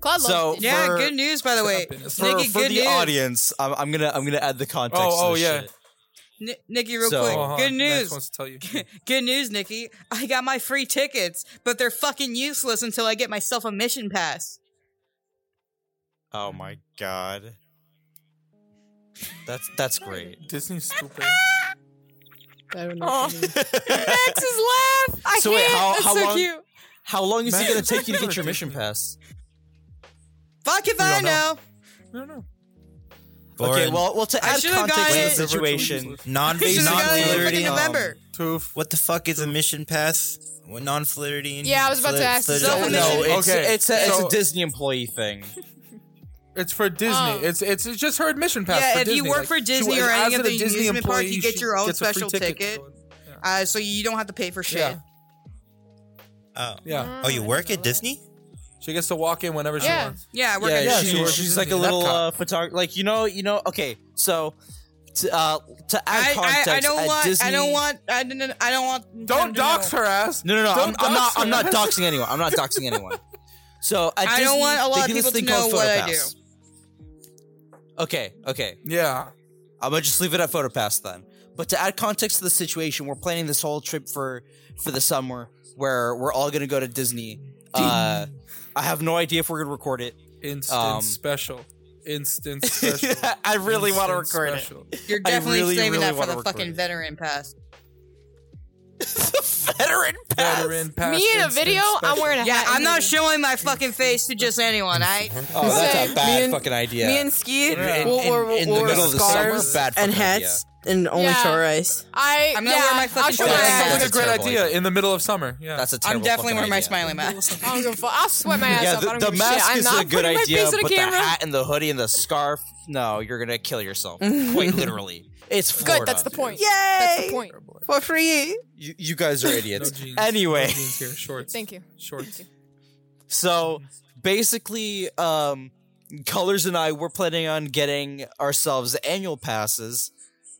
Speaker 1: Cloud
Speaker 2: So-
Speaker 1: loves it.
Speaker 4: Yeah,
Speaker 2: For-
Speaker 4: good news by the way.
Speaker 3: For-
Speaker 2: For,
Speaker 4: Nikki,
Speaker 2: for
Speaker 4: good
Speaker 2: the
Speaker 4: news.
Speaker 2: audience, I'm, I'm gonna I'm gonna add the context.
Speaker 3: Oh,
Speaker 2: to
Speaker 3: oh,
Speaker 2: this
Speaker 3: yeah.
Speaker 2: shit.
Speaker 4: N- Nikki, real
Speaker 2: So-
Speaker 4: quick.
Speaker 3: Uh-huh.
Speaker 4: Good
Speaker 3: Max
Speaker 4: news.
Speaker 3: wants to tell you.
Speaker 4: Good news, Nikki. I got my free tickets, but they're fucking useless until I get myself a mission pass.
Speaker 2: Oh my god. That's that's great.
Speaker 3: Disney's stupid.
Speaker 6: I don't
Speaker 4: Oh.
Speaker 6: know.
Speaker 1: Max's laugh. I
Speaker 2: So wait,
Speaker 1: can't.
Speaker 2: how-
Speaker 1: That's
Speaker 2: how
Speaker 1: so
Speaker 2: long-
Speaker 1: cute.
Speaker 2: How long is it
Speaker 3: Max,
Speaker 2: gonna take you to get your
Speaker 3: ridiculous.
Speaker 2: mission pass?
Speaker 4: Fuck if
Speaker 3: We
Speaker 4: I
Speaker 3: don't know.
Speaker 4: know.
Speaker 3: I don't know.
Speaker 5: Boring.
Speaker 2: Okay, well, well, to
Speaker 4: I
Speaker 2: add
Speaker 4: should've
Speaker 2: context to
Speaker 4: gotten
Speaker 2: the
Speaker 4: it-
Speaker 2: situation,
Speaker 5: non-based,
Speaker 4: Should've gotten it in
Speaker 5: non-flirting.
Speaker 4: fucking November.
Speaker 3: Toof.
Speaker 5: What the fuck is a mission pass? What non-flirting?
Speaker 7: Yeah, I was about to ask
Speaker 5: flirt-
Speaker 7: the
Speaker 5: flirting?
Speaker 4: same
Speaker 2: no,
Speaker 4: Commission-
Speaker 2: it's
Speaker 3: Okay,
Speaker 2: it's a, it's
Speaker 3: so-
Speaker 2: a Disney employee thing.
Speaker 3: It's for Disney.
Speaker 7: Oh.
Speaker 3: It's, it's it's just her admission pass.
Speaker 4: Yeah,
Speaker 3: for
Speaker 4: if you
Speaker 3: Disney.
Speaker 4: work
Speaker 3: Like,
Speaker 4: for
Speaker 3: she
Speaker 4: Disney
Speaker 3: was-
Speaker 4: or
Speaker 3: as
Speaker 4: any of
Speaker 3: an
Speaker 4: the
Speaker 3: Disney
Speaker 4: amusement park,
Speaker 3: employee,
Speaker 4: you get
Speaker 3: she
Speaker 4: your own
Speaker 3: gets a free
Speaker 4: special ticket. Uh, so you don't have to pay for shit.
Speaker 3: Yeah.
Speaker 5: Oh.
Speaker 3: Yeah,
Speaker 5: Oh, you work at Disney?
Speaker 3: she gets to walk in whenever she
Speaker 7: Yeah.
Speaker 3: wants.
Speaker 4: Mm-hmm. Yeah, we're
Speaker 2: yeah,
Speaker 4: gonna
Speaker 3: yeah,
Speaker 2: she-
Speaker 3: she works
Speaker 2: she's
Speaker 3: at
Speaker 2: like a
Speaker 3: Disney.
Speaker 2: little
Speaker 3: Epcot.
Speaker 2: uh, photographer. Like you know, you know. Okay, so to, uh, to add
Speaker 4: I,
Speaker 2: context,
Speaker 4: I, I don't
Speaker 2: at
Speaker 4: want.
Speaker 2: Disney,
Speaker 4: I don't want. I don't. I don't want.
Speaker 3: Don't dox her ass.
Speaker 2: No, no, no. I'm,
Speaker 3: Don't
Speaker 2: I'm not.
Speaker 3: dox
Speaker 2: I'm not
Speaker 3: her.
Speaker 2: doxing anyone. I'm not doxing anyone. So at
Speaker 4: I
Speaker 2: Disney,
Speaker 4: don't want a lot
Speaker 2: they
Speaker 4: of
Speaker 2: do this
Speaker 4: people to
Speaker 2: thing called
Speaker 4: know what I
Speaker 2: PhotoPass. Okay, okay.
Speaker 3: Yeah,
Speaker 2: I'm gonna just leave it at PhotoPass then. But to add context to the situation, we're planning this whole trip for for the summer where we're all gonna go to Disney. Uh, I have no idea if we're gonna record it.
Speaker 3: instant
Speaker 2: Um,
Speaker 3: special. Instant special.
Speaker 2: I really want to
Speaker 3: Instant
Speaker 2: record
Speaker 3: special.
Speaker 4: You're definitely
Speaker 2: really,
Speaker 4: saving
Speaker 2: really
Speaker 4: that for
Speaker 2: wanna
Speaker 4: the
Speaker 2: record
Speaker 4: fucking
Speaker 2: it.
Speaker 4: veteran pass.
Speaker 2: it. Veteran pass.
Speaker 3: Veteran pass.
Speaker 7: Me in a
Speaker 3: instant
Speaker 7: video, I'm
Speaker 3: special.
Speaker 7: wearing a
Speaker 4: Yeah,
Speaker 7: hat.
Speaker 4: I'm not
Speaker 7: sure.
Speaker 4: showing my fucking face to just anyone. I.
Speaker 2: Oh, that's
Speaker 6: Say,
Speaker 2: a bad
Speaker 6: me and-
Speaker 2: fucking idea.
Speaker 6: Me and Ski
Speaker 3: Yeah.
Speaker 6: will
Speaker 2: in,
Speaker 6: we'll, we'll,
Speaker 2: in
Speaker 6: we'll
Speaker 2: the
Speaker 6: wear
Speaker 2: middle of the summer,
Speaker 6: scarves
Speaker 2: bad
Speaker 6: and
Speaker 2: fucking
Speaker 6: hats and only
Speaker 7: Yeah.
Speaker 6: show rice.
Speaker 7: I, am
Speaker 4: I'm gonna
Speaker 7: yeah,
Speaker 4: wear my
Speaker 7: I'll
Speaker 4: fucking
Speaker 7: show
Speaker 2: idea.
Speaker 7: my
Speaker 4: shorts.
Speaker 7: ass.
Speaker 3: That's,
Speaker 2: That's
Speaker 3: a great
Speaker 2: terrible
Speaker 3: idea in the middle of summer. Yeah,
Speaker 2: That's a terrible
Speaker 4: I'm definitely
Speaker 2: fucking
Speaker 4: wearing my
Speaker 2: idea.
Speaker 4: smiley mask.
Speaker 7: I don't give a fuck. I'll sweat my ass
Speaker 2: Yeah,
Speaker 7: up. I
Speaker 2: the,
Speaker 7: don't
Speaker 2: the
Speaker 7: give
Speaker 2: mask
Speaker 7: shit. I'm
Speaker 2: is
Speaker 7: not
Speaker 2: a good
Speaker 7: putting my
Speaker 2: idea,
Speaker 7: face in a
Speaker 2: but
Speaker 7: camera.
Speaker 2: the hat and the hoodie and the scarf, no, you're gonna kill yourself. Quite literally. It's Florida.
Speaker 7: Good, that's the point.
Speaker 6: Yay!
Speaker 7: That's the point.
Speaker 6: For free.
Speaker 2: You, you guys are
Speaker 3: No
Speaker 2: idiots.
Speaker 3: jeans.
Speaker 2: anyway,
Speaker 3: No jeans here. Shorts.
Speaker 7: Thank you.
Speaker 3: Shorts.
Speaker 2: so basically, um, Colors and I were planning on getting ourselves annual passes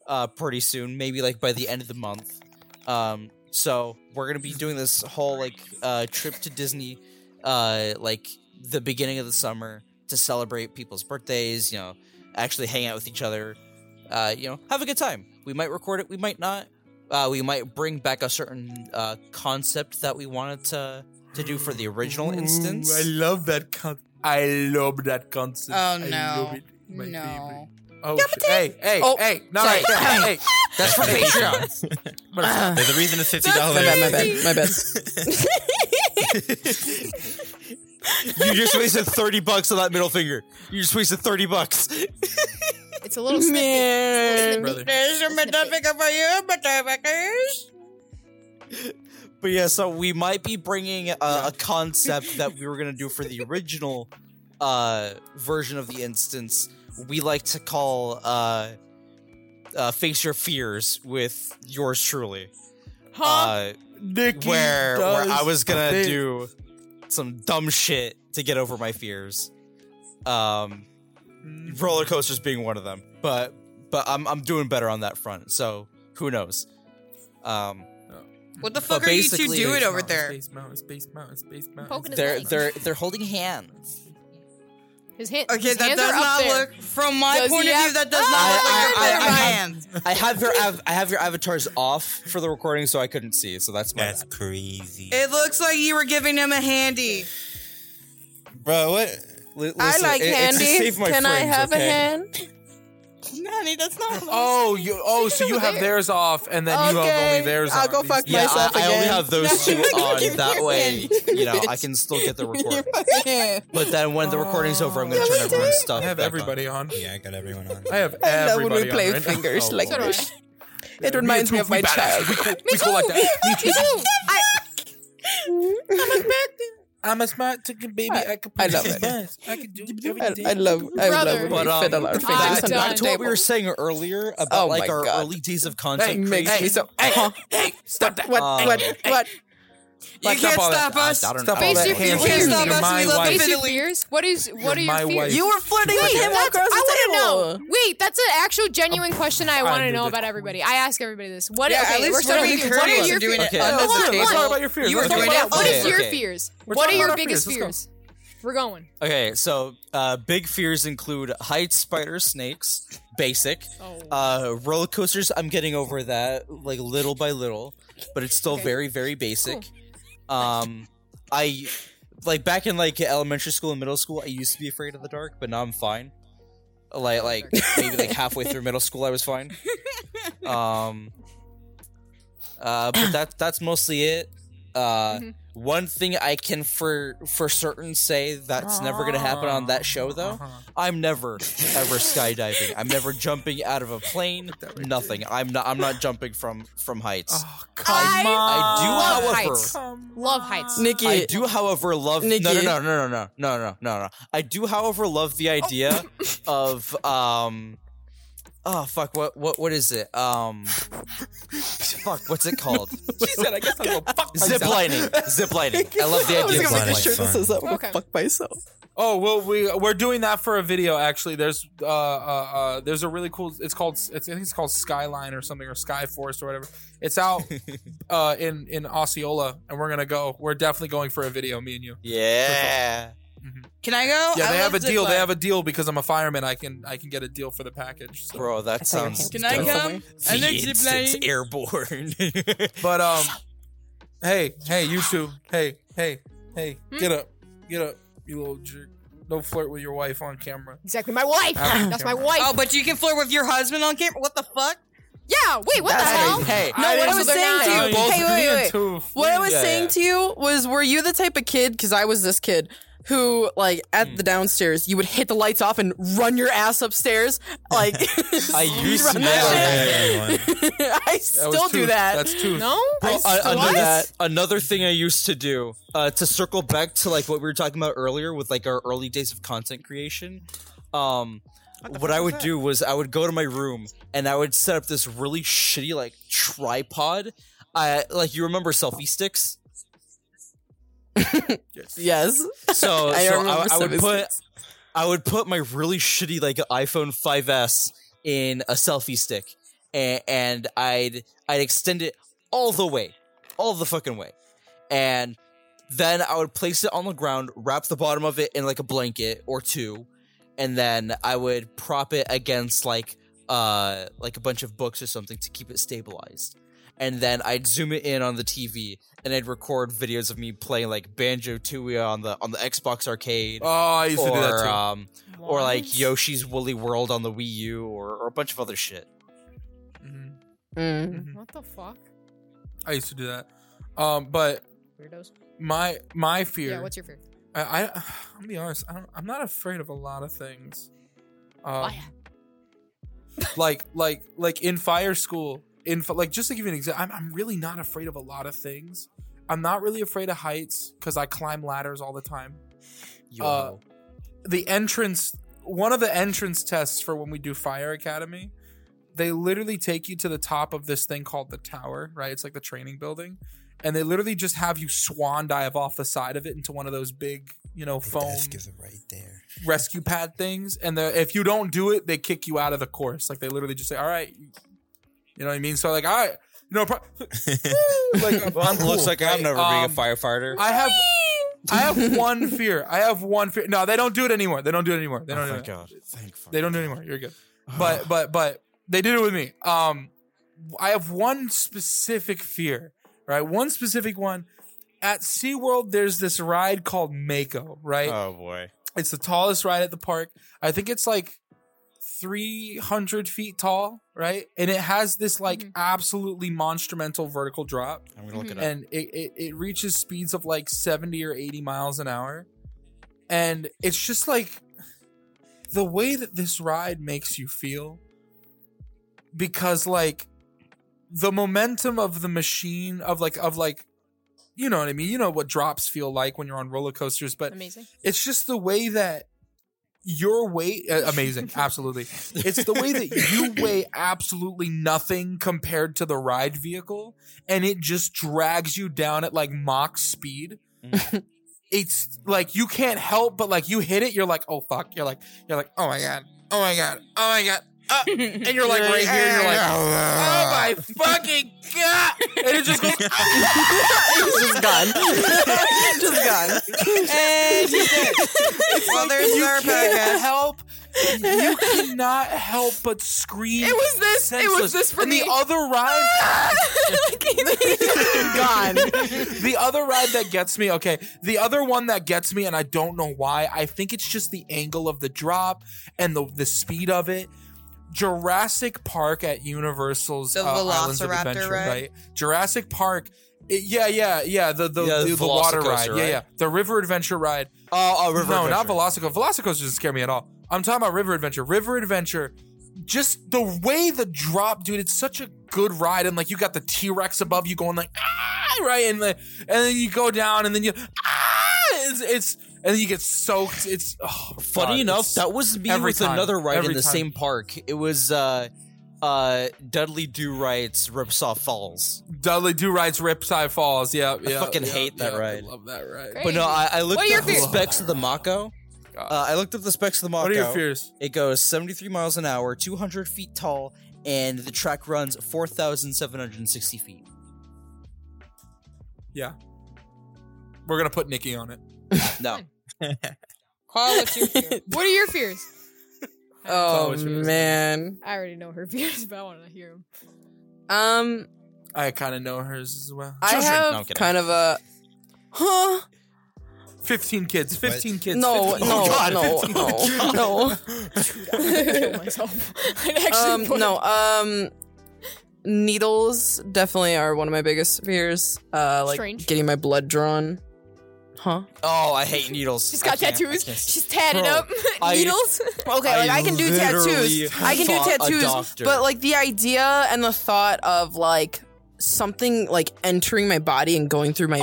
Speaker 2: uh, pretty soon, maybe like by the end of the month. Um, so we're gonna be doing this whole like uh, trip to Disney, uh, like the beginning of the summer to celebrate people's birthdays. You know, actually hang out with each other. Uh, you know, have a good time. We might record it, we might not. Uh, we might bring back a certain uh, concept that we wanted to to do for the original instance.
Speaker 3: Ooh, I love that con- I love that concept.
Speaker 4: Oh,
Speaker 3: I
Speaker 4: no.
Speaker 3: love it. My
Speaker 4: No.
Speaker 3: favorite. Oh, shit. hey, hey,
Speaker 2: Oh,
Speaker 3: hey, no,
Speaker 2: sorry.
Speaker 3: hey, hey, hey.
Speaker 2: That's for Patreon.
Speaker 5: There's a reason it's fifty
Speaker 6: My bad,
Speaker 5: dollars.
Speaker 6: my bad, my bad.
Speaker 2: you just wasted thirty bucks on that middle finger. You just wasted thirty bucks.
Speaker 7: It's a little snippy.
Speaker 6: Man.
Speaker 3: Brother.
Speaker 4: There's a motherfucker for you, motherfuckers.
Speaker 2: But yeah, so we might be bringing a, a concept that we were gonna do for the original uh, version of the instance. We like to call uh, uh, "Face Your Fears" with yours truly, uh,
Speaker 3: Nikki
Speaker 2: where where
Speaker 3: does
Speaker 2: I was gonna
Speaker 3: things.
Speaker 2: do some dumb shit to get over my fears. Um,
Speaker 3: Mm.
Speaker 2: roller coasters being one of them, but but I'm I'm doing better on that front. So who knows? Um,
Speaker 4: What the
Speaker 2: But
Speaker 4: fuck are you two
Speaker 2: basically-
Speaker 4: doing over
Speaker 3: Mountain,
Speaker 4: there?
Speaker 3: Space mountain, space mountain, space mountain.
Speaker 7: Poking his
Speaker 2: they're
Speaker 7: legs.
Speaker 2: they're they're holding hands.
Speaker 7: His, hand,
Speaker 4: Okay,
Speaker 7: his
Speaker 4: that
Speaker 7: hands
Speaker 4: does
Speaker 7: are up
Speaker 4: not
Speaker 7: there.
Speaker 4: look. From my
Speaker 7: Does he
Speaker 4: point of
Speaker 7: have-
Speaker 4: view, that does
Speaker 7: Oh,
Speaker 4: not look
Speaker 2: I-
Speaker 4: like
Speaker 2: I- I-
Speaker 4: a
Speaker 2: I
Speaker 4: veteran
Speaker 2: have-
Speaker 4: hand.
Speaker 2: I have your av- I have your avatars off for the recording, so I couldn't see. So that's my.
Speaker 5: That's
Speaker 2: bad.
Speaker 5: crazy,
Speaker 4: It looks like you were giving him a handy.
Speaker 5: bro. What?
Speaker 2: Li-
Speaker 6: I
Speaker 2: listen,
Speaker 6: like
Speaker 2: it- it's to
Speaker 6: candy.
Speaker 2: save my
Speaker 6: Can I
Speaker 2: friends,
Speaker 6: have
Speaker 2: okay?
Speaker 6: a hand?
Speaker 4: Honey, that's not.
Speaker 3: Oh, you. Oh, so you have theirs off, and then you have
Speaker 6: Okay,
Speaker 3: only theirs.
Speaker 6: I'll
Speaker 3: on.
Speaker 6: go fuck
Speaker 2: Yeah, I,
Speaker 6: myself
Speaker 2: I only
Speaker 6: again.
Speaker 2: have those two on.
Speaker 6: give
Speaker 2: That
Speaker 6: your
Speaker 2: way, you know, I can still get the recording. But then when the recording's over, I'm gonna turn everyone's stuff.
Speaker 3: I have
Speaker 2: back on.
Speaker 3: everybody on.
Speaker 5: Yeah, I got everyone on.
Speaker 3: I have
Speaker 6: I love
Speaker 3: everybody
Speaker 6: when we
Speaker 3: on
Speaker 6: play
Speaker 3: right now.
Speaker 6: fingers
Speaker 3: Oh,
Speaker 6: like
Speaker 3: Lord.
Speaker 6: this. It reminds me of my
Speaker 3: badass. We
Speaker 6: child.
Speaker 3: cool, we cool like that. Me too. I'm a smart chicken baby. I, can
Speaker 6: I love it.
Speaker 3: I can do
Speaker 6: I, I love, I
Speaker 7: Brother.
Speaker 6: love when we fiddle our
Speaker 2: back,
Speaker 6: fingers
Speaker 7: I'm done.
Speaker 6: on
Speaker 2: back
Speaker 6: the
Speaker 2: to what we were
Speaker 6: table.
Speaker 2: saying earlier about
Speaker 6: Oh
Speaker 2: like
Speaker 6: my
Speaker 2: our
Speaker 6: God.
Speaker 2: early days of content.
Speaker 6: Makes me so. Huh?
Speaker 3: Stop that.
Speaker 6: What?
Speaker 2: Um,
Speaker 6: what? What?
Speaker 4: You
Speaker 3: Fuck up
Speaker 4: can't
Speaker 3: all that.
Speaker 4: stop
Speaker 6: Uh,
Speaker 4: us.
Speaker 2: I, I don't
Speaker 3: Stop
Speaker 2: know.
Speaker 3: all
Speaker 7: Face
Speaker 3: that
Speaker 7: your
Speaker 3: hand
Speaker 7: fears. You can't
Speaker 3: waving.
Speaker 7: stop
Speaker 3: You're
Speaker 4: us.
Speaker 3: my
Speaker 4: We love
Speaker 3: wife.
Speaker 7: Face your
Speaker 4: Fiddly.
Speaker 7: fears. What is
Speaker 3: You're
Speaker 7: what are
Speaker 3: my
Speaker 7: your
Speaker 3: wife.
Speaker 7: fears?
Speaker 6: You were flirting with him while
Speaker 7: that's,
Speaker 6: across the
Speaker 7: I
Speaker 6: table.
Speaker 7: want to know. Wait, that's an actual genuine question I want to
Speaker 3: knew
Speaker 7: know
Speaker 3: that.
Speaker 7: about everybody. I ask everybody this. What?
Speaker 4: Yeah,
Speaker 7: okay,
Speaker 4: at
Speaker 7: we're
Speaker 4: least
Speaker 7: starting
Speaker 4: we're
Speaker 7: with you. What
Speaker 4: encouraging
Speaker 7: are
Speaker 4: you
Speaker 7: your
Speaker 4: doing
Speaker 7: fears?
Speaker 4: it
Speaker 2: Okay,
Speaker 4: under
Speaker 2: hold
Speaker 4: the
Speaker 2: on,
Speaker 3: Let's
Speaker 4: table.
Speaker 3: talk about your fears.
Speaker 4: You were
Speaker 3: Let's
Speaker 4: doing
Speaker 3: talk
Speaker 4: it
Speaker 3: about
Speaker 7: What
Speaker 3: your
Speaker 7: is
Speaker 2: Okay,
Speaker 3: fears.
Speaker 7: your
Speaker 2: okay.
Speaker 7: fears?
Speaker 3: We're
Speaker 7: What are
Speaker 3: talking
Speaker 7: your
Speaker 3: about our
Speaker 7: biggest
Speaker 3: fears. Let's go.
Speaker 7: fears? We're going.
Speaker 2: Okay, so uh, big fears include heights, spiders, snakes, basic.
Speaker 7: Oh.
Speaker 2: Uh, roller coasters, I'm getting over that, like little by little, but it's still very, very basic. Um, I like back in like elementary school and middle school, I used to be afraid of the dark, but now I'm fine. Like, like maybe like halfway through middle school, I was fine. Um, uh, but that that's mostly it. Uh,
Speaker 1: Mhm.
Speaker 2: One thing I can for for certain say that's never going to happen on that show, though.
Speaker 3: Uh-huh.
Speaker 2: I'm never ever skydiving. I'm never jumping out of a plane. Nothing. I'm not. I'm not jumping from from
Speaker 6: Uh,
Speaker 2: heights.
Speaker 3: Oh,
Speaker 1: I-
Speaker 3: come
Speaker 2: I
Speaker 3: on.
Speaker 2: do, however,
Speaker 1: heights.
Speaker 3: Come
Speaker 1: Love
Speaker 3: on.
Speaker 1: heights.
Speaker 6: Nikki,
Speaker 2: I do, however, love no,
Speaker 6: Nikki.
Speaker 2: no, no, no, no, no, no, no, no, no. I do, however, love the idea
Speaker 6: Oh.
Speaker 2: of um, oh fuck, what, what, what is it? Um, fuck, what's it called?
Speaker 3: She said, "I guess I'll go fuck myself."
Speaker 2: zip lining, zip lining. I love the
Speaker 6: I was
Speaker 2: idea. Of zip
Speaker 6: gonna make a
Speaker 9: Ziplining.
Speaker 6: shirt that says that. I'm
Speaker 1: Okay.
Speaker 6: gonna fuck myself.
Speaker 3: Oh well, we we're doing that for a video actually. There's uh, uh uh there's a really cool. It's called it's, I think it's called Skyline or something or Sky Forest or whatever. It's out uh in in Osceola, and we're gonna go. We're definitely going for a video, me and you.
Speaker 2: yeah,
Speaker 4: Can I go?
Speaker 3: Yeah,
Speaker 4: Oh, I
Speaker 3: they
Speaker 4: love
Speaker 3: have a
Speaker 4: zip
Speaker 3: deal. They
Speaker 4: line.
Speaker 3: have a deal because I'm a fireman. I can I can get a deal for the package. so.
Speaker 2: bro, that sounds.
Speaker 4: Can I
Speaker 2: dope.
Speaker 4: come? And then zip line.
Speaker 2: airborne.
Speaker 3: But um, hey, hey, you two, hey, hey, hey,
Speaker 6: Hmm?
Speaker 3: get up, get up, you little jerk. Don't flirt with your wife on camera.
Speaker 1: Exactly, my wife.
Speaker 3: Ah,
Speaker 1: That's my
Speaker 3: camera.
Speaker 1: wife.
Speaker 4: Oh, but you can flirt with your husband on camera. What the fuck?
Speaker 1: yeah. Wait, what the hell?
Speaker 2: hey, hey,
Speaker 6: No, what I
Speaker 1: didn't-
Speaker 6: was
Speaker 1: they're
Speaker 6: saying
Speaker 1: not.
Speaker 6: to
Speaker 3: Oh,
Speaker 6: you.
Speaker 3: you
Speaker 6: Hey, wait,
Speaker 3: being
Speaker 6: wait, wait.
Speaker 3: too
Speaker 6: What I
Speaker 3: flirt-
Speaker 6: was
Speaker 2: Yeah,
Speaker 6: saying
Speaker 2: yeah.
Speaker 6: to you was, were you the type of kid? Because I was this kid who, like, at
Speaker 2: Hmm.
Speaker 6: the downstairs, you would hit the lights off and run your ass upstairs. Like,
Speaker 2: I used to
Speaker 6: run
Speaker 2: be
Speaker 6: that
Speaker 2: like
Speaker 6: shit.
Speaker 2: that.
Speaker 6: I
Speaker 3: That was
Speaker 6: still do
Speaker 3: too-
Speaker 6: that.
Speaker 3: That's too.
Speaker 1: No.
Speaker 2: Bro,
Speaker 6: I
Speaker 2: uh,
Speaker 6: still-
Speaker 2: another,
Speaker 6: What?
Speaker 2: another thing I used to do uh, to circle back to like what we were talking about earlier with like our early days of content creation. Um, what I would do was I would go to my room and I would set up this really shitty like tripod. I like you remember selfie sticks,
Speaker 6: yes.
Speaker 2: so
Speaker 6: I
Speaker 2: so
Speaker 6: remember
Speaker 2: I, I would
Speaker 6: some
Speaker 2: put
Speaker 6: instances.
Speaker 2: I would put my really shitty like iPhone 5s in a selfie stick, and, and I'd I'd extend it all the way, all the fucking way, and then I would place it on the ground, wrap the bottom of it in like a blanket or two, and then I would prop it against like uh like a bunch of books or something to keep it stabilized. And then I'd zoom it in on the TV, and I'd record videos of me playing like Banjo Tooie on the on the Xbox arcade
Speaker 3: Oh, I used to do that
Speaker 2: or,
Speaker 3: too.
Speaker 2: Um, or like Yoshi's Woolly World on the Wii U, or, or a bunch of other shit.
Speaker 3: Mhm.
Speaker 6: Mm.
Speaker 1: What the fuck?
Speaker 3: I used to do that. Um, but
Speaker 1: Weirdos.
Speaker 3: my my fear.
Speaker 1: Yeah. What's your fear?
Speaker 3: I, I I'm gonna be honest. I don't, I'm not afraid of a lot of things. Um, like like like in fire school, in fi- like just to give you an example, I'm I'm really not afraid of a lot of things. I'm not really afraid of heights because I climb ladders all the time.
Speaker 2: Yo.
Speaker 3: Uh, The entrance, one of the entrance tests for when we do fire academy, they literally take you to the top of this thing called the tower. Right, it's like the training building. And they literally just have you swan dive off the side of it into one of those big, you know, foam
Speaker 9: Desk is right there.
Speaker 3: rescue pad things, and the, if you don't do it, they kick you out of the course. Like they literally just say, "All right," you know what I mean. So like, all right, you know, pro- like I'm cool,
Speaker 5: Looks like I'm
Speaker 3: right?
Speaker 5: never
Speaker 3: Um,
Speaker 5: being a firefighter.
Speaker 3: I have, I have one fear. I have one fear. No, they don't do it anymore. They don't do it anymore.
Speaker 10: oh
Speaker 2: Oh
Speaker 3: They don't. do it.
Speaker 5: God. Thank fuck.
Speaker 3: They don't do it anymore. You're good. But but but they did it with me. Um, I have one specific fear. Right, one specific one. At SeaWorld, there's this ride called Mako, right?
Speaker 5: Oh boy.
Speaker 3: It's the tallest ride at the park. I think it's like 300 feet tall, right? And it has this like absolutely monstrumental vertical drop.
Speaker 5: I'm gonna
Speaker 10: Mm-hmm.
Speaker 5: look it up.
Speaker 3: And it, it, it reaches speeds of like 70 or 80 miles an hour. And it's just like the way that this ride makes you feel because like the momentum of the machine of like of like you know what I mean? You know what drops feel like when you're on roller coasters, but
Speaker 1: Amazing.
Speaker 3: it's just the way that your weight uh, amazing absolutely it's the way that you weigh absolutely nothing compared to the ride vehicle and it just drags you down at like mock speed it's like you can't help but like you hit it you're like oh fuck you're like you're like oh my god oh my god oh my god uh, and you're like right here and you're like oh my fucking god and it just goes
Speaker 6: It's just gone. just gone.
Speaker 4: And she's dead. well, there's
Speaker 3: you
Speaker 4: our
Speaker 3: can't
Speaker 4: podcast.
Speaker 3: help. You cannot help but scream. It
Speaker 6: was this. It was
Speaker 1: this for
Speaker 3: and
Speaker 1: me.
Speaker 3: the other ride,
Speaker 6: Gone.
Speaker 3: the other ride that gets me. Okay, the other one that gets me, and I don't know why. I think it's just the angle of the drop and the the speed of it. Jurassic Park at Universal's uh,
Speaker 4: The
Speaker 3: Islands of
Speaker 4: Velociraptor
Speaker 3: Adventure,
Speaker 4: ride?
Speaker 3: right? Jurassic Park It- yeah, yeah, yeah. The the,
Speaker 2: Yeah,
Speaker 3: the, the water
Speaker 2: Velocicoaster,
Speaker 3: ride. Yeah,
Speaker 2: right?
Speaker 3: yeah. The river adventure ride.
Speaker 2: Oh, oh, River
Speaker 3: no, not
Speaker 2: Adventure.
Speaker 3: Velocico. Velocicoaster doesn't scare me at all. I'm talking about River Adventure. River Adventure, just the way the drop, dude. It's such a good ride, and like you got the T Rex above you going like ah, right, and the, and then you go down, and then you ah, it's, it's and then you get soaked. It's oh,
Speaker 10: Funny
Speaker 3: God,
Speaker 10: enough,
Speaker 3: it's-
Speaker 10: that was me
Speaker 3: every
Speaker 10: with
Speaker 3: time,
Speaker 10: another ride
Speaker 3: every
Speaker 10: in the
Speaker 3: time.
Speaker 10: same park. It was uh uh Dudley Do Right's Ripsaw Falls.
Speaker 3: Dudley Do Ride's Riptide Falls. Yeah, yeah.
Speaker 10: fucking
Speaker 3: yeah,
Speaker 10: hate that
Speaker 3: yeah,
Speaker 10: ride.
Speaker 3: I love that ride.
Speaker 10: But no, I, I looked
Speaker 1: What are your
Speaker 10: up the
Speaker 1: fears?
Speaker 10: specs of the Mako. Uh, I looked up the specs of the Mako.
Speaker 3: What are your fears?
Speaker 10: It goes 73 miles an hour, 200 feet tall, and the track runs 4,760 feet.
Speaker 3: Yeah, we're gonna put Nikki on it.
Speaker 10: No.
Speaker 4: Carl, what's your fear?
Speaker 1: What are your fears?
Speaker 6: Oh
Speaker 3: always really-
Speaker 6: man.
Speaker 1: I already know her fears, but I want to hear them.
Speaker 6: Um,
Speaker 3: I kind of know hers as well.
Speaker 6: I
Speaker 10: Children. No, I'm
Speaker 6: have
Speaker 10: kidding.
Speaker 6: kind of a huh?
Speaker 3: 15 kids. 15 kids.
Speaker 6: No,
Speaker 3: 15
Speaker 6: no,
Speaker 3: kids.
Speaker 6: no, no, no.
Speaker 1: Kill myself. I actually
Speaker 6: um,
Speaker 1: would.
Speaker 6: no, um, needles definitely are one of my biggest fears. Uh, like
Speaker 1: Strange.
Speaker 6: getting my blood drawn. Huh?
Speaker 10: Oh, I hate needles.
Speaker 1: She's
Speaker 10: I
Speaker 1: got
Speaker 10: can't- I
Speaker 1: tattoos.
Speaker 10: can't stand-
Speaker 1: She's tatted
Speaker 10: Bro,
Speaker 1: up.
Speaker 10: I-
Speaker 1: Needles.
Speaker 6: Okay, like I can do
Speaker 10: literally
Speaker 6: tattoos. I can
Speaker 10: fought
Speaker 6: do
Speaker 10: a
Speaker 6: tattoos,
Speaker 10: doctor.
Speaker 6: but like the idea and the thought of like something like entering my body and going through my
Speaker 1: Oh,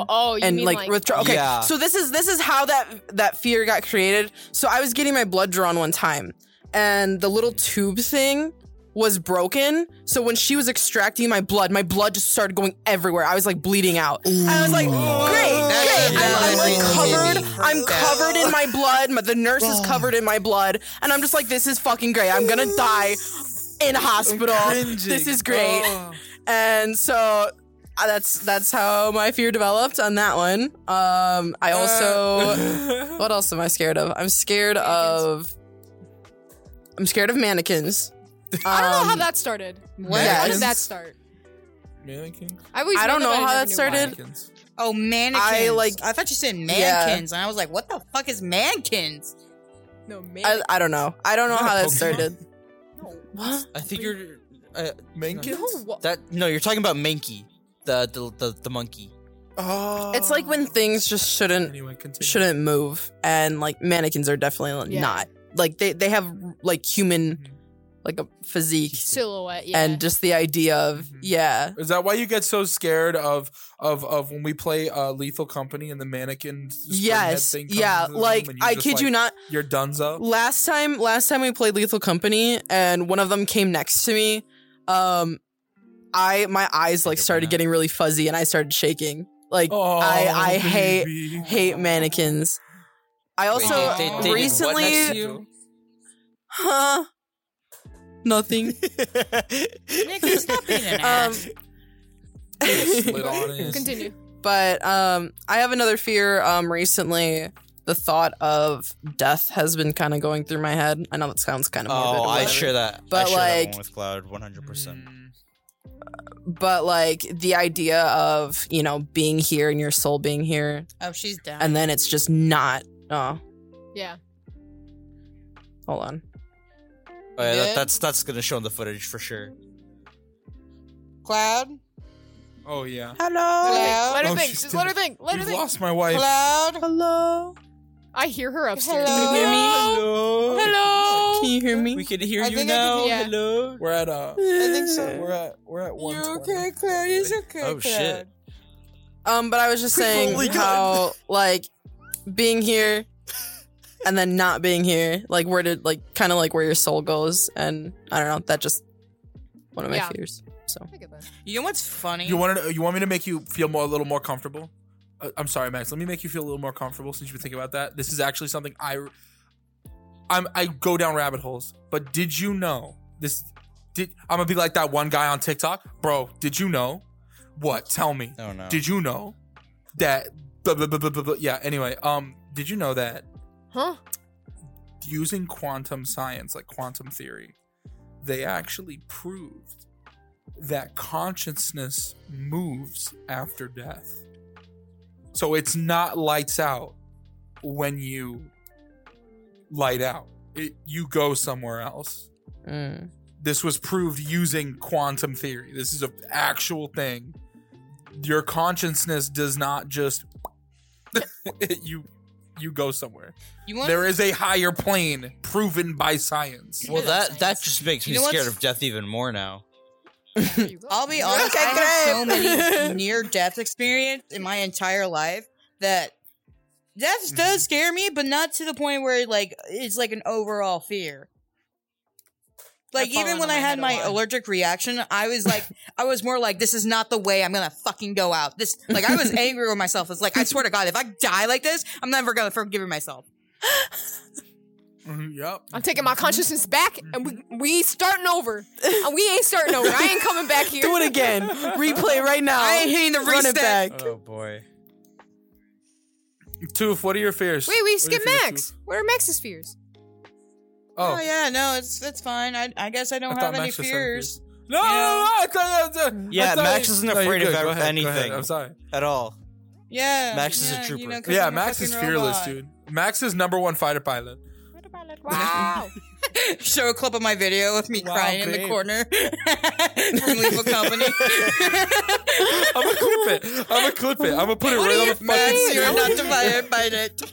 Speaker 6: vein.
Speaker 1: oh, you
Speaker 6: and
Speaker 1: mean
Speaker 6: like,
Speaker 1: like
Speaker 6: withdraw. Okay,
Speaker 10: Yeah.
Speaker 6: so this is this is how that that fear got created. So I was getting my blood drawn one time, and the little tube thing was broken. So when she was extracting my blood, my blood just started going everywhere. I was like bleeding out. I was like, great,
Speaker 4: That's-
Speaker 6: great. I'm, I'm like
Speaker 4: that's
Speaker 6: covered.
Speaker 4: amazing. Oh.
Speaker 6: I'm covered in my blood. My- The nurse is covered in my blood, and I'm just like, this is fucking great. I'm gonna die in hospital. This is great.
Speaker 3: Oh.
Speaker 6: And so uh, that's that's how my fear developed on that one. Um I also what else am I scared of? I'm scared of I'm scared of mannequins.
Speaker 1: I don't know how
Speaker 6: Um,
Speaker 1: that started.
Speaker 4: What?
Speaker 1: How
Speaker 6: Yes.
Speaker 1: did that start?
Speaker 3: Mannequins.
Speaker 1: I, always
Speaker 6: I don't
Speaker 1: read
Speaker 6: know
Speaker 1: about it,
Speaker 6: how
Speaker 1: I never
Speaker 6: that
Speaker 1: knew why.
Speaker 6: started.
Speaker 3: Mannequins.
Speaker 4: Oh, mannequins.
Speaker 6: I, like-
Speaker 4: I thought you said
Speaker 6: Yeah.
Speaker 4: mannequins, and I was like, what the fuck is mannequins?
Speaker 1: No, man.
Speaker 6: Um, I, I don't know. I don't know how that
Speaker 3: Pokemon?
Speaker 6: started.
Speaker 1: no.
Speaker 6: What?
Speaker 10: I think you're uh,
Speaker 3: Mannequins?
Speaker 1: No, what-
Speaker 10: that. No, you're talking about Mankey, the the the, the monkey.
Speaker 3: Oh.
Speaker 6: It's like when things just shouldn't
Speaker 3: Anyway, continue.
Speaker 6: shouldn't move and like mannequins are definitely
Speaker 1: Yeah.
Speaker 6: not. Like they they have like human like a physique
Speaker 1: silhouette. Yeah.
Speaker 6: and just the idea of
Speaker 3: Mhm.
Speaker 6: yeah.
Speaker 3: Is that why you get so scared of of of when we play uh, Lethal Company and the mannequin? spring head
Speaker 6: Yes.
Speaker 3: thing comes
Speaker 6: Yeah.
Speaker 3: into the
Speaker 6: Like
Speaker 3: room and you're
Speaker 6: I
Speaker 3: just
Speaker 6: kid you not.
Speaker 3: You're dunzo.
Speaker 6: Last time, last time we played Lethal Company, and one of them came next to me. Um, I my eyes like started getting really fuzzy, and I started shaking. Like
Speaker 3: Oh,
Speaker 6: I I hate
Speaker 3: baby.
Speaker 6: hate mannequins. I also
Speaker 10: they- they did what next to
Speaker 6: recently,
Speaker 10: you?
Speaker 6: huh? Nothing.
Speaker 4: Nick, stop being an
Speaker 6: um,
Speaker 4: ass.
Speaker 3: Split on it.
Speaker 1: continue.
Speaker 6: but um, I have another fear. Um, recently, the thought of death has been kind of going through my head. I know that sounds kind of morbid.
Speaker 10: Oh,
Speaker 6: or
Speaker 10: I
Speaker 6: whatever.
Speaker 10: share that. Mm.
Speaker 6: But,
Speaker 10: I share that
Speaker 6: like-
Speaker 10: one with Cloud, 100. percent
Speaker 3: Mm.
Speaker 6: but like the idea of you know being here and your soul being here
Speaker 4: Oh, she's down.
Speaker 6: and then it's just not oh
Speaker 1: Yeah.
Speaker 6: hold on
Speaker 10: Oh, yeah,
Speaker 4: Yeah.
Speaker 10: that, that's that's gonna show in the footage for sure.
Speaker 4: Cloud?
Speaker 3: Oh yeah.
Speaker 4: Hello?
Speaker 1: Let her
Speaker 3: Oh,
Speaker 1: think.
Speaker 3: she's
Speaker 1: Just let her
Speaker 3: dead.
Speaker 1: think. Let her
Speaker 3: You've
Speaker 1: think.
Speaker 3: lost my wife.
Speaker 4: Cloud?
Speaker 6: hello
Speaker 1: I hear her upstairs.
Speaker 4: Hello? Can you hear me?
Speaker 10: Hello.
Speaker 1: Hello.
Speaker 6: can you hear me
Speaker 10: We can hear
Speaker 4: I
Speaker 10: you
Speaker 4: think I can
Speaker 10: now.
Speaker 1: hear-
Speaker 10: Hello.
Speaker 3: We're at uh.
Speaker 4: I think so.
Speaker 3: We're at we're at one.
Speaker 4: You okay, Cloud? It's okay,
Speaker 10: Oh, shit.
Speaker 6: um but i was just saying
Speaker 10: Holy God.
Speaker 6: how like being here and then not being here like where did like kind of like where your soul goes and i don't know that just one of my
Speaker 1: Yeah.
Speaker 6: fears so
Speaker 1: Look at that.
Speaker 4: You know what's funny?
Speaker 3: You want to? You want me to make you feel more a little more comfortable? Uh, I'm sorry, Max. Let me make you feel a little more comfortable since you've been thinking about that. This is actually something I, I'm I go down rabbit holes. But did you know this? Did I'm gonna be like that one guy on TikTok, bro? Did you know? What? Tell me.
Speaker 10: Oh no.
Speaker 3: Did you know that? Blah, blah, blah, blah, blah, blah. Yeah. Anyway, um, did you know that
Speaker 1: Huh?
Speaker 3: using quantum science, like quantum theory, they actually proved that consciousness moves after death. So it's not lights out when you light out. It, you go somewhere else.
Speaker 6: mm.
Speaker 3: This was proved using quantum theory. This is an actual thing your consciousness does not just you you go somewhere.
Speaker 4: You want
Speaker 3: There is a higher plane proven by science.
Speaker 10: Well,
Speaker 4: that's
Speaker 10: that that just makes
Speaker 4: You
Speaker 10: me
Speaker 4: know
Speaker 10: scared
Speaker 4: what's-
Speaker 10: of death even more now.
Speaker 4: I'll be honest. I had so many near-death experience in my entire life that death
Speaker 3: Mm-hmm.
Speaker 4: does scare me, but not to the point where like it's like an overall fear. Like
Speaker 7: I've fallen
Speaker 4: even when
Speaker 7: on my
Speaker 4: I had
Speaker 7: head a
Speaker 4: my
Speaker 7: lot.
Speaker 4: allergic reaction, I was like, I was more like, this is not the way I'm gonna fucking go out. This like I was angry with myself. It's like I swear to God, if I die like this, I'm never gonna forgive myself. Mm-hmm,
Speaker 3: Mhm, yep.
Speaker 7: I'm taking my consciousness back, and we we ain't starting over. And we ain't starting over. I ain't coming back here.
Speaker 6: Do it again. Replay right now.
Speaker 4: I ain't hitting the
Speaker 6: Run
Speaker 4: reset.
Speaker 6: it back.
Speaker 2: Oh boy.
Speaker 3: Toof, what are your fears?
Speaker 7: Wait, we
Speaker 3: What are your
Speaker 7: skip
Speaker 3: fears,
Speaker 7: Max. What are Max's fears?
Speaker 3: Toof?
Speaker 4: Oh.
Speaker 3: Oh,
Speaker 4: yeah, no, it's it's fine. I I guess I don't
Speaker 3: I
Speaker 4: have
Speaker 3: thought
Speaker 4: any
Speaker 3: Max just said
Speaker 4: fears.
Speaker 3: No, no, no, no, I thought- I thought-
Speaker 2: Yeah,
Speaker 3: I thought
Speaker 2: Max
Speaker 3: you-
Speaker 2: isn't
Speaker 3: No, you're
Speaker 2: afraid of
Speaker 3: good. Go
Speaker 2: ev-
Speaker 3: ahead, go ahead.
Speaker 2: anything.
Speaker 3: I'm sorry.
Speaker 2: At all.
Speaker 4: Yeah,
Speaker 2: Max is a
Speaker 4: yeah,
Speaker 2: trooper.
Speaker 4: you know, 'cause
Speaker 3: Yeah,
Speaker 4: I'm a
Speaker 3: Max is
Speaker 4: fucking
Speaker 3: fearless,
Speaker 4: robot.
Speaker 3: dude. Max is number one fighter pilot.
Speaker 7: Wow.
Speaker 4: show a clip of my video with me
Speaker 3: Wow,
Speaker 4: crying in the
Speaker 3: babe.
Speaker 4: corner from Lethal Company.
Speaker 3: I'm gonna clip it. I'm gonna clip it. I'm gonna put it right on the
Speaker 4: Max,
Speaker 3: fucking.
Speaker 4: you're not divided by it.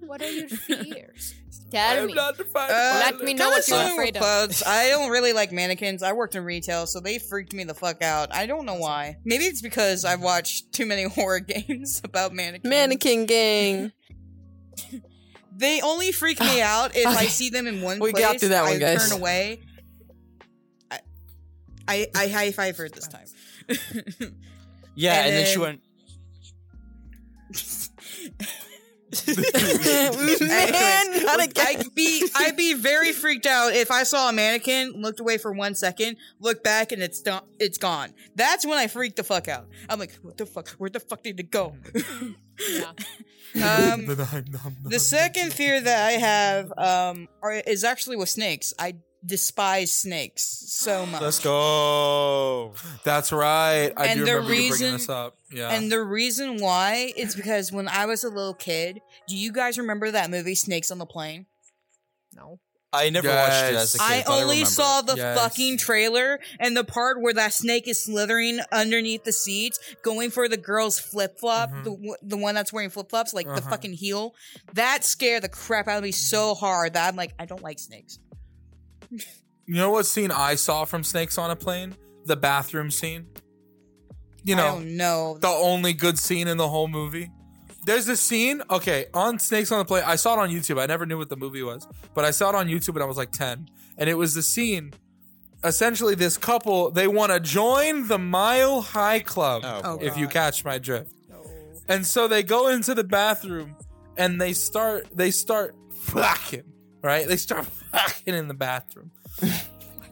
Speaker 7: what are your fears?
Speaker 3: I
Speaker 7: Tell
Speaker 3: am
Speaker 7: me.
Speaker 3: not the fighter
Speaker 4: Uh,
Speaker 3: pilot.
Speaker 7: Let me know what you're
Speaker 4: Similar with
Speaker 7: afraid of.
Speaker 4: clothes. I don't really like mannequins. I worked in retail, so they freaked me the fuck out. I don't know why. Maybe it's because I've watched too many horror games about mannequins.
Speaker 6: Mannequin gang.
Speaker 4: They only freak me out if I
Speaker 6: Okay.
Speaker 4: see them in one
Speaker 6: We
Speaker 4: place.
Speaker 6: got through that one,
Speaker 4: I
Speaker 6: guys.
Speaker 4: turn away. I I, I high five her this time.
Speaker 10: Yeah,
Speaker 4: And
Speaker 10: and, then, she
Speaker 4: then-
Speaker 10: went.
Speaker 4: Anyways,
Speaker 6: Man, not again.
Speaker 4: I'd be I'd be very freaked out if I saw a mannequin, looked away for one second, looked back, and it's done. It's gone. That's when I freak the fuck out. I'm like, what the fuck? Where the fuck did it go? um, the second fear that I have um, are, is actually with snakes. I despise snakes so much.
Speaker 2: Let's go.
Speaker 3: That's right. I
Speaker 4: And
Speaker 3: do
Speaker 4: the
Speaker 3: remember you
Speaker 4: reason-
Speaker 3: bringing this up. Yeah.
Speaker 4: And the reason why is because when I was a little kid, do you guys remember that movie Snakes on the Plane?
Speaker 7: No.
Speaker 10: I never watched it as a
Speaker 3: Yes.
Speaker 10: kid.
Speaker 4: I
Speaker 10: but
Speaker 4: only
Speaker 10: remember
Speaker 4: saw
Speaker 10: it.
Speaker 4: the
Speaker 3: Yes.
Speaker 4: fucking trailer and the part where that snake is slithering underneath the seats, going for the girl's flip flop,
Speaker 3: Mhm.
Speaker 4: the w the one that's wearing flip flops, like the
Speaker 3: Uh-huh.
Speaker 4: fucking heel. That scared the crap out of me so hard that I'm like, I don't like snakes.
Speaker 3: you know what scene I saw from Snakes on a Plane? The bathroom scene. You
Speaker 4: I
Speaker 3: know,
Speaker 4: don't know.
Speaker 3: the only good scene in the whole movie. There's this scene, okay, on Snakes on the Plane. I saw it on YouTube. I never knew what the movie was, but I saw it on YouTube when I was like 10. And it was the scene essentially, this couple, they want to join the Mile High Club,
Speaker 4: Oh,
Speaker 3: if you
Speaker 4: God.
Speaker 3: catch my drift. And so they go into the bathroom and they start, they start fucking, right? They start fucking in the bathroom.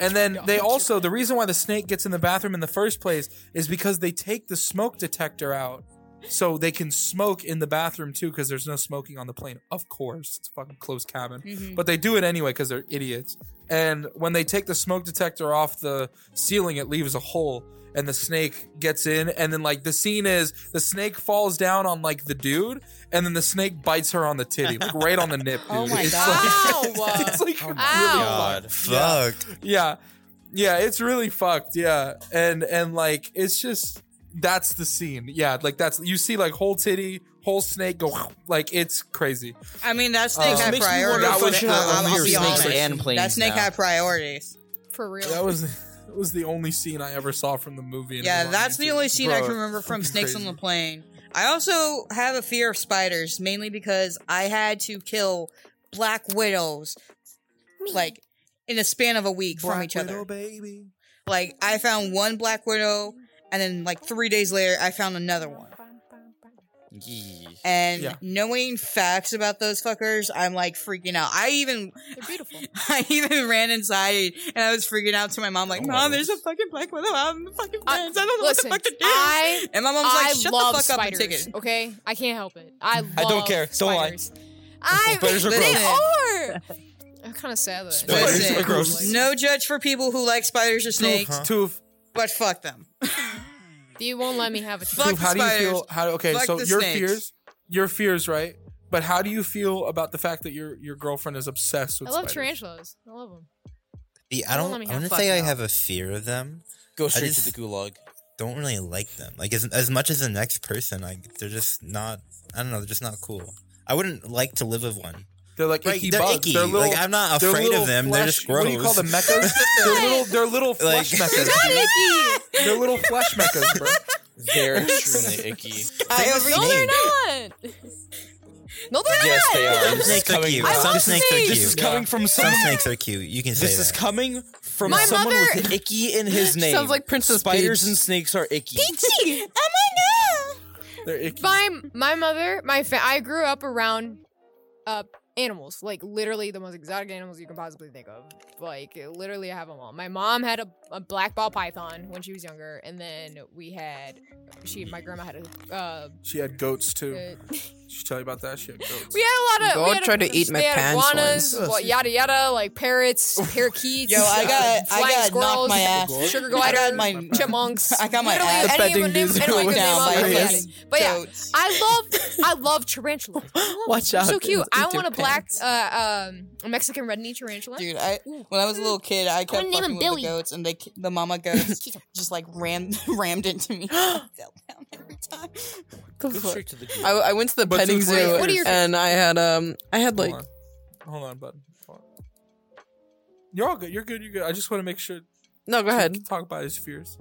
Speaker 3: And then they also the reason why the snake gets in the bathroom in the first place is because they take the smoke detector out so they can smoke in the bathroom too because there's no smoking on the plane. Of course, it's a fucking closed cabin.
Speaker 4: Mhm.
Speaker 3: But they do it anyway because they're idiots. And when they take the smoke detector off the ceiling, it leaves a hole and the snake gets in and then like the scene is the snake falls down on like the dude and then the snake bites her on the titty like right on the nip dude
Speaker 4: Oh my
Speaker 3: it's
Speaker 7: God.
Speaker 3: like, it's like really
Speaker 7: Ow.
Speaker 3: fucked.
Speaker 5: Oh, Fuck.
Speaker 3: Yeah. Yeah, it's really fucked. Yeah. And and like it's just that's the scene. Yeah, like that's you see like whole titty, whole snake go like it's crazy.
Speaker 4: I mean, that snake
Speaker 3: This
Speaker 4: had
Speaker 2: Uh, makes me
Speaker 4: priority.
Speaker 2: wonder if I
Speaker 4: but
Speaker 2: should
Speaker 4: I'll-
Speaker 2: have
Speaker 4: I'll, I'll
Speaker 2: fear
Speaker 4: be
Speaker 2: of snakes
Speaker 4: honest.
Speaker 10: and planes
Speaker 4: that snake
Speaker 10: now.
Speaker 4: had priorities.
Speaker 7: For real.
Speaker 3: That was that was the only scene I ever saw from the movie. and it was
Speaker 4: Yeah,
Speaker 3: on
Speaker 4: that's the
Speaker 3: YouTube.
Speaker 4: only scene I
Speaker 3: Bro,
Speaker 4: can remember from
Speaker 3: fucking
Speaker 4: Snakes on
Speaker 3: crazy.
Speaker 4: the Plane. I also have a fear of spiders, mainly because I had to kill black widows, like in a span of a week from
Speaker 3: Black
Speaker 4: each other.
Speaker 3: Widow, baby.
Speaker 4: Like I found one black widow, and then like three days later, I found another one.
Speaker 10: Yee.
Speaker 4: And
Speaker 3: Yeah.
Speaker 4: knowing facts about those fuckers, I'm like freaking out. I even
Speaker 7: They're beautiful.
Speaker 4: I even ran inside and I was freaking out to my mom, like,
Speaker 3: Oh,
Speaker 4: Mom,
Speaker 3: my
Speaker 4: there's a fucking black widow out in the fucking
Speaker 7: I-
Speaker 4: fence. I, don't know
Speaker 7: Listen,
Speaker 4: what the fuck to do.
Speaker 7: I
Speaker 4: and my mom's
Speaker 7: I
Speaker 4: like, Shut
Speaker 7: love
Speaker 4: the fuck
Speaker 7: spiders.
Speaker 4: up and take it.
Speaker 7: Okay, I can't help it. I love
Speaker 2: I don't care. Don't lie.
Speaker 7: spiders. I
Speaker 2: Spiders are
Speaker 7: they
Speaker 4: gross.
Speaker 7: are. I'm kind of sad that
Speaker 2: Spiders
Speaker 4: Listen,
Speaker 2: are gross.
Speaker 4: No judge for people who like spiders or
Speaker 3: Toof,
Speaker 4: snakes,
Speaker 3: Toof,
Speaker 4: but fuck them.
Speaker 7: You won't let me have a
Speaker 4: Fuck
Speaker 3: Toof,
Speaker 4: the
Speaker 3: how do you
Speaker 4: spiders.
Speaker 3: feel? How okay?
Speaker 4: Fuck
Speaker 3: so
Speaker 4: the
Speaker 3: your
Speaker 4: snakes.
Speaker 3: fears, your fears, right? But how do you feel about the fact that your your girlfriend is obsessed with?
Speaker 7: I love
Speaker 3: spiders?
Speaker 7: tarantulas. I love them.
Speaker 5: Yeah, I
Speaker 7: Don't let
Speaker 5: don't.
Speaker 7: me
Speaker 5: I
Speaker 7: have
Speaker 5: wouldn't
Speaker 7: fun
Speaker 5: say I
Speaker 7: now.
Speaker 5: have a fear of them.
Speaker 10: Go straight
Speaker 5: just-
Speaker 10: to the gulag.
Speaker 5: don't really like them. Like as as much as the next person, like they're just not. I don't know. They're just not cool. I wouldn't like to live with one.
Speaker 3: They're like
Speaker 5: Right,
Speaker 3: icky
Speaker 5: they're
Speaker 3: bugs.
Speaker 5: icky.
Speaker 3: They're little,
Speaker 5: like I'm not
Speaker 3: they're
Speaker 5: afraid
Speaker 3: little
Speaker 5: of them. they're just
Speaker 3: flesh-
Speaker 5: gross.
Speaker 3: What do you call them? Mechas? they're little. They're little
Speaker 5: Like-
Speaker 3: flesh mechas. dude. They're little flesh mechas, bro.
Speaker 10: They're extremely icky.
Speaker 5: They have
Speaker 1: no, they're
Speaker 5: snakes.
Speaker 1: not. No, they're
Speaker 10: Yes,
Speaker 1: not.
Speaker 10: they are.
Speaker 5: Some
Speaker 10: This is
Speaker 5: snakes are
Speaker 10: coming.
Speaker 5: cute.
Speaker 1: I
Speaker 5: Some
Speaker 1: want
Speaker 5: snakes are
Speaker 1: snakes.
Speaker 5: cute.
Speaker 10: This is coming from
Speaker 5: Some
Speaker 10: someone.
Speaker 5: snakes are cute. You can say
Speaker 10: This is
Speaker 5: that.
Speaker 10: coming from
Speaker 1: My
Speaker 10: someone with
Speaker 1: mother-
Speaker 10: icky in his name.
Speaker 6: Sounds like Princess
Speaker 10: Spiders
Speaker 6: Peach.
Speaker 10: and snakes are icky.
Speaker 1: Gee, oh
Speaker 3: They're icky.
Speaker 1: my god. My my mother, my fa- I grew up around uh animals, like literally the most exotic animals you can possibly think of. Like literally, I have them all. My mom had a, a black ball python when she was younger, and then we had she, my grandma had a. Uh,
Speaker 3: She had goats too.
Speaker 1: uh,
Speaker 3: Did she tell you about that? She had goats.
Speaker 1: we had a lot of. we
Speaker 6: God
Speaker 1: had a-
Speaker 6: tried to eat my
Speaker 1: they had
Speaker 6: pants
Speaker 1: iguanas,
Speaker 6: once.
Speaker 1: what- yada yada, like parrots, parakeets. uh,
Speaker 4: Yo, I got-
Speaker 1: flying
Speaker 4: I got knocked
Speaker 1: squirrels,
Speaker 4: my ass.
Speaker 1: Sugar
Speaker 4: I
Speaker 1: gliders,
Speaker 4: got my-
Speaker 1: chipmunks.
Speaker 4: I got my
Speaker 1: Literally
Speaker 4: ass
Speaker 1: any of them, and
Speaker 6: Defending
Speaker 1: I
Speaker 6: Disney
Speaker 1: could name
Speaker 4: down
Speaker 1: off
Speaker 4: by
Speaker 1: the
Speaker 4: his
Speaker 1: planet. But yeah,
Speaker 4: goats.
Speaker 1: I love I love tarantulas. I love
Speaker 6: Watch
Speaker 1: them. They're So
Speaker 6: out,
Speaker 1: cute.
Speaker 6: they'll
Speaker 1: I
Speaker 6: eat
Speaker 1: want a
Speaker 6: your
Speaker 1: black
Speaker 6: pants.
Speaker 1: uh, um a Mexican red knee tarantula.
Speaker 4: Dude, I when I was a little kid, I kept
Speaker 1: gonna name
Speaker 4: fucking
Speaker 1: him
Speaker 4: with
Speaker 1: Billy.
Speaker 4: the goats, and they the mama goats just like rammed rammed into me. I fell down every time.
Speaker 6: The
Speaker 10: Go
Speaker 6: fuck?
Speaker 10: straight to the
Speaker 6: I, I went to the
Speaker 3: But
Speaker 6: petting
Speaker 3: dude,
Speaker 6: zoo
Speaker 3: wait,
Speaker 1: what are your-
Speaker 6: and I had um I had like
Speaker 3: Hold on, Hold on bud. Hold on. You're all good. You're good. You're good. I just want to make sure.
Speaker 6: no go ahead
Speaker 3: Talk about his fears.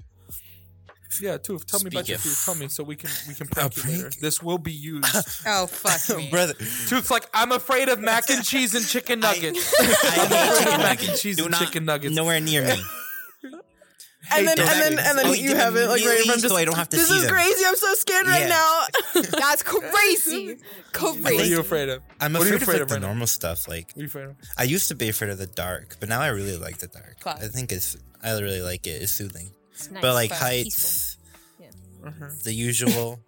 Speaker 3: Yeah, Toof. Tell me about your
Speaker 10: Speak
Speaker 3: fears. Tell me so we can we can prank you
Speaker 5: prank?
Speaker 3: later. This will be used.
Speaker 4: Oh fuck me.
Speaker 5: brother.
Speaker 3: Tooth's like, I'm afraid of mac and cheese and chicken nuggets.
Speaker 5: I hate chicken
Speaker 3: mac and
Speaker 5: nuggets.
Speaker 3: cheese
Speaker 5: Do
Speaker 3: and
Speaker 5: not
Speaker 3: chicken nuggets.
Speaker 5: nowhere near me.
Speaker 6: and then
Speaker 5: don't
Speaker 6: and then
Speaker 5: act-
Speaker 6: and then
Speaker 5: I'll eat
Speaker 6: you
Speaker 5: them
Speaker 6: have it like right in front of
Speaker 5: immediately so I don't have to
Speaker 6: this
Speaker 5: see
Speaker 6: is
Speaker 5: them."
Speaker 6: crazy I'm so scared right
Speaker 5: Yeah.
Speaker 6: now
Speaker 1: That's crazy.
Speaker 3: What are
Speaker 1: crazy.
Speaker 3: you afraid of?
Speaker 5: I'm
Speaker 3: What are you
Speaker 5: afraid,
Speaker 3: afraid of
Speaker 5: of like, the
Speaker 3: right now?
Speaker 5: normal stuff. Like
Speaker 3: What are you afraid of?
Speaker 5: I used to be afraid of the dark, but now I really like the dark.
Speaker 4: Class.
Speaker 5: I think it's I really like it. It's soothing.
Speaker 1: It's nice.
Speaker 5: but like
Speaker 4: but
Speaker 5: heights,
Speaker 3: Uh-huh.
Speaker 5: the usual.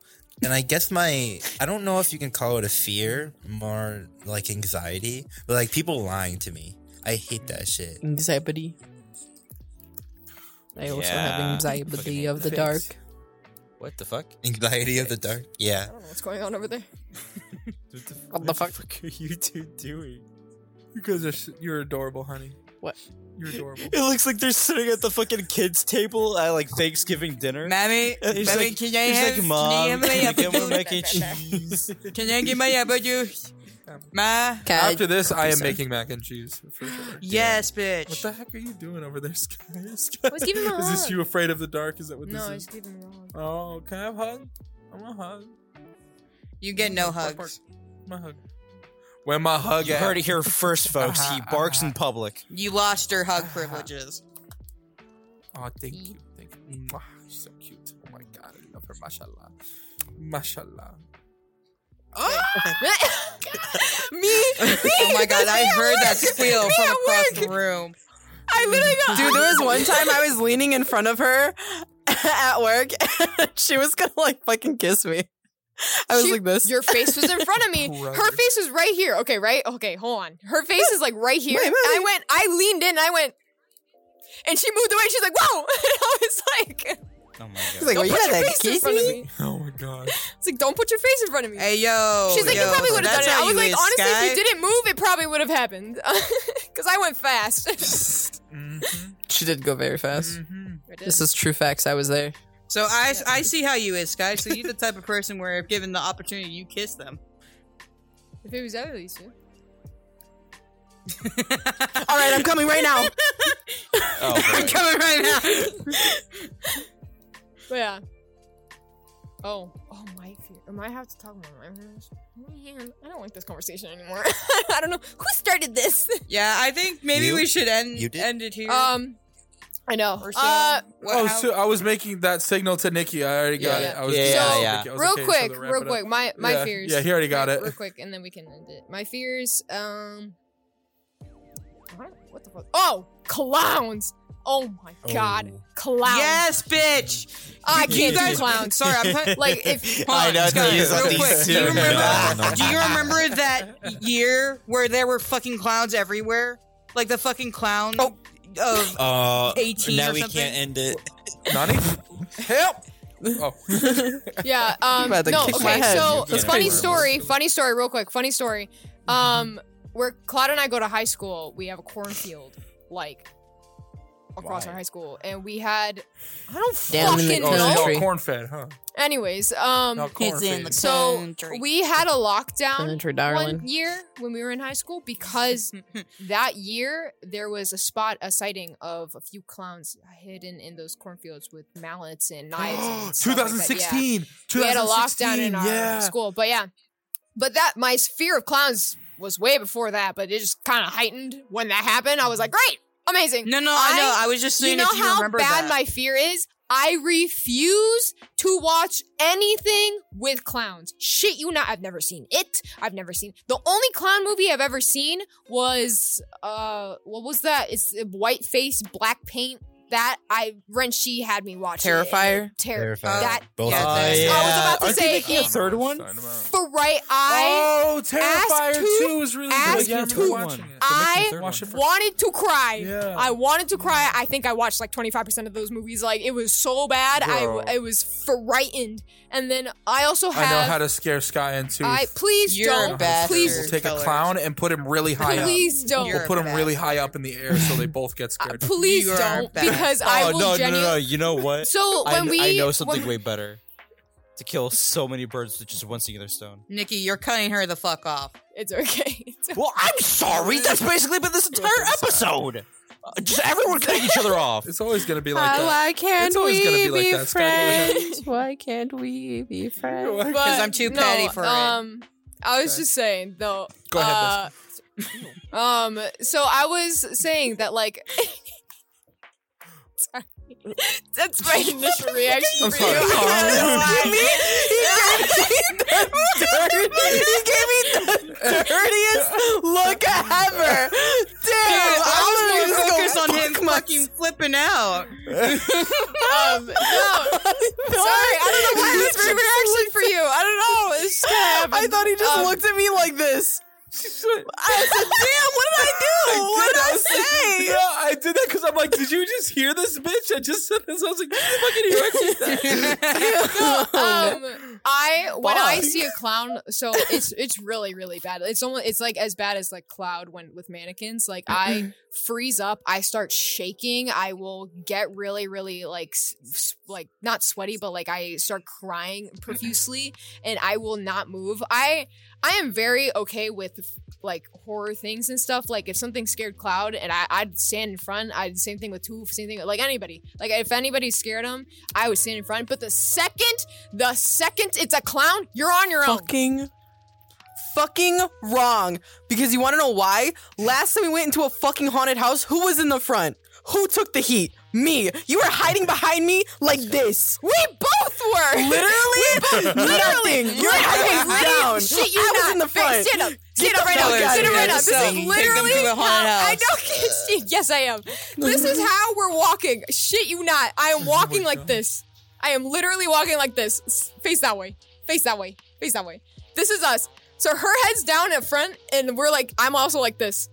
Speaker 5: and I guess my I don't know if you can call it a fear, more like anxiety, but like people lying to me. I hate that shit.
Speaker 6: anxiety I also have
Speaker 10: Yeah.
Speaker 6: anxiety of the
Speaker 3: Fucking
Speaker 6: dark
Speaker 10: What the fuck?
Speaker 5: Anxiety of the dark. Yeah.
Speaker 1: I don't know what's going on over there.
Speaker 6: what the fuck
Speaker 10: What are you two doing?
Speaker 3: You guys are s- you're adorable, honey.
Speaker 6: What?
Speaker 3: You're adorable.
Speaker 10: It looks like they're sitting at the fucking kids' table at like Thanksgiving dinner.
Speaker 4: Mammy,
Speaker 10: Uh, he's
Speaker 4: mammy,
Speaker 10: like-
Speaker 4: can I
Speaker 10: he's
Speaker 4: have
Speaker 10: like,
Speaker 4: can I
Speaker 10: "Mom,
Speaker 4: have my
Speaker 10: can you
Speaker 4: apple
Speaker 10: get more mac and
Speaker 4: juice?
Speaker 10: cheese?"
Speaker 3: Um,
Speaker 4: Can I get my apple juice? Ma.
Speaker 6: Cat.
Speaker 3: After this, I am
Speaker 6: Sorry.
Speaker 3: making mac and cheese for sure.
Speaker 4: Yes,
Speaker 3: What
Speaker 4: bitch.
Speaker 3: the heck are you doing over there, Sky?
Speaker 1: was giving him a
Speaker 3: Is this
Speaker 1: hug.
Speaker 3: you afraid of the dark? Is that what
Speaker 1: No, I
Speaker 3: this
Speaker 1: was
Speaker 3: is?
Speaker 1: giving him a hug.
Speaker 3: Oh, can I have a hug? I'm a hug.
Speaker 4: You get no
Speaker 3: Bark, bark.
Speaker 4: hugs.
Speaker 3: My hug. Where my hug
Speaker 10: You
Speaker 3: at?
Speaker 10: heard it here first, folks.
Speaker 1: Uh-huh,
Speaker 10: He barks in public.
Speaker 4: You lost your hug privileges.
Speaker 3: Oh, thank you. Thank you. Mwah, she's so cute. Oh my god, I love her. Mashallah. Mashallah.
Speaker 4: Oh my god, I heard that squeal from across the room.
Speaker 6: I literally got Dude, there was one time I was leaning in front of her at work. she was gonna like fucking kiss me. I was
Speaker 1: She-
Speaker 6: like this.
Speaker 1: Your face was in front of me. Her
Speaker 3: Brother.
Speaker 1: face was right here. Okay, right? Okay, hold on. Her face is like right here.
Speaker 6: Wait, wait,
Speaker 1: And I
Speaker 6: wait.
Speaker 1: went, I leaned in, I went, and she moved away. She's like, whoa. And I was like,
Speaker 10: Oh my
Speaker 6: She's
Speaker 1: don't
Speaker 6: like, well,
Speaker 1: put
Speaker 6: you
Speaker 1: your
Speaker 6: gotta
Speaker 1: face in
Speaker 6: kiss
Speaker 1: front of
Speaker 6: me.
Speaker 1: me.
Speaker 3: Oh my god.
Speaker 1: It's like, don't put your face in front of me.
Speaker 4: Hey yo.
Speaker 1: She's like,
Speaker 4: Oh, yo,
Speaker 1: you probably would have done
Speaker 4: that's
Speaker 1: it. I
Speaker 4: how
Speaker 1: was
Speaker 4: you
Speaker 1: like,
Speaker 4: is,
Speaker 1: honestly,
Speaker 4: Sky.
Speaker 1: if you didn't move, it probably would have happened. Because I went fast.
Speaker 3: Mm-hmm,
Speaker 6: She did go very fast.
Speaker 1: Mm. I did.
Speaker 6: This is true facts. I was there.
Speaker 4: So I, I see how you is, Sky. So you're the type of person where if given the opportunity, you kiss them.
Speaker 1: If it was at least. yeah.
Speaker 6: All right, I'm coming right now.
Speaker 5: Oh,
Speaker 4: I'm coming right now.
Speaker 1: But yeah. Oh, oh my fear. Am I have to talk about my fears? Man, I don't like this conversation anymore. I don't know who started this.
Speaker 4: yeah, I think maybe
Speaker 5: You-
Speaker 4: we should end
Speaker 5: you did.
Speaker 4: end it here.
Speaker 1: Um, I know.
Speaker 4: or so.
Speaker 1: Uh,
Speaker 4: What-
Speaker 3: oh,
Speaker 4: how-
Speaker 3: so I was making that signal to Nikki. I already got
Speaker 1: Yeah.
Speaker 3: it. I was
Speaker 10: Yeah,
Speaker 3: just-
Speaker 1: yeah,
Speaker 10: yeah.
Speaker 3: I was like,
Speaker 1: real
Speaker 3: okay, so
Speaker 1: quick,
Speaker 3: they'll wrap
Speaker 1: real
Speaker 3: it up.
Speaker 1: quick. My my
Speaker 3: Yeah,
Speaker 1: fears.
Speaker 3: yeah, he already got
Speaker 1: Right,
Speaker 3: it.
Speaker 1: Real quick, and then we can end it. My fears. Um, I don't- what the fuck? Oh, clowns. Oh my god, clowns.
Speaker 4: yes, bitch.
Speaker 1: I can't do
Speaker 4: guys-
Speaker 1: clowns.
Speaker 4: Sorry, I'm put-
Speaker 1: Like if
Speaker 4: I know
Speaker 5: these-
Speaker 4: real
Speaker 5: these
Speaker 4: quick. Do
Speaker 5: two
Speaker 4: you,
Speaker 5: are
Speaker 4: remember,
Speaker 5: bad.
Speaker 4: do you remember that year where there were fucking clowns everywhere? Like the fucking clown of
Speaker 5: Uh,
Speaker 4: 18
Speaker 5: now
Speaker 4: or
Speaker 5: we
Speaker 4: something?
Speaker 5: can't end it.
Speaker 3: Nani? Help! Oh.
Speaker 1: Yeah. Um,
Speaker 6: about to
Speaker 1: no.
Speaker 6: kick
Speaker 1: Okay.
Speaker 6: my head.
Speaker 1: So
Speaker 6: That's
Speaker 1: funny
Speaker 6: crazy.
Speaker 1: story. Funny story. Real quick. Funny story. Um, where Claude and I go to high school, we have a cornfield like across our
Speaker 3: Why?
Speaker 1: high school, and we had I don't
Speaker 11: Down in the
Speaker 1: fucking
Speaker 3: Oh, it's
Speaker 1: know.
Speaker 11: country.
Speaker 3: called corn fed, huh?
Speaker 1: Anyways, um,
Speaker 3: Not corn fed.
Speaker 1: So, we had a lockdown
Speaker 11: Country,
Speaker 1: one
Speaker 11: darling.
Speaker 1: year when we were in high school because that year there was a spot a sighting of a few clowns hidden in those cornfields with mallets and knives. and stuff like that. Yeah.
Speaker 3: 2016.
Speaker 1: We had a lockdown in our
Speaker 3: yeah.
Speaker 1: school, but yeah, but that my fear of clowns was way before that, but it just kind of heightened when that happened. I was like, great, amazing.
Speaker 4: No, no, I,
Speaker 1: I-
Speaker 4: know. I was just
Speaker 1: you
Speaker 4: saying
Speaker 1: know
Speaker 4: if you
Speaker 1: how
Speaker 4: remember
Speaker 1: bad
Speaker 4: that.
Speaker 1: my fear is. I refuse to watch anything with clowns. Shit, you not. I've never seen it. I've never seen the only clown movie I've ever seen was uh, what was that? It's uh, white face, black paint. That I Renshi had me watch. it, and it
Speaker 11: Terrifier?
Speaker 1: Ter-
Speaker 5: Terrified.
Speaker 1: that
Speaker 5: Both
Speaker 4: yeah,
Speaker 5: of
Speaker 4: that-
Speaker 5: them.
Speaker 1: I was about to
Speaker 2: Aren't
Speaker 1: say
Speaker 2: they making a
Speaker 1: it-
Speaker 2: third one?
Speaker 1: for right eye.
Speaker 3: oh, Terrifier
Speaker 1: Ask
Speaker 3: 2 is really
Speaker 1: Ask
Speaker 3: good. Yeah, I remember
Speaker 1: Two.
Speaker 3: watching it.
Speaker 1: I
Speaker 3: They're making a third one.
Speaker 1: wanted to cry.
Speaker 3: Yeah.
Speaker 1: I wanted to cry. I think I watched like 25% of those movies. Like it was so bad.
Speaker 3: Bro.
Speaker 1: I I was frightened. And then I also
Speaker 3: I know how
Speaker 1: have
Speaker 3: to scare Sky into.
Speaker 1: I please
Speaker 4: You're a
Speaker 1: don't.
Speaker 4: bastard.
Speaker 1: Please
Speaker 3: we'll Uh-huh. take a
Speaker 4: Colors.
Speaker 3: clown and put him really high up.
Speaker 1: please don't.
Speaker 4: You're
Speaker 3: We'll
Speaker 4: a
Speaker 3: put him really
Speaker 4: bastard.
Speaker 3: high up in the air so they both get
Speaker 1: Uh,
Speaker 3: scared.
Speaker 1: please
Speaker 4: You're a
Speaker 1: don't
Speaker 4: bastard.
Speaker 1: because I
Speaker 10: Oh,
Speaker 1: will
Speaker 2: Oh, no,
Speaker 1: genuinely
Speaker 2: no, no, no. You know what?
Speaker 1: So when
Speaker 2: I,
Speaker 1: we
Speaker 2: I know something
Speaker 1: when-
Speaker 2: way better. To kill so many birds with just one singular stone.
Speaker 4: Nikki, you're cutting her the fuck off.
Speaker 1: it's okay. It's okay.
Speaker 2: Well, I'm sorry. That's basically been this entire episode. Uh, Just everyone cutting each other off.
Speaker 3: It's always gonna be like that.
Speaker 11: can't
Speaker 3: It's always gonna be like that, Sky. Go ahead.
Speaker 11: Why can't we be friends?
Speaker 4: Because
Speaker 1: But
Speaker 4: I'm too petty
Speaker 1: no,
Speaker 4: for it.
Speaker 1: um, I was
Speaker 3: Okay.
Speaker 1: just saying though.
Speaker 3: Go ahead,
Speaker 1: uh, um, so I was saying that like. Sorry. That's my initial reaction
Speaker 3: I'm
Speaker 1: for
Speaker 3: sorry.
Speaker 1: you.
Speaker 6: Give me, he gave me the dirt- he gave me the dirtiest look ever. Damn,
Speaker 4: I
Speaker 6: I'm
Speaker 4: was
Speaker 6: gonna
Speaker 4: more
Speaker 6: go
Speaker 4: focused on him
Speaker 6: fuck my-
Speaker 4: fucking flipping out.
Speaker 1: Um, no, sorry, I don't know why that's my reaction for you. I don't know. It's just gonna happen.
Speaker 6: I thought he just
Speaker 1: Um,
Speaker 6: looked at me like this. I said, "Damn, what did I do? what did I say?"
Speaker 3: Yeah, I did that because I'm like, did you just hear this bitch? I just said this. I was like, did you fucking hear it?
Speaker 1: um, I when I see a clown, so it's it's really really bad. It's almost it's like as bad as like cloud when with mannequins. Like I freeze up, I start shaking, I will get really really like s- s- like not sweaty, but like I start crying profusely, and I will not move. I I am very okay with like horror things and stuff. Like if something scared Cloud and I, I'd stand in front. I'd same thing with Toof, same thing like anybody. Like if anybody scared him, I would stand in front. But the second, the second it's a clown, you're on your own.
Speaker 6: fucking fucking wrong because you want to know why last time we went into a fucking haunted house who was in the front who took the heat me you were hiding behind me like this
Speaker 1: We both were
Speaker 6: literally nothing your head was
Speaker 1: Literally,
Speaker 6: down
Speaker 1: Shit, you
Speaker 6: I
Speaker 1: not.
Speaker 6: was in the
Speaker 1: Hey,
Speaker 6: front
Speaker 1: Stand up. Stand
Speaker 6: the
Speaker 1: up right
Speaker 6: fuck
Speaker 1: now.
Speaker 6: outta
Speaker 1: Stand up
Speaker 6: here.
Speaker 1: right now. This
Speaker 4: Just
Speaker 1: is
Speaker 4: saying, take them
Speaker 1: literally
Speaker 4: to a haunted
Speaker 1: how- I
Speaker 4: house.
Speaker 1: don't get shit. Yes, I am. This is how we're walking. Shit, you not. I am walking like this. I am literally walking like this. S- Face that way. Face that way. Face that way. This is us. So her head's down at front, and we're like, I'm also like this.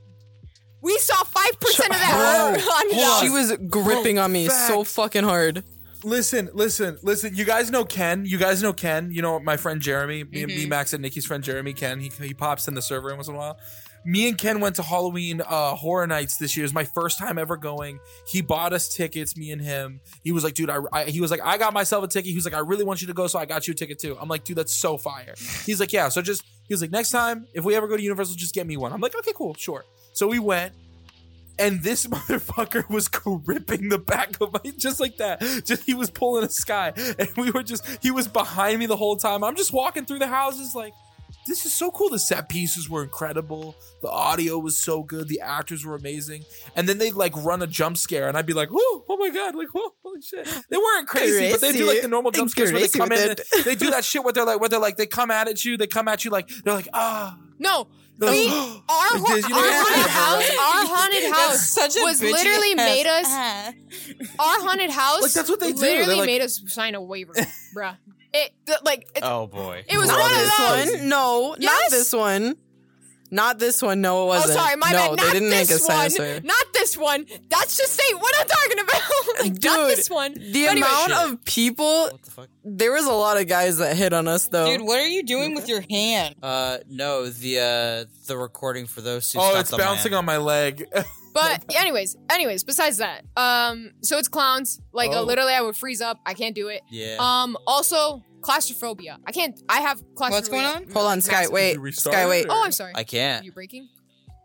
Speaker 1: We saw five percent of that. on
Speaker 3: Bro, hold on.
Speaker 6: she was gripping on me so
Speaker 3: facts.
Speaker 6: fucking hard
Speaker 3: Listen, listen, listen. You guys know Ken. You guys know Ken. You know my friend Jeremy. Me, me Max, and Nikki's friend Jeremy. Ken. He, he pops in the server every once in a while. Me and Ken went to Halloween uh, Horror Nights this year. It was my first time ever going. He bought us tickets. Me and him. He was like, "Dude, I." I he was like, "I got myself a ticket." He was like, "I really want you to go, so I got you a ticket too." I'm like, "Dude, that's so fire." He's like, "Yeah." So just he was like, "Next time, if we ever go to Universal, just get me one." I'm like, "Okay, cool, sure." So we went and this motherfucker was gripping the back of my just like that. Just he was pulling a sky, and we were just he was behind me the whole time. I'm just walking through the houses like. This is so cool. The set pieces were incredible. The audio was so good. The actors were amazing. And then they'd like run a jump scare, and I'd be like, "Whoa, oh my god! Like, whoa, holy shit!" They weren't crazy, but they do like the normal jump scares where they
Speaker 6: Crazy
Speaker 3: come in.
Speaker 6: with
Speaker 3: and They do that shit where they're like, where they're like, they come at at you. They come at you like they're like, ah,
Speaker 1: No,
Speaker 3: They're
Speaker 1: We-
Speaker 3: like,
Speaker 1: our,
Speaker 3: Like
Speaker 1: ho-
Speaker 3: this, you know,
Speaker 1: our
Speaker 3: yeah.
Speaker 1: haunted house, our haunted house
Speaker 4: such
Speaker 1: was
Speaker 4: bitchy
Speaker 1: literally
Speaker 4: ass
Speaker 1: made us
Speaker 4: ass.
Speaker 1: our haunted house
Speaker 3: Like, that's what they do. They're
Speaker 1: literally
Speaker 3: like-
Speaker 1: made us sign a waiver bruh it th- like it,
Speaker 2: Oh boy.
Speaker 1: it was
Speaker 6: not
Speaker 1: one of
Speaker 6: this
Speaker 1: those
Speaker 6: one no
Speaker 1: Yes.
Speaker 6: not this one not this one no it
Speaker 1: oh
Speaker 6: wasn't
Speaker 1: sorry my
Speaker 6: no
Speaker 1: bad
Speaker 6: they
Speaker 1: not
Speaker 6: didn't
Speaker 1: this
Speaker 6: make us sign
Speaker 1: one
Speaker 6: this way.
Speaker 1: not this this one. That's just say what I'm talking about. like, not
Speaker 6: Dude,
Speaker 1: this one.
Speaker 6: The
Speaker 1: But anyway,
Speaker 6: amount of people.
Speaker 2: What the fuck?
Speaker 6: There was a lot of guys that hit on us
Speaker 12: Oh.
Speaker 6: though.
Speaker 4: Dude, what are you doing with your hand?
Speaker 2: Uh, no, the uh, the recording for those two.
Speaker 3: Oh, it's bouncing on my leg.
Speaker 1: But anyways, anyways, besides that, um, so it's clowns. Like uh,
Speaker 3: Oh.
Speaker 1: literally, I would freeze up. I can't do it.
Speaker 2: Yeah.
Speaker 1: Um, also claustrophobia. I can't. I have claustrophobia.
Speaker 4: What's going on?
Speaker 6: Hold on, Sky.
Speaker 3: Did
Speaker 6: Wait,
Speaker 3: you restart
Speaker 6: Sky.
Speaker 3: it,
Speaker 6: Wait.
Speaker 3: or-
Speaker 1: Oh, I'm sorry.
Speaker 2: I can't.
Speaker 1: you breaking?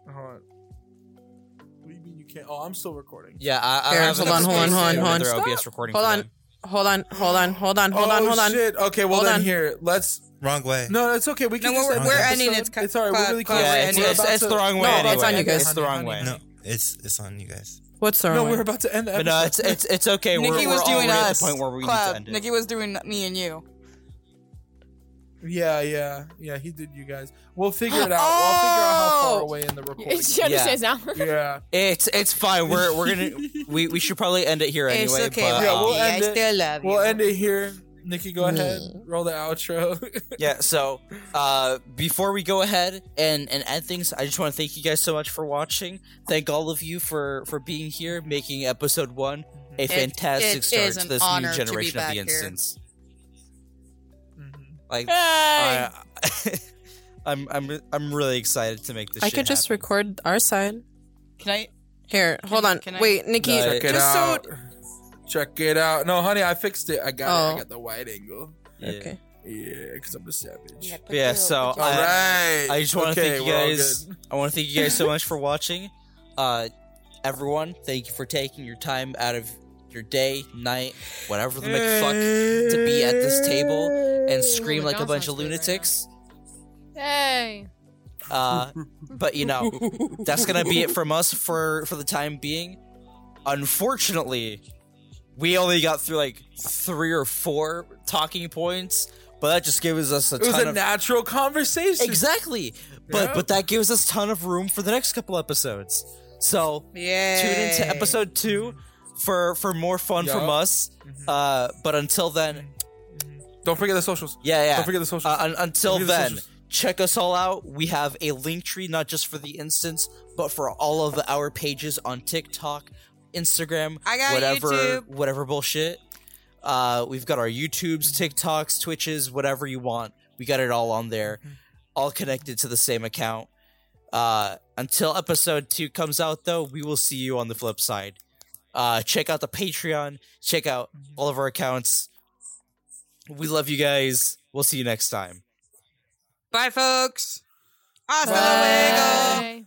Speaker 3: Hold on. What do you mean you can't? Oh, I'm still recording.
Speaker 2: Yeah, I, I
Speaker 6: Here,
Speaker 2: have
Speaker 6: hold
Speaker 2: another
Speaker 6: on, hold on,
Speaker 2: space
Speaker 6: hold on,
Speaker 2: and
Speaker 6: hold on.
Speaker 2: another OBS recording.
Speaker 6: Hold
Speaker 2: for
Speaker 6: on.
Speaker 2: them.
Speaker 6: Hold on. Hold on. Hold on. Hold
Speaker 3: oh,
Speaker 6: on. Hold on.
Speaker 3: Shit. Okay, well
Speaker 6: Hold
Speaker 3: then
Speaker 6: on.
Speaker 3: here. Let's.
Speaker 5: Wrong way.
Speaker 3: No, it's okay. We
Speaker 4: No,
Speaker 3: can. just
Speaker 4: we're-
Speaker 3: end
Speaker 5: we're
Speaker 3: the
Speaker 4: ending.
Speaker 3: episode.
Speaker 4: It's ca-
Speaker 3: it's all right.
Speaker 4: ca-
Speaker 3: we're really
Speaker 4: ca-
Speaker 3: close.
Speaker 4: Yeah,
Speaker 3: We're
Speaker 4: it's-
Speaker 3: about
Speaker 12: it's-
Speaker 3: to-
Speaker 12: it's the wrong way
Speaker 3: No,
Speaker 6: anyway.
Speaker 3: it's on you guys.
Speaker 6: It's
Speaker 12: the wrong way.
Speaker 5: No, it's it's on you guys.
Speaker 6: What's the
Speaker 3: No,
Speaker 6: wrong
Speaker 3: we're
Speaker 6: way?
Speaker 3: about to end the episode.
Speaker 12: But no, it's it's it's okay. we're
Speaker 4: Nikki
Speaker 12: we're
Speaker 4: was doing
Speaker 12: already at
Speaker 4: us.
Speaker 12: the point where we need to
Speaker 4: Cloud.
Speaker 12: end it.
Speaker 4: Nikki was doing me and you.
Speaker 3: Yeah, yeah, yeah. He did you guys. We'll figure it out. we'll figure out how far
Speaker 6: Oh!
Speaker 3: away in the recording.
Speaker 1: She understands now.
Speaker 3: yeah,
Speaker 12: It's it's fine. We're we're gonna we we should probably end it here anyway. But,
Speaker 3: Yeah,
Speaker 12: um,
Speaker 3: we'll end it.
Speaker 4: love
Speaker 3: we'll end it here. Nikki, go ahead.
Speaker 12: Mm.
Speaker 3: Roll the outro.
Speaker 2: Yeah, so uh, before we go ahead and, and end things, I just want to thank you guys so much for watching. Thank all of you for, for being here, making episode one a fantastic
Speaker 4: it
Speaker 2: start
Speaker 4: is
Speaker 2: to
Speaker 4: an
Speaker 2: this
Speaker 4: honor
Speaker 2: new
Speaker 4: to be
Speaker 2: generation of
Speaker 4: back
Speaker 2: the
Speaker 4: here.
Speaker 2: instance.
Speaker 3: Mhm.
Speaker 2: Like,
Speaker 1: Hey!
Speaker 2: I, I'm I'm I'm really excited to make this.
Speaker 6: I
Speaker 2: shit
Speaker 6: could just
Speaker 2: happen.
Speaker 6: record our side.
Speaker 4: Can I?
Speaker 6: Here, hold on.
Speaker 4: can I-
Speaker 6: Wait, Nikki.
Speaker 2: No,
Speaker 3: Check it
Speaker 6: just so.
Speaker 3: out. Check it out. No, honey, I fixed it. I got it.
Speaker 6: Oh.
Speaker 3: I got the wide angle.
Speaker 2: Yeah.
Speaker 6: Okay.
Speaker 3: Yeah, because I'm a savage.
Speaker 2: Yeah, so
Speaker 3: All
Speaker 2: I-
Speaker 3: right.
Speaker 2: I just wanna
Speaker 3: okay,
Speaker 2: thank you
Speaker 3: we're all
Speaker 2: guys.
Speaker 3: good.
Speaker 2: I want to thank you guys so much for watching. Uh, everyone, thank you for taking your time out of your day, night, whatever the McFuck, to be at this table and scream like a
Speaker 1: McDonald's
Speaker 2: bunch of
Speaker 1: sounds good right
Speaker 2: lunatics.
Speaker 1: Hey.
Speaker 2: Uh, but you know, that's gonna be it from us for for the time being. Unfortunately, we only got through like three or four talking points, but that just gives us a
Speaker 3: It was
Speaker 2: ton
Speaker 3: a
Speaker 2: of
Speaker 3: natural conversation.
Speaker 2: exactly. But
Speaker 3: Yeah.
Speaker 2: but that gives us ton of room for the next couple episodes. So
Speaker 4: Yeah.
Speaker 2: tune into episode two for for more fun from
Speaker 3: Yup. Mm-hmm.
Speaker 2: us. Uh, but until then,
Speaker 3: Don't forget the socials.
Speaker 2: yeah,
Speaker 3: Don't
Speaker 2: yeah.
Speaker 3: forget the socials.
Speaker 2: Uh, un- until
Speaker 3: Don't forget the
Speaker 2: then,
Speaker 3: socials.
Speaker 2: check us all out. We have a link tree not just for the instance, but for all of our pages on TikTok, Instagram,
Speaker 4: I got
Speaker 2: whatever,
Speaker 4: YouTube.
Speaker 2: whatever bullshit. Uh, we've got our YouTubes, TikToks, Twitches, whatever you want. We got it all on there, all connected to the same account. Uh, until episode two comes out, though, we will see you on the flip side. Uh, check out the Patreon. Check out all of our accounts. We love you guys. We'll see you next time.
Speaker 4: Bye, folks. Hasta
Speaker 1: Bye.
Speaker 4: luego.
Speaker 1: Hey.